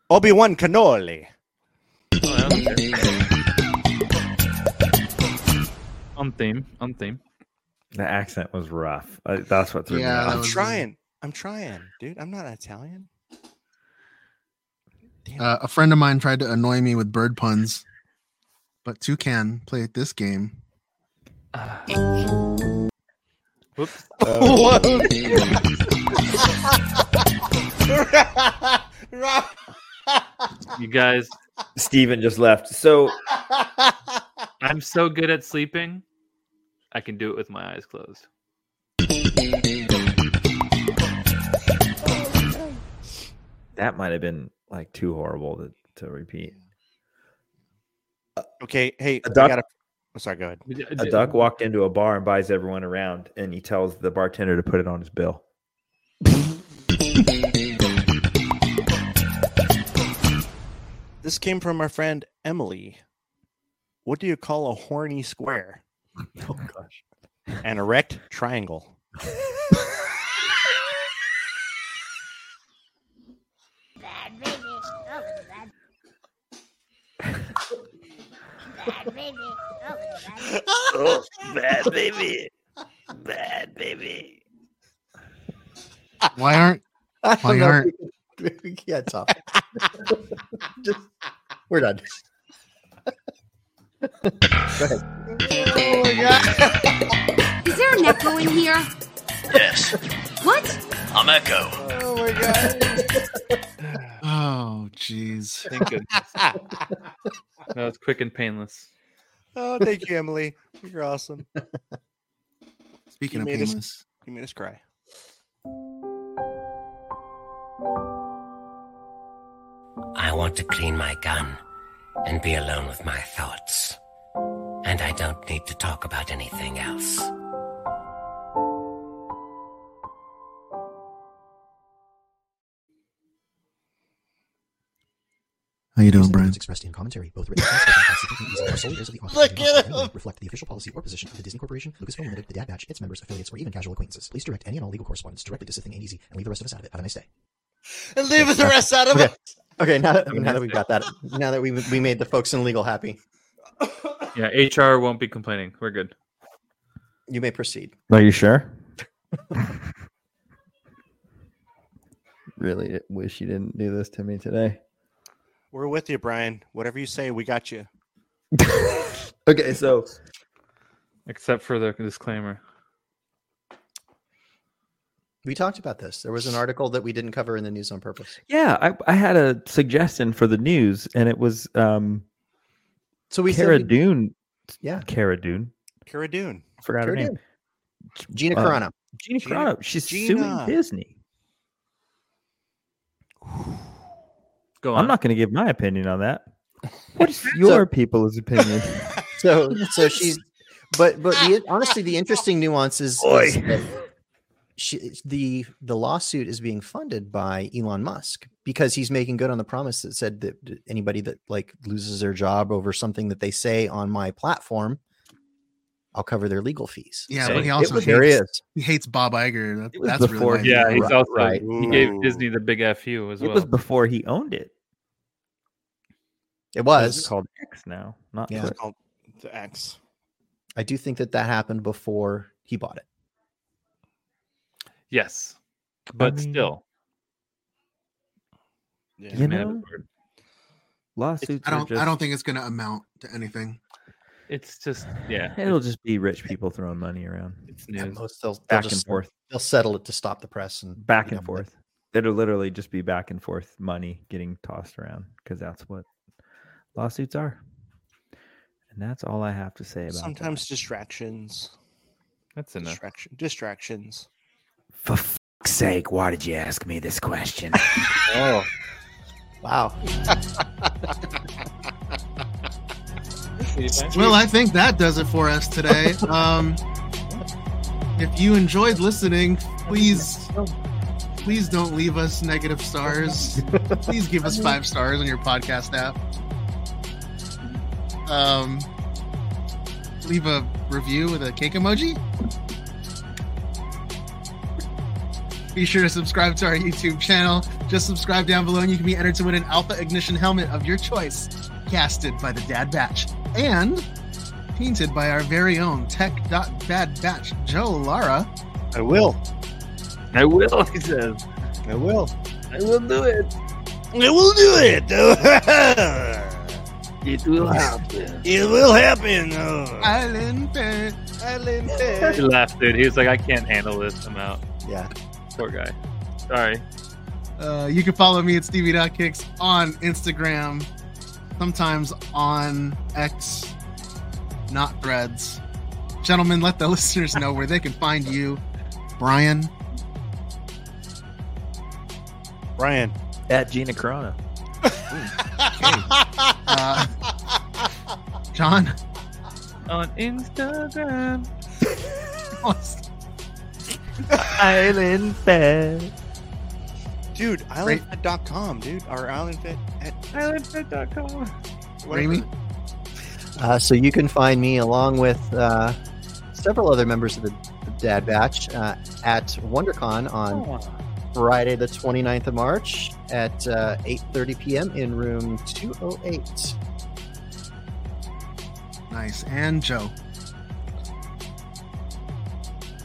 Speaker 8: Obi Wan cannoli.
Speaker 7: Oh, that was good. On theme. On theme.
Speaker 4: The accent was rough. Uh, that's what threw
Speaker 6: Yeah,
Speaker 4: me
Speaker 6: that
Speaker 4: off.
Speaker 8: I'm
Speaker 6: was-
Speaker 8: [laughs] trying. I'm trying, dude. I'm not Italian.
Speaker 6: Uh, a friend of mine tried to annoy me with bird puns, but Toucan played this game.
Speaker 7: Whoops.
Speaker 8: [laughs]
Speaker 7: you guys,
Speaker 4: Steven just left. So
Speaker 7: I'm so good at sleeping. I can do it with my eyes closed.
Speaker 4: that might have been like too horrible to, to repeat.
Speaker 8: [laughs] Okay, hey,
Speaker 4: A
Speaker 8: I
Speaker 4: duck-
Speaker 8: gotta- oh, sorry, go ahead.
Speaker 4: A duck walked into a bar and buys everyone around, and he tells the bartender to put it on his bill.
Speaker 8: This came from our friend Emily. What do you call a horny square?
Speaker 4: Oh gosh.
Speaker 8: An erect triangle.
Speaker 14: Oh, bad baby. Bad baby.
Speaker 6: Why
Speaker 7: [laughs]
Speaker 6: aren't
Speaker 9: I don't
Speaker 6: Why
Speaker 9: know if
Speaker 6: aren't-
Speaker 9: we can- [laughs] we can't top. it. Just, we're done. Go ahead.
Speaker 15: Is there an echo in here?
Speaker 16: Yes.
Speaker 15: What?
Speaker 16: I'm Echo.
Speaker 14: Oh my god.
Speaker 6: Oh, jeez.
Speaker 7: Thank [laughs] goodness. that was quick and painless.
Speaker 8: Oh, thank you, Emily. You're awesome.
Speaker 6: Speaking
Speaker 8: You
Speaker 6: of
Speaker 8: made us-
Speaker 6: painless,
Speaker 8: You made us cry.
Speaker 3: I want to clean my gun and be alone with my thoughts. And I don't need to talk about anything else.
Speaker 6: how you doing, Brian?
Speaker 17: Opinions expressed in commentary, both written and spoken, constitute these are solely theirs of the author.
Speaker 14: Look
Speaker 17: and do not
Speaker 14: at
Speaker 17: necessarily
Speaker 14: him.
Speaker 17: Reflect the official policy or position of the Disney Corporation, Lucasfilm Limited, the Dad Batch, its members, affiliates, or even casual acquaintances. Please direct any and all legal correspondence directly to Sith Thing Ain't Easy, and leave the rest of us out of it. Have a nice day.
Speaker 3: And leave us the rest out of
Speaker 9: okay.
Speaker 3: it.
Speaker 9: Okay, now that now that we've got that, now that we we made the folks in legal happy,
Speaker 7: Yeah, HR won't be complaining. We're good.
Speaker 9: you may proceed.
Speaker 4: Are
Speaker 3: [laughs]
Speaker 4: you sure?
Speaker 18: Really wish you didn't do this to me today.
Speaker 8: We're with you, Brian. Whatever you say, we got you.
Speaker 4: Okay, so
Speaker 7: Except for the disclaimer.
Speaker 9: We talked about this. There was an article that we didn't cover in the news on purpose.
Speaker 4: yeah, I, I had a suggestion for the news, and it was um
Speaker 9: so we
Speaker 4: Cara
Speaker 9: said we-
Speaker 4: Dune.
Speaker 9: Yeah.
Speaker 4: Cara Dune.
Speaker 8: Cara Dune.
Speaker 4: Forgot her
Speaker 9: Cara
Speaker 4: name.
Speaker 9: Gina
Speaker 4: Uh,
Speaker 9: Carano.
Speaker 4: Gina
Speaker 9: Gina-
Speaker 4: Carano. She's
Speaker 9: Gina.
Speaker 4: suing Disney.
Speaker 7: Go
Speaker 4: I'm not going to give my opinion on that. What's your people's [laughs] opinion?
Speaker 9: So so she's, but but the, honestly, the interesting nuance is,
Speaker 4: Oi.
Speaker 9: is that she, the the lawsuit is being funded by Elon Musk because he's making good on the promise that said that d- anybody that like loses their job over something that they say on my platform, I'll cover their legal fees.
Speaker 6: Yeah,
Speaker 9: So
Speaker 6: but he
Speaker 9: it
Speaker 6: also
Speaker 9: was-
Speaker 6: hates,
Speaker 9: there he is.
Speaker 6: he hates Bob Iger. That-
Speaker 4: It was
Speaker 6: that's
Speaker 4: before-
Speaker 6: really why-
Speaker 7: Yeah, he's
Speaker 9: Right,
Speaker 7: also
Speaker 9: right.
Speaker 7: he gave
Speaker 8: Ooh.
Speaker 7: Disney the big fu as
Speaker 4: It
Speaker 7: well.
Speaker 4: was before he owned it.
Speaker 9: It
Speaker 4: It's
Speaker 9: was.
Speaker 4: called X now, not
Speaker 9: Yeah.
Speaker 4: Twitter.
Speaker 8: It's called the X.
Speaker 9: I do think that that happened before he bought it.
Speaker 7: yes, but
Speaker 4: mean,
Speaker 7: still,
Speaker 8: Yeah.
Speaker 7: he's
Speaker 4: You
Speaker 7: a man of his
Speaker 4: know?
Speaker 7: word.
Speaker 4: lawsuits.
Speaker 6: I
Speaker 4: are
Speaker 6: don't.
Speaker 4: just,
Speaker 6: I don't think it's going to amount to anything.
Speaker 7: it's just yeah,
Speaker 4: It'll just be rich people throwing money around,
Speaker 7: it's
Speaker 9: At
Speaker 7: news.
Speaker 9: most, they'll, they'll
Speaker 4: back and
Speaker 9: just
Speaker 4: forth,
Speaker 9: they'll settle it to stop the press and
Speaker 4: back
Speaker 9: be
Speaker 4: and
Speaker 9: done with it.
Speaker 4: forth. It'll literally just be back and forth money getting tossed around because that's what lawsuits are. And that's all I have to say about.
Speaker 8: Sometimes distractions.
Speaker 7: That's enough.
Speaker 8: Distraction. Distractions.
Speaker 4: For f- sake, why did you ask me this question?
Speaker 9: Oh, wow.
Speaker 6: Well, I think that does it for us today. Um, if you enjoyed listening, please, please don't leave us negative stars. Please give us five stars on your podcast app. Um, leave a review with a cake emoji. Be sure to subscribe to our YouTube channel. Just subscribe down below, and you can be entered to win an Alpha Ignition helmet of your choice, casted by the Dad Batch and painted by our very own Tech.Bad Batch Joe Lara.
Speaker 8: I will.
Speaker 7: I will. He says,
Speaker 8: I will.
Speaker 7: I will do it.
Speaker 19: It will do
Speaker 8: [laughs]
Speaker 19: it. it will happen. It will happen.
Speaker 6: [laughs] Island Pet. Island Pet.
Speaker 7: He laughed, dude. He was like, I can't handle this. I'm out.
Speaker 8: Yeah.
Speaker 7: Poor guy. Sorry.
Speaker 6: Uh, you can follow me at Stevie.kicks on Instagram, sometimes on X, not threads. Gentlemen, let the [laughs] listeners know where they can find you. Brian.
Speaker 8: Brian.
Speaker 12: At Gina Carano.
Speaker 7: [laughs]
Speaker 6: Uh, John.
Speaker 7: On Instagram.
Speaker 12: Island Fed.
Speaker 8: Dude, islandfit.com, dude. Or islandfit at
Speaker 7: islandfit.com.
Speaker 6: Raimi?
Speaker 9: Uh, so you can find me along with uh, several other members of the Dad Batch uh, at WonderCon on Friday, the 29th of March at uh, 8.30 p.m. in room 208.
Speaker 6: [laughs] Nice. And Joe.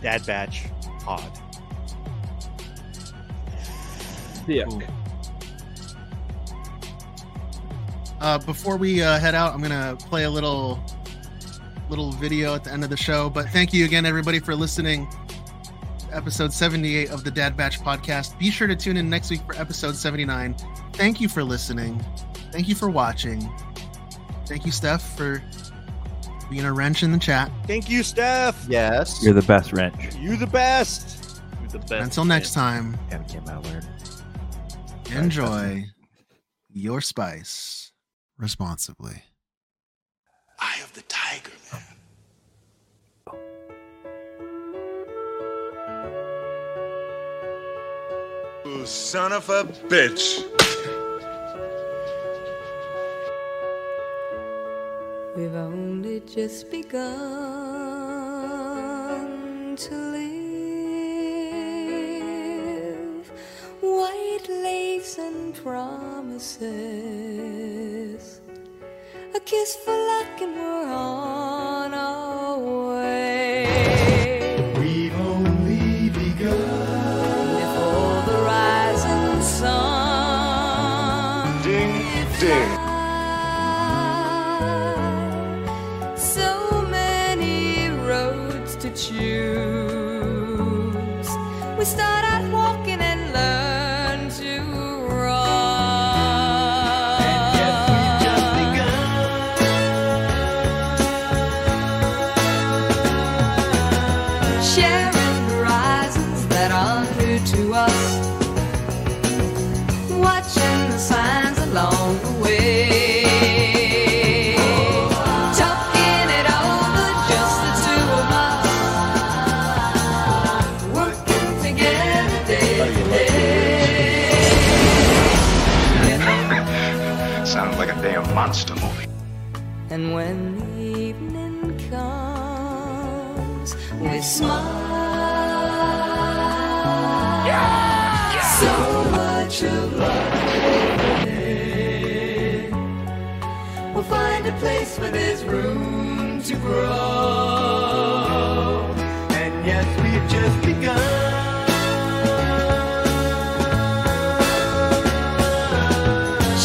Speaker 8: Dad Batch Pod.
Speaker 7: Yeah.
Speaker 6: Uh, before we uh, head out, I'm gonna play a little little video at the end of the show. But thank you again, everybody, for listening. to Episode 78 of the Dad Batch podcast. Be sure to tune in next week for episode 79. Thank you for listening. Thank you for watching. Thank you, Steph, for being a wrench in the chat.
Speaker 8: Thank you, Steph.
Speaker 9: Yes.
Speaker 12: You're the best wrench.
Speaker 8: You the best.
Speaker 7: You the best.
Speaker 6: Until next time,
Speaker 12: Gotta get my word.
Speaker 6: enjoy your spice responsibly.
Speaker 10: Eye of the tiger, man. You son of a bitch.
Speaker 14: We've only just begun to live. White lace and promises. A kiss for luck, and we're on our way. We've only begun. Before the rising sun. Ding, ding. So many roads to choose. We start out walking and learn to run. Sharing horizons that are new to us. Watching the signs along the way. Talking it over, just the two of us. Working together day to day.
Speaker 1: Sounds like a damn monster movie.
Speaker 14: And when the evening comes, we smile. So much of life. We'll find a place where there's room to grow. And yes, we've just begun.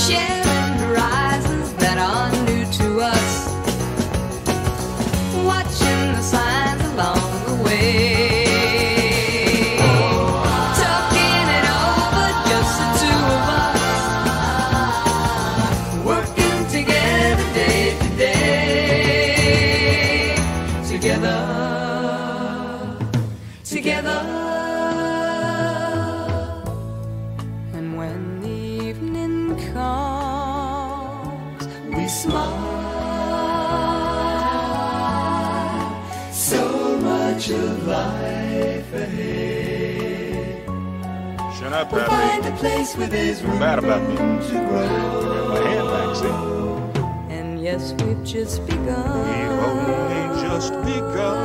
Speaker 14: Sharing horizons that are new to us. Watching the signs along the way. Talking it over, just the two of us. Working together day to day. Together. Together. And when the evening comes, we smile. So much of life ahead.
Speaker 10: Shut up,
Speaker 14: We'll
Speaker 10: Happy.
Speaker 14: find a place where there's room
Speaker 10: Mad about me.
Speaker 14: to grow.
Speaker 10: My hand back, see?
Speaker 14: And yes, we've just begun.
Speaker 10: Only just begun.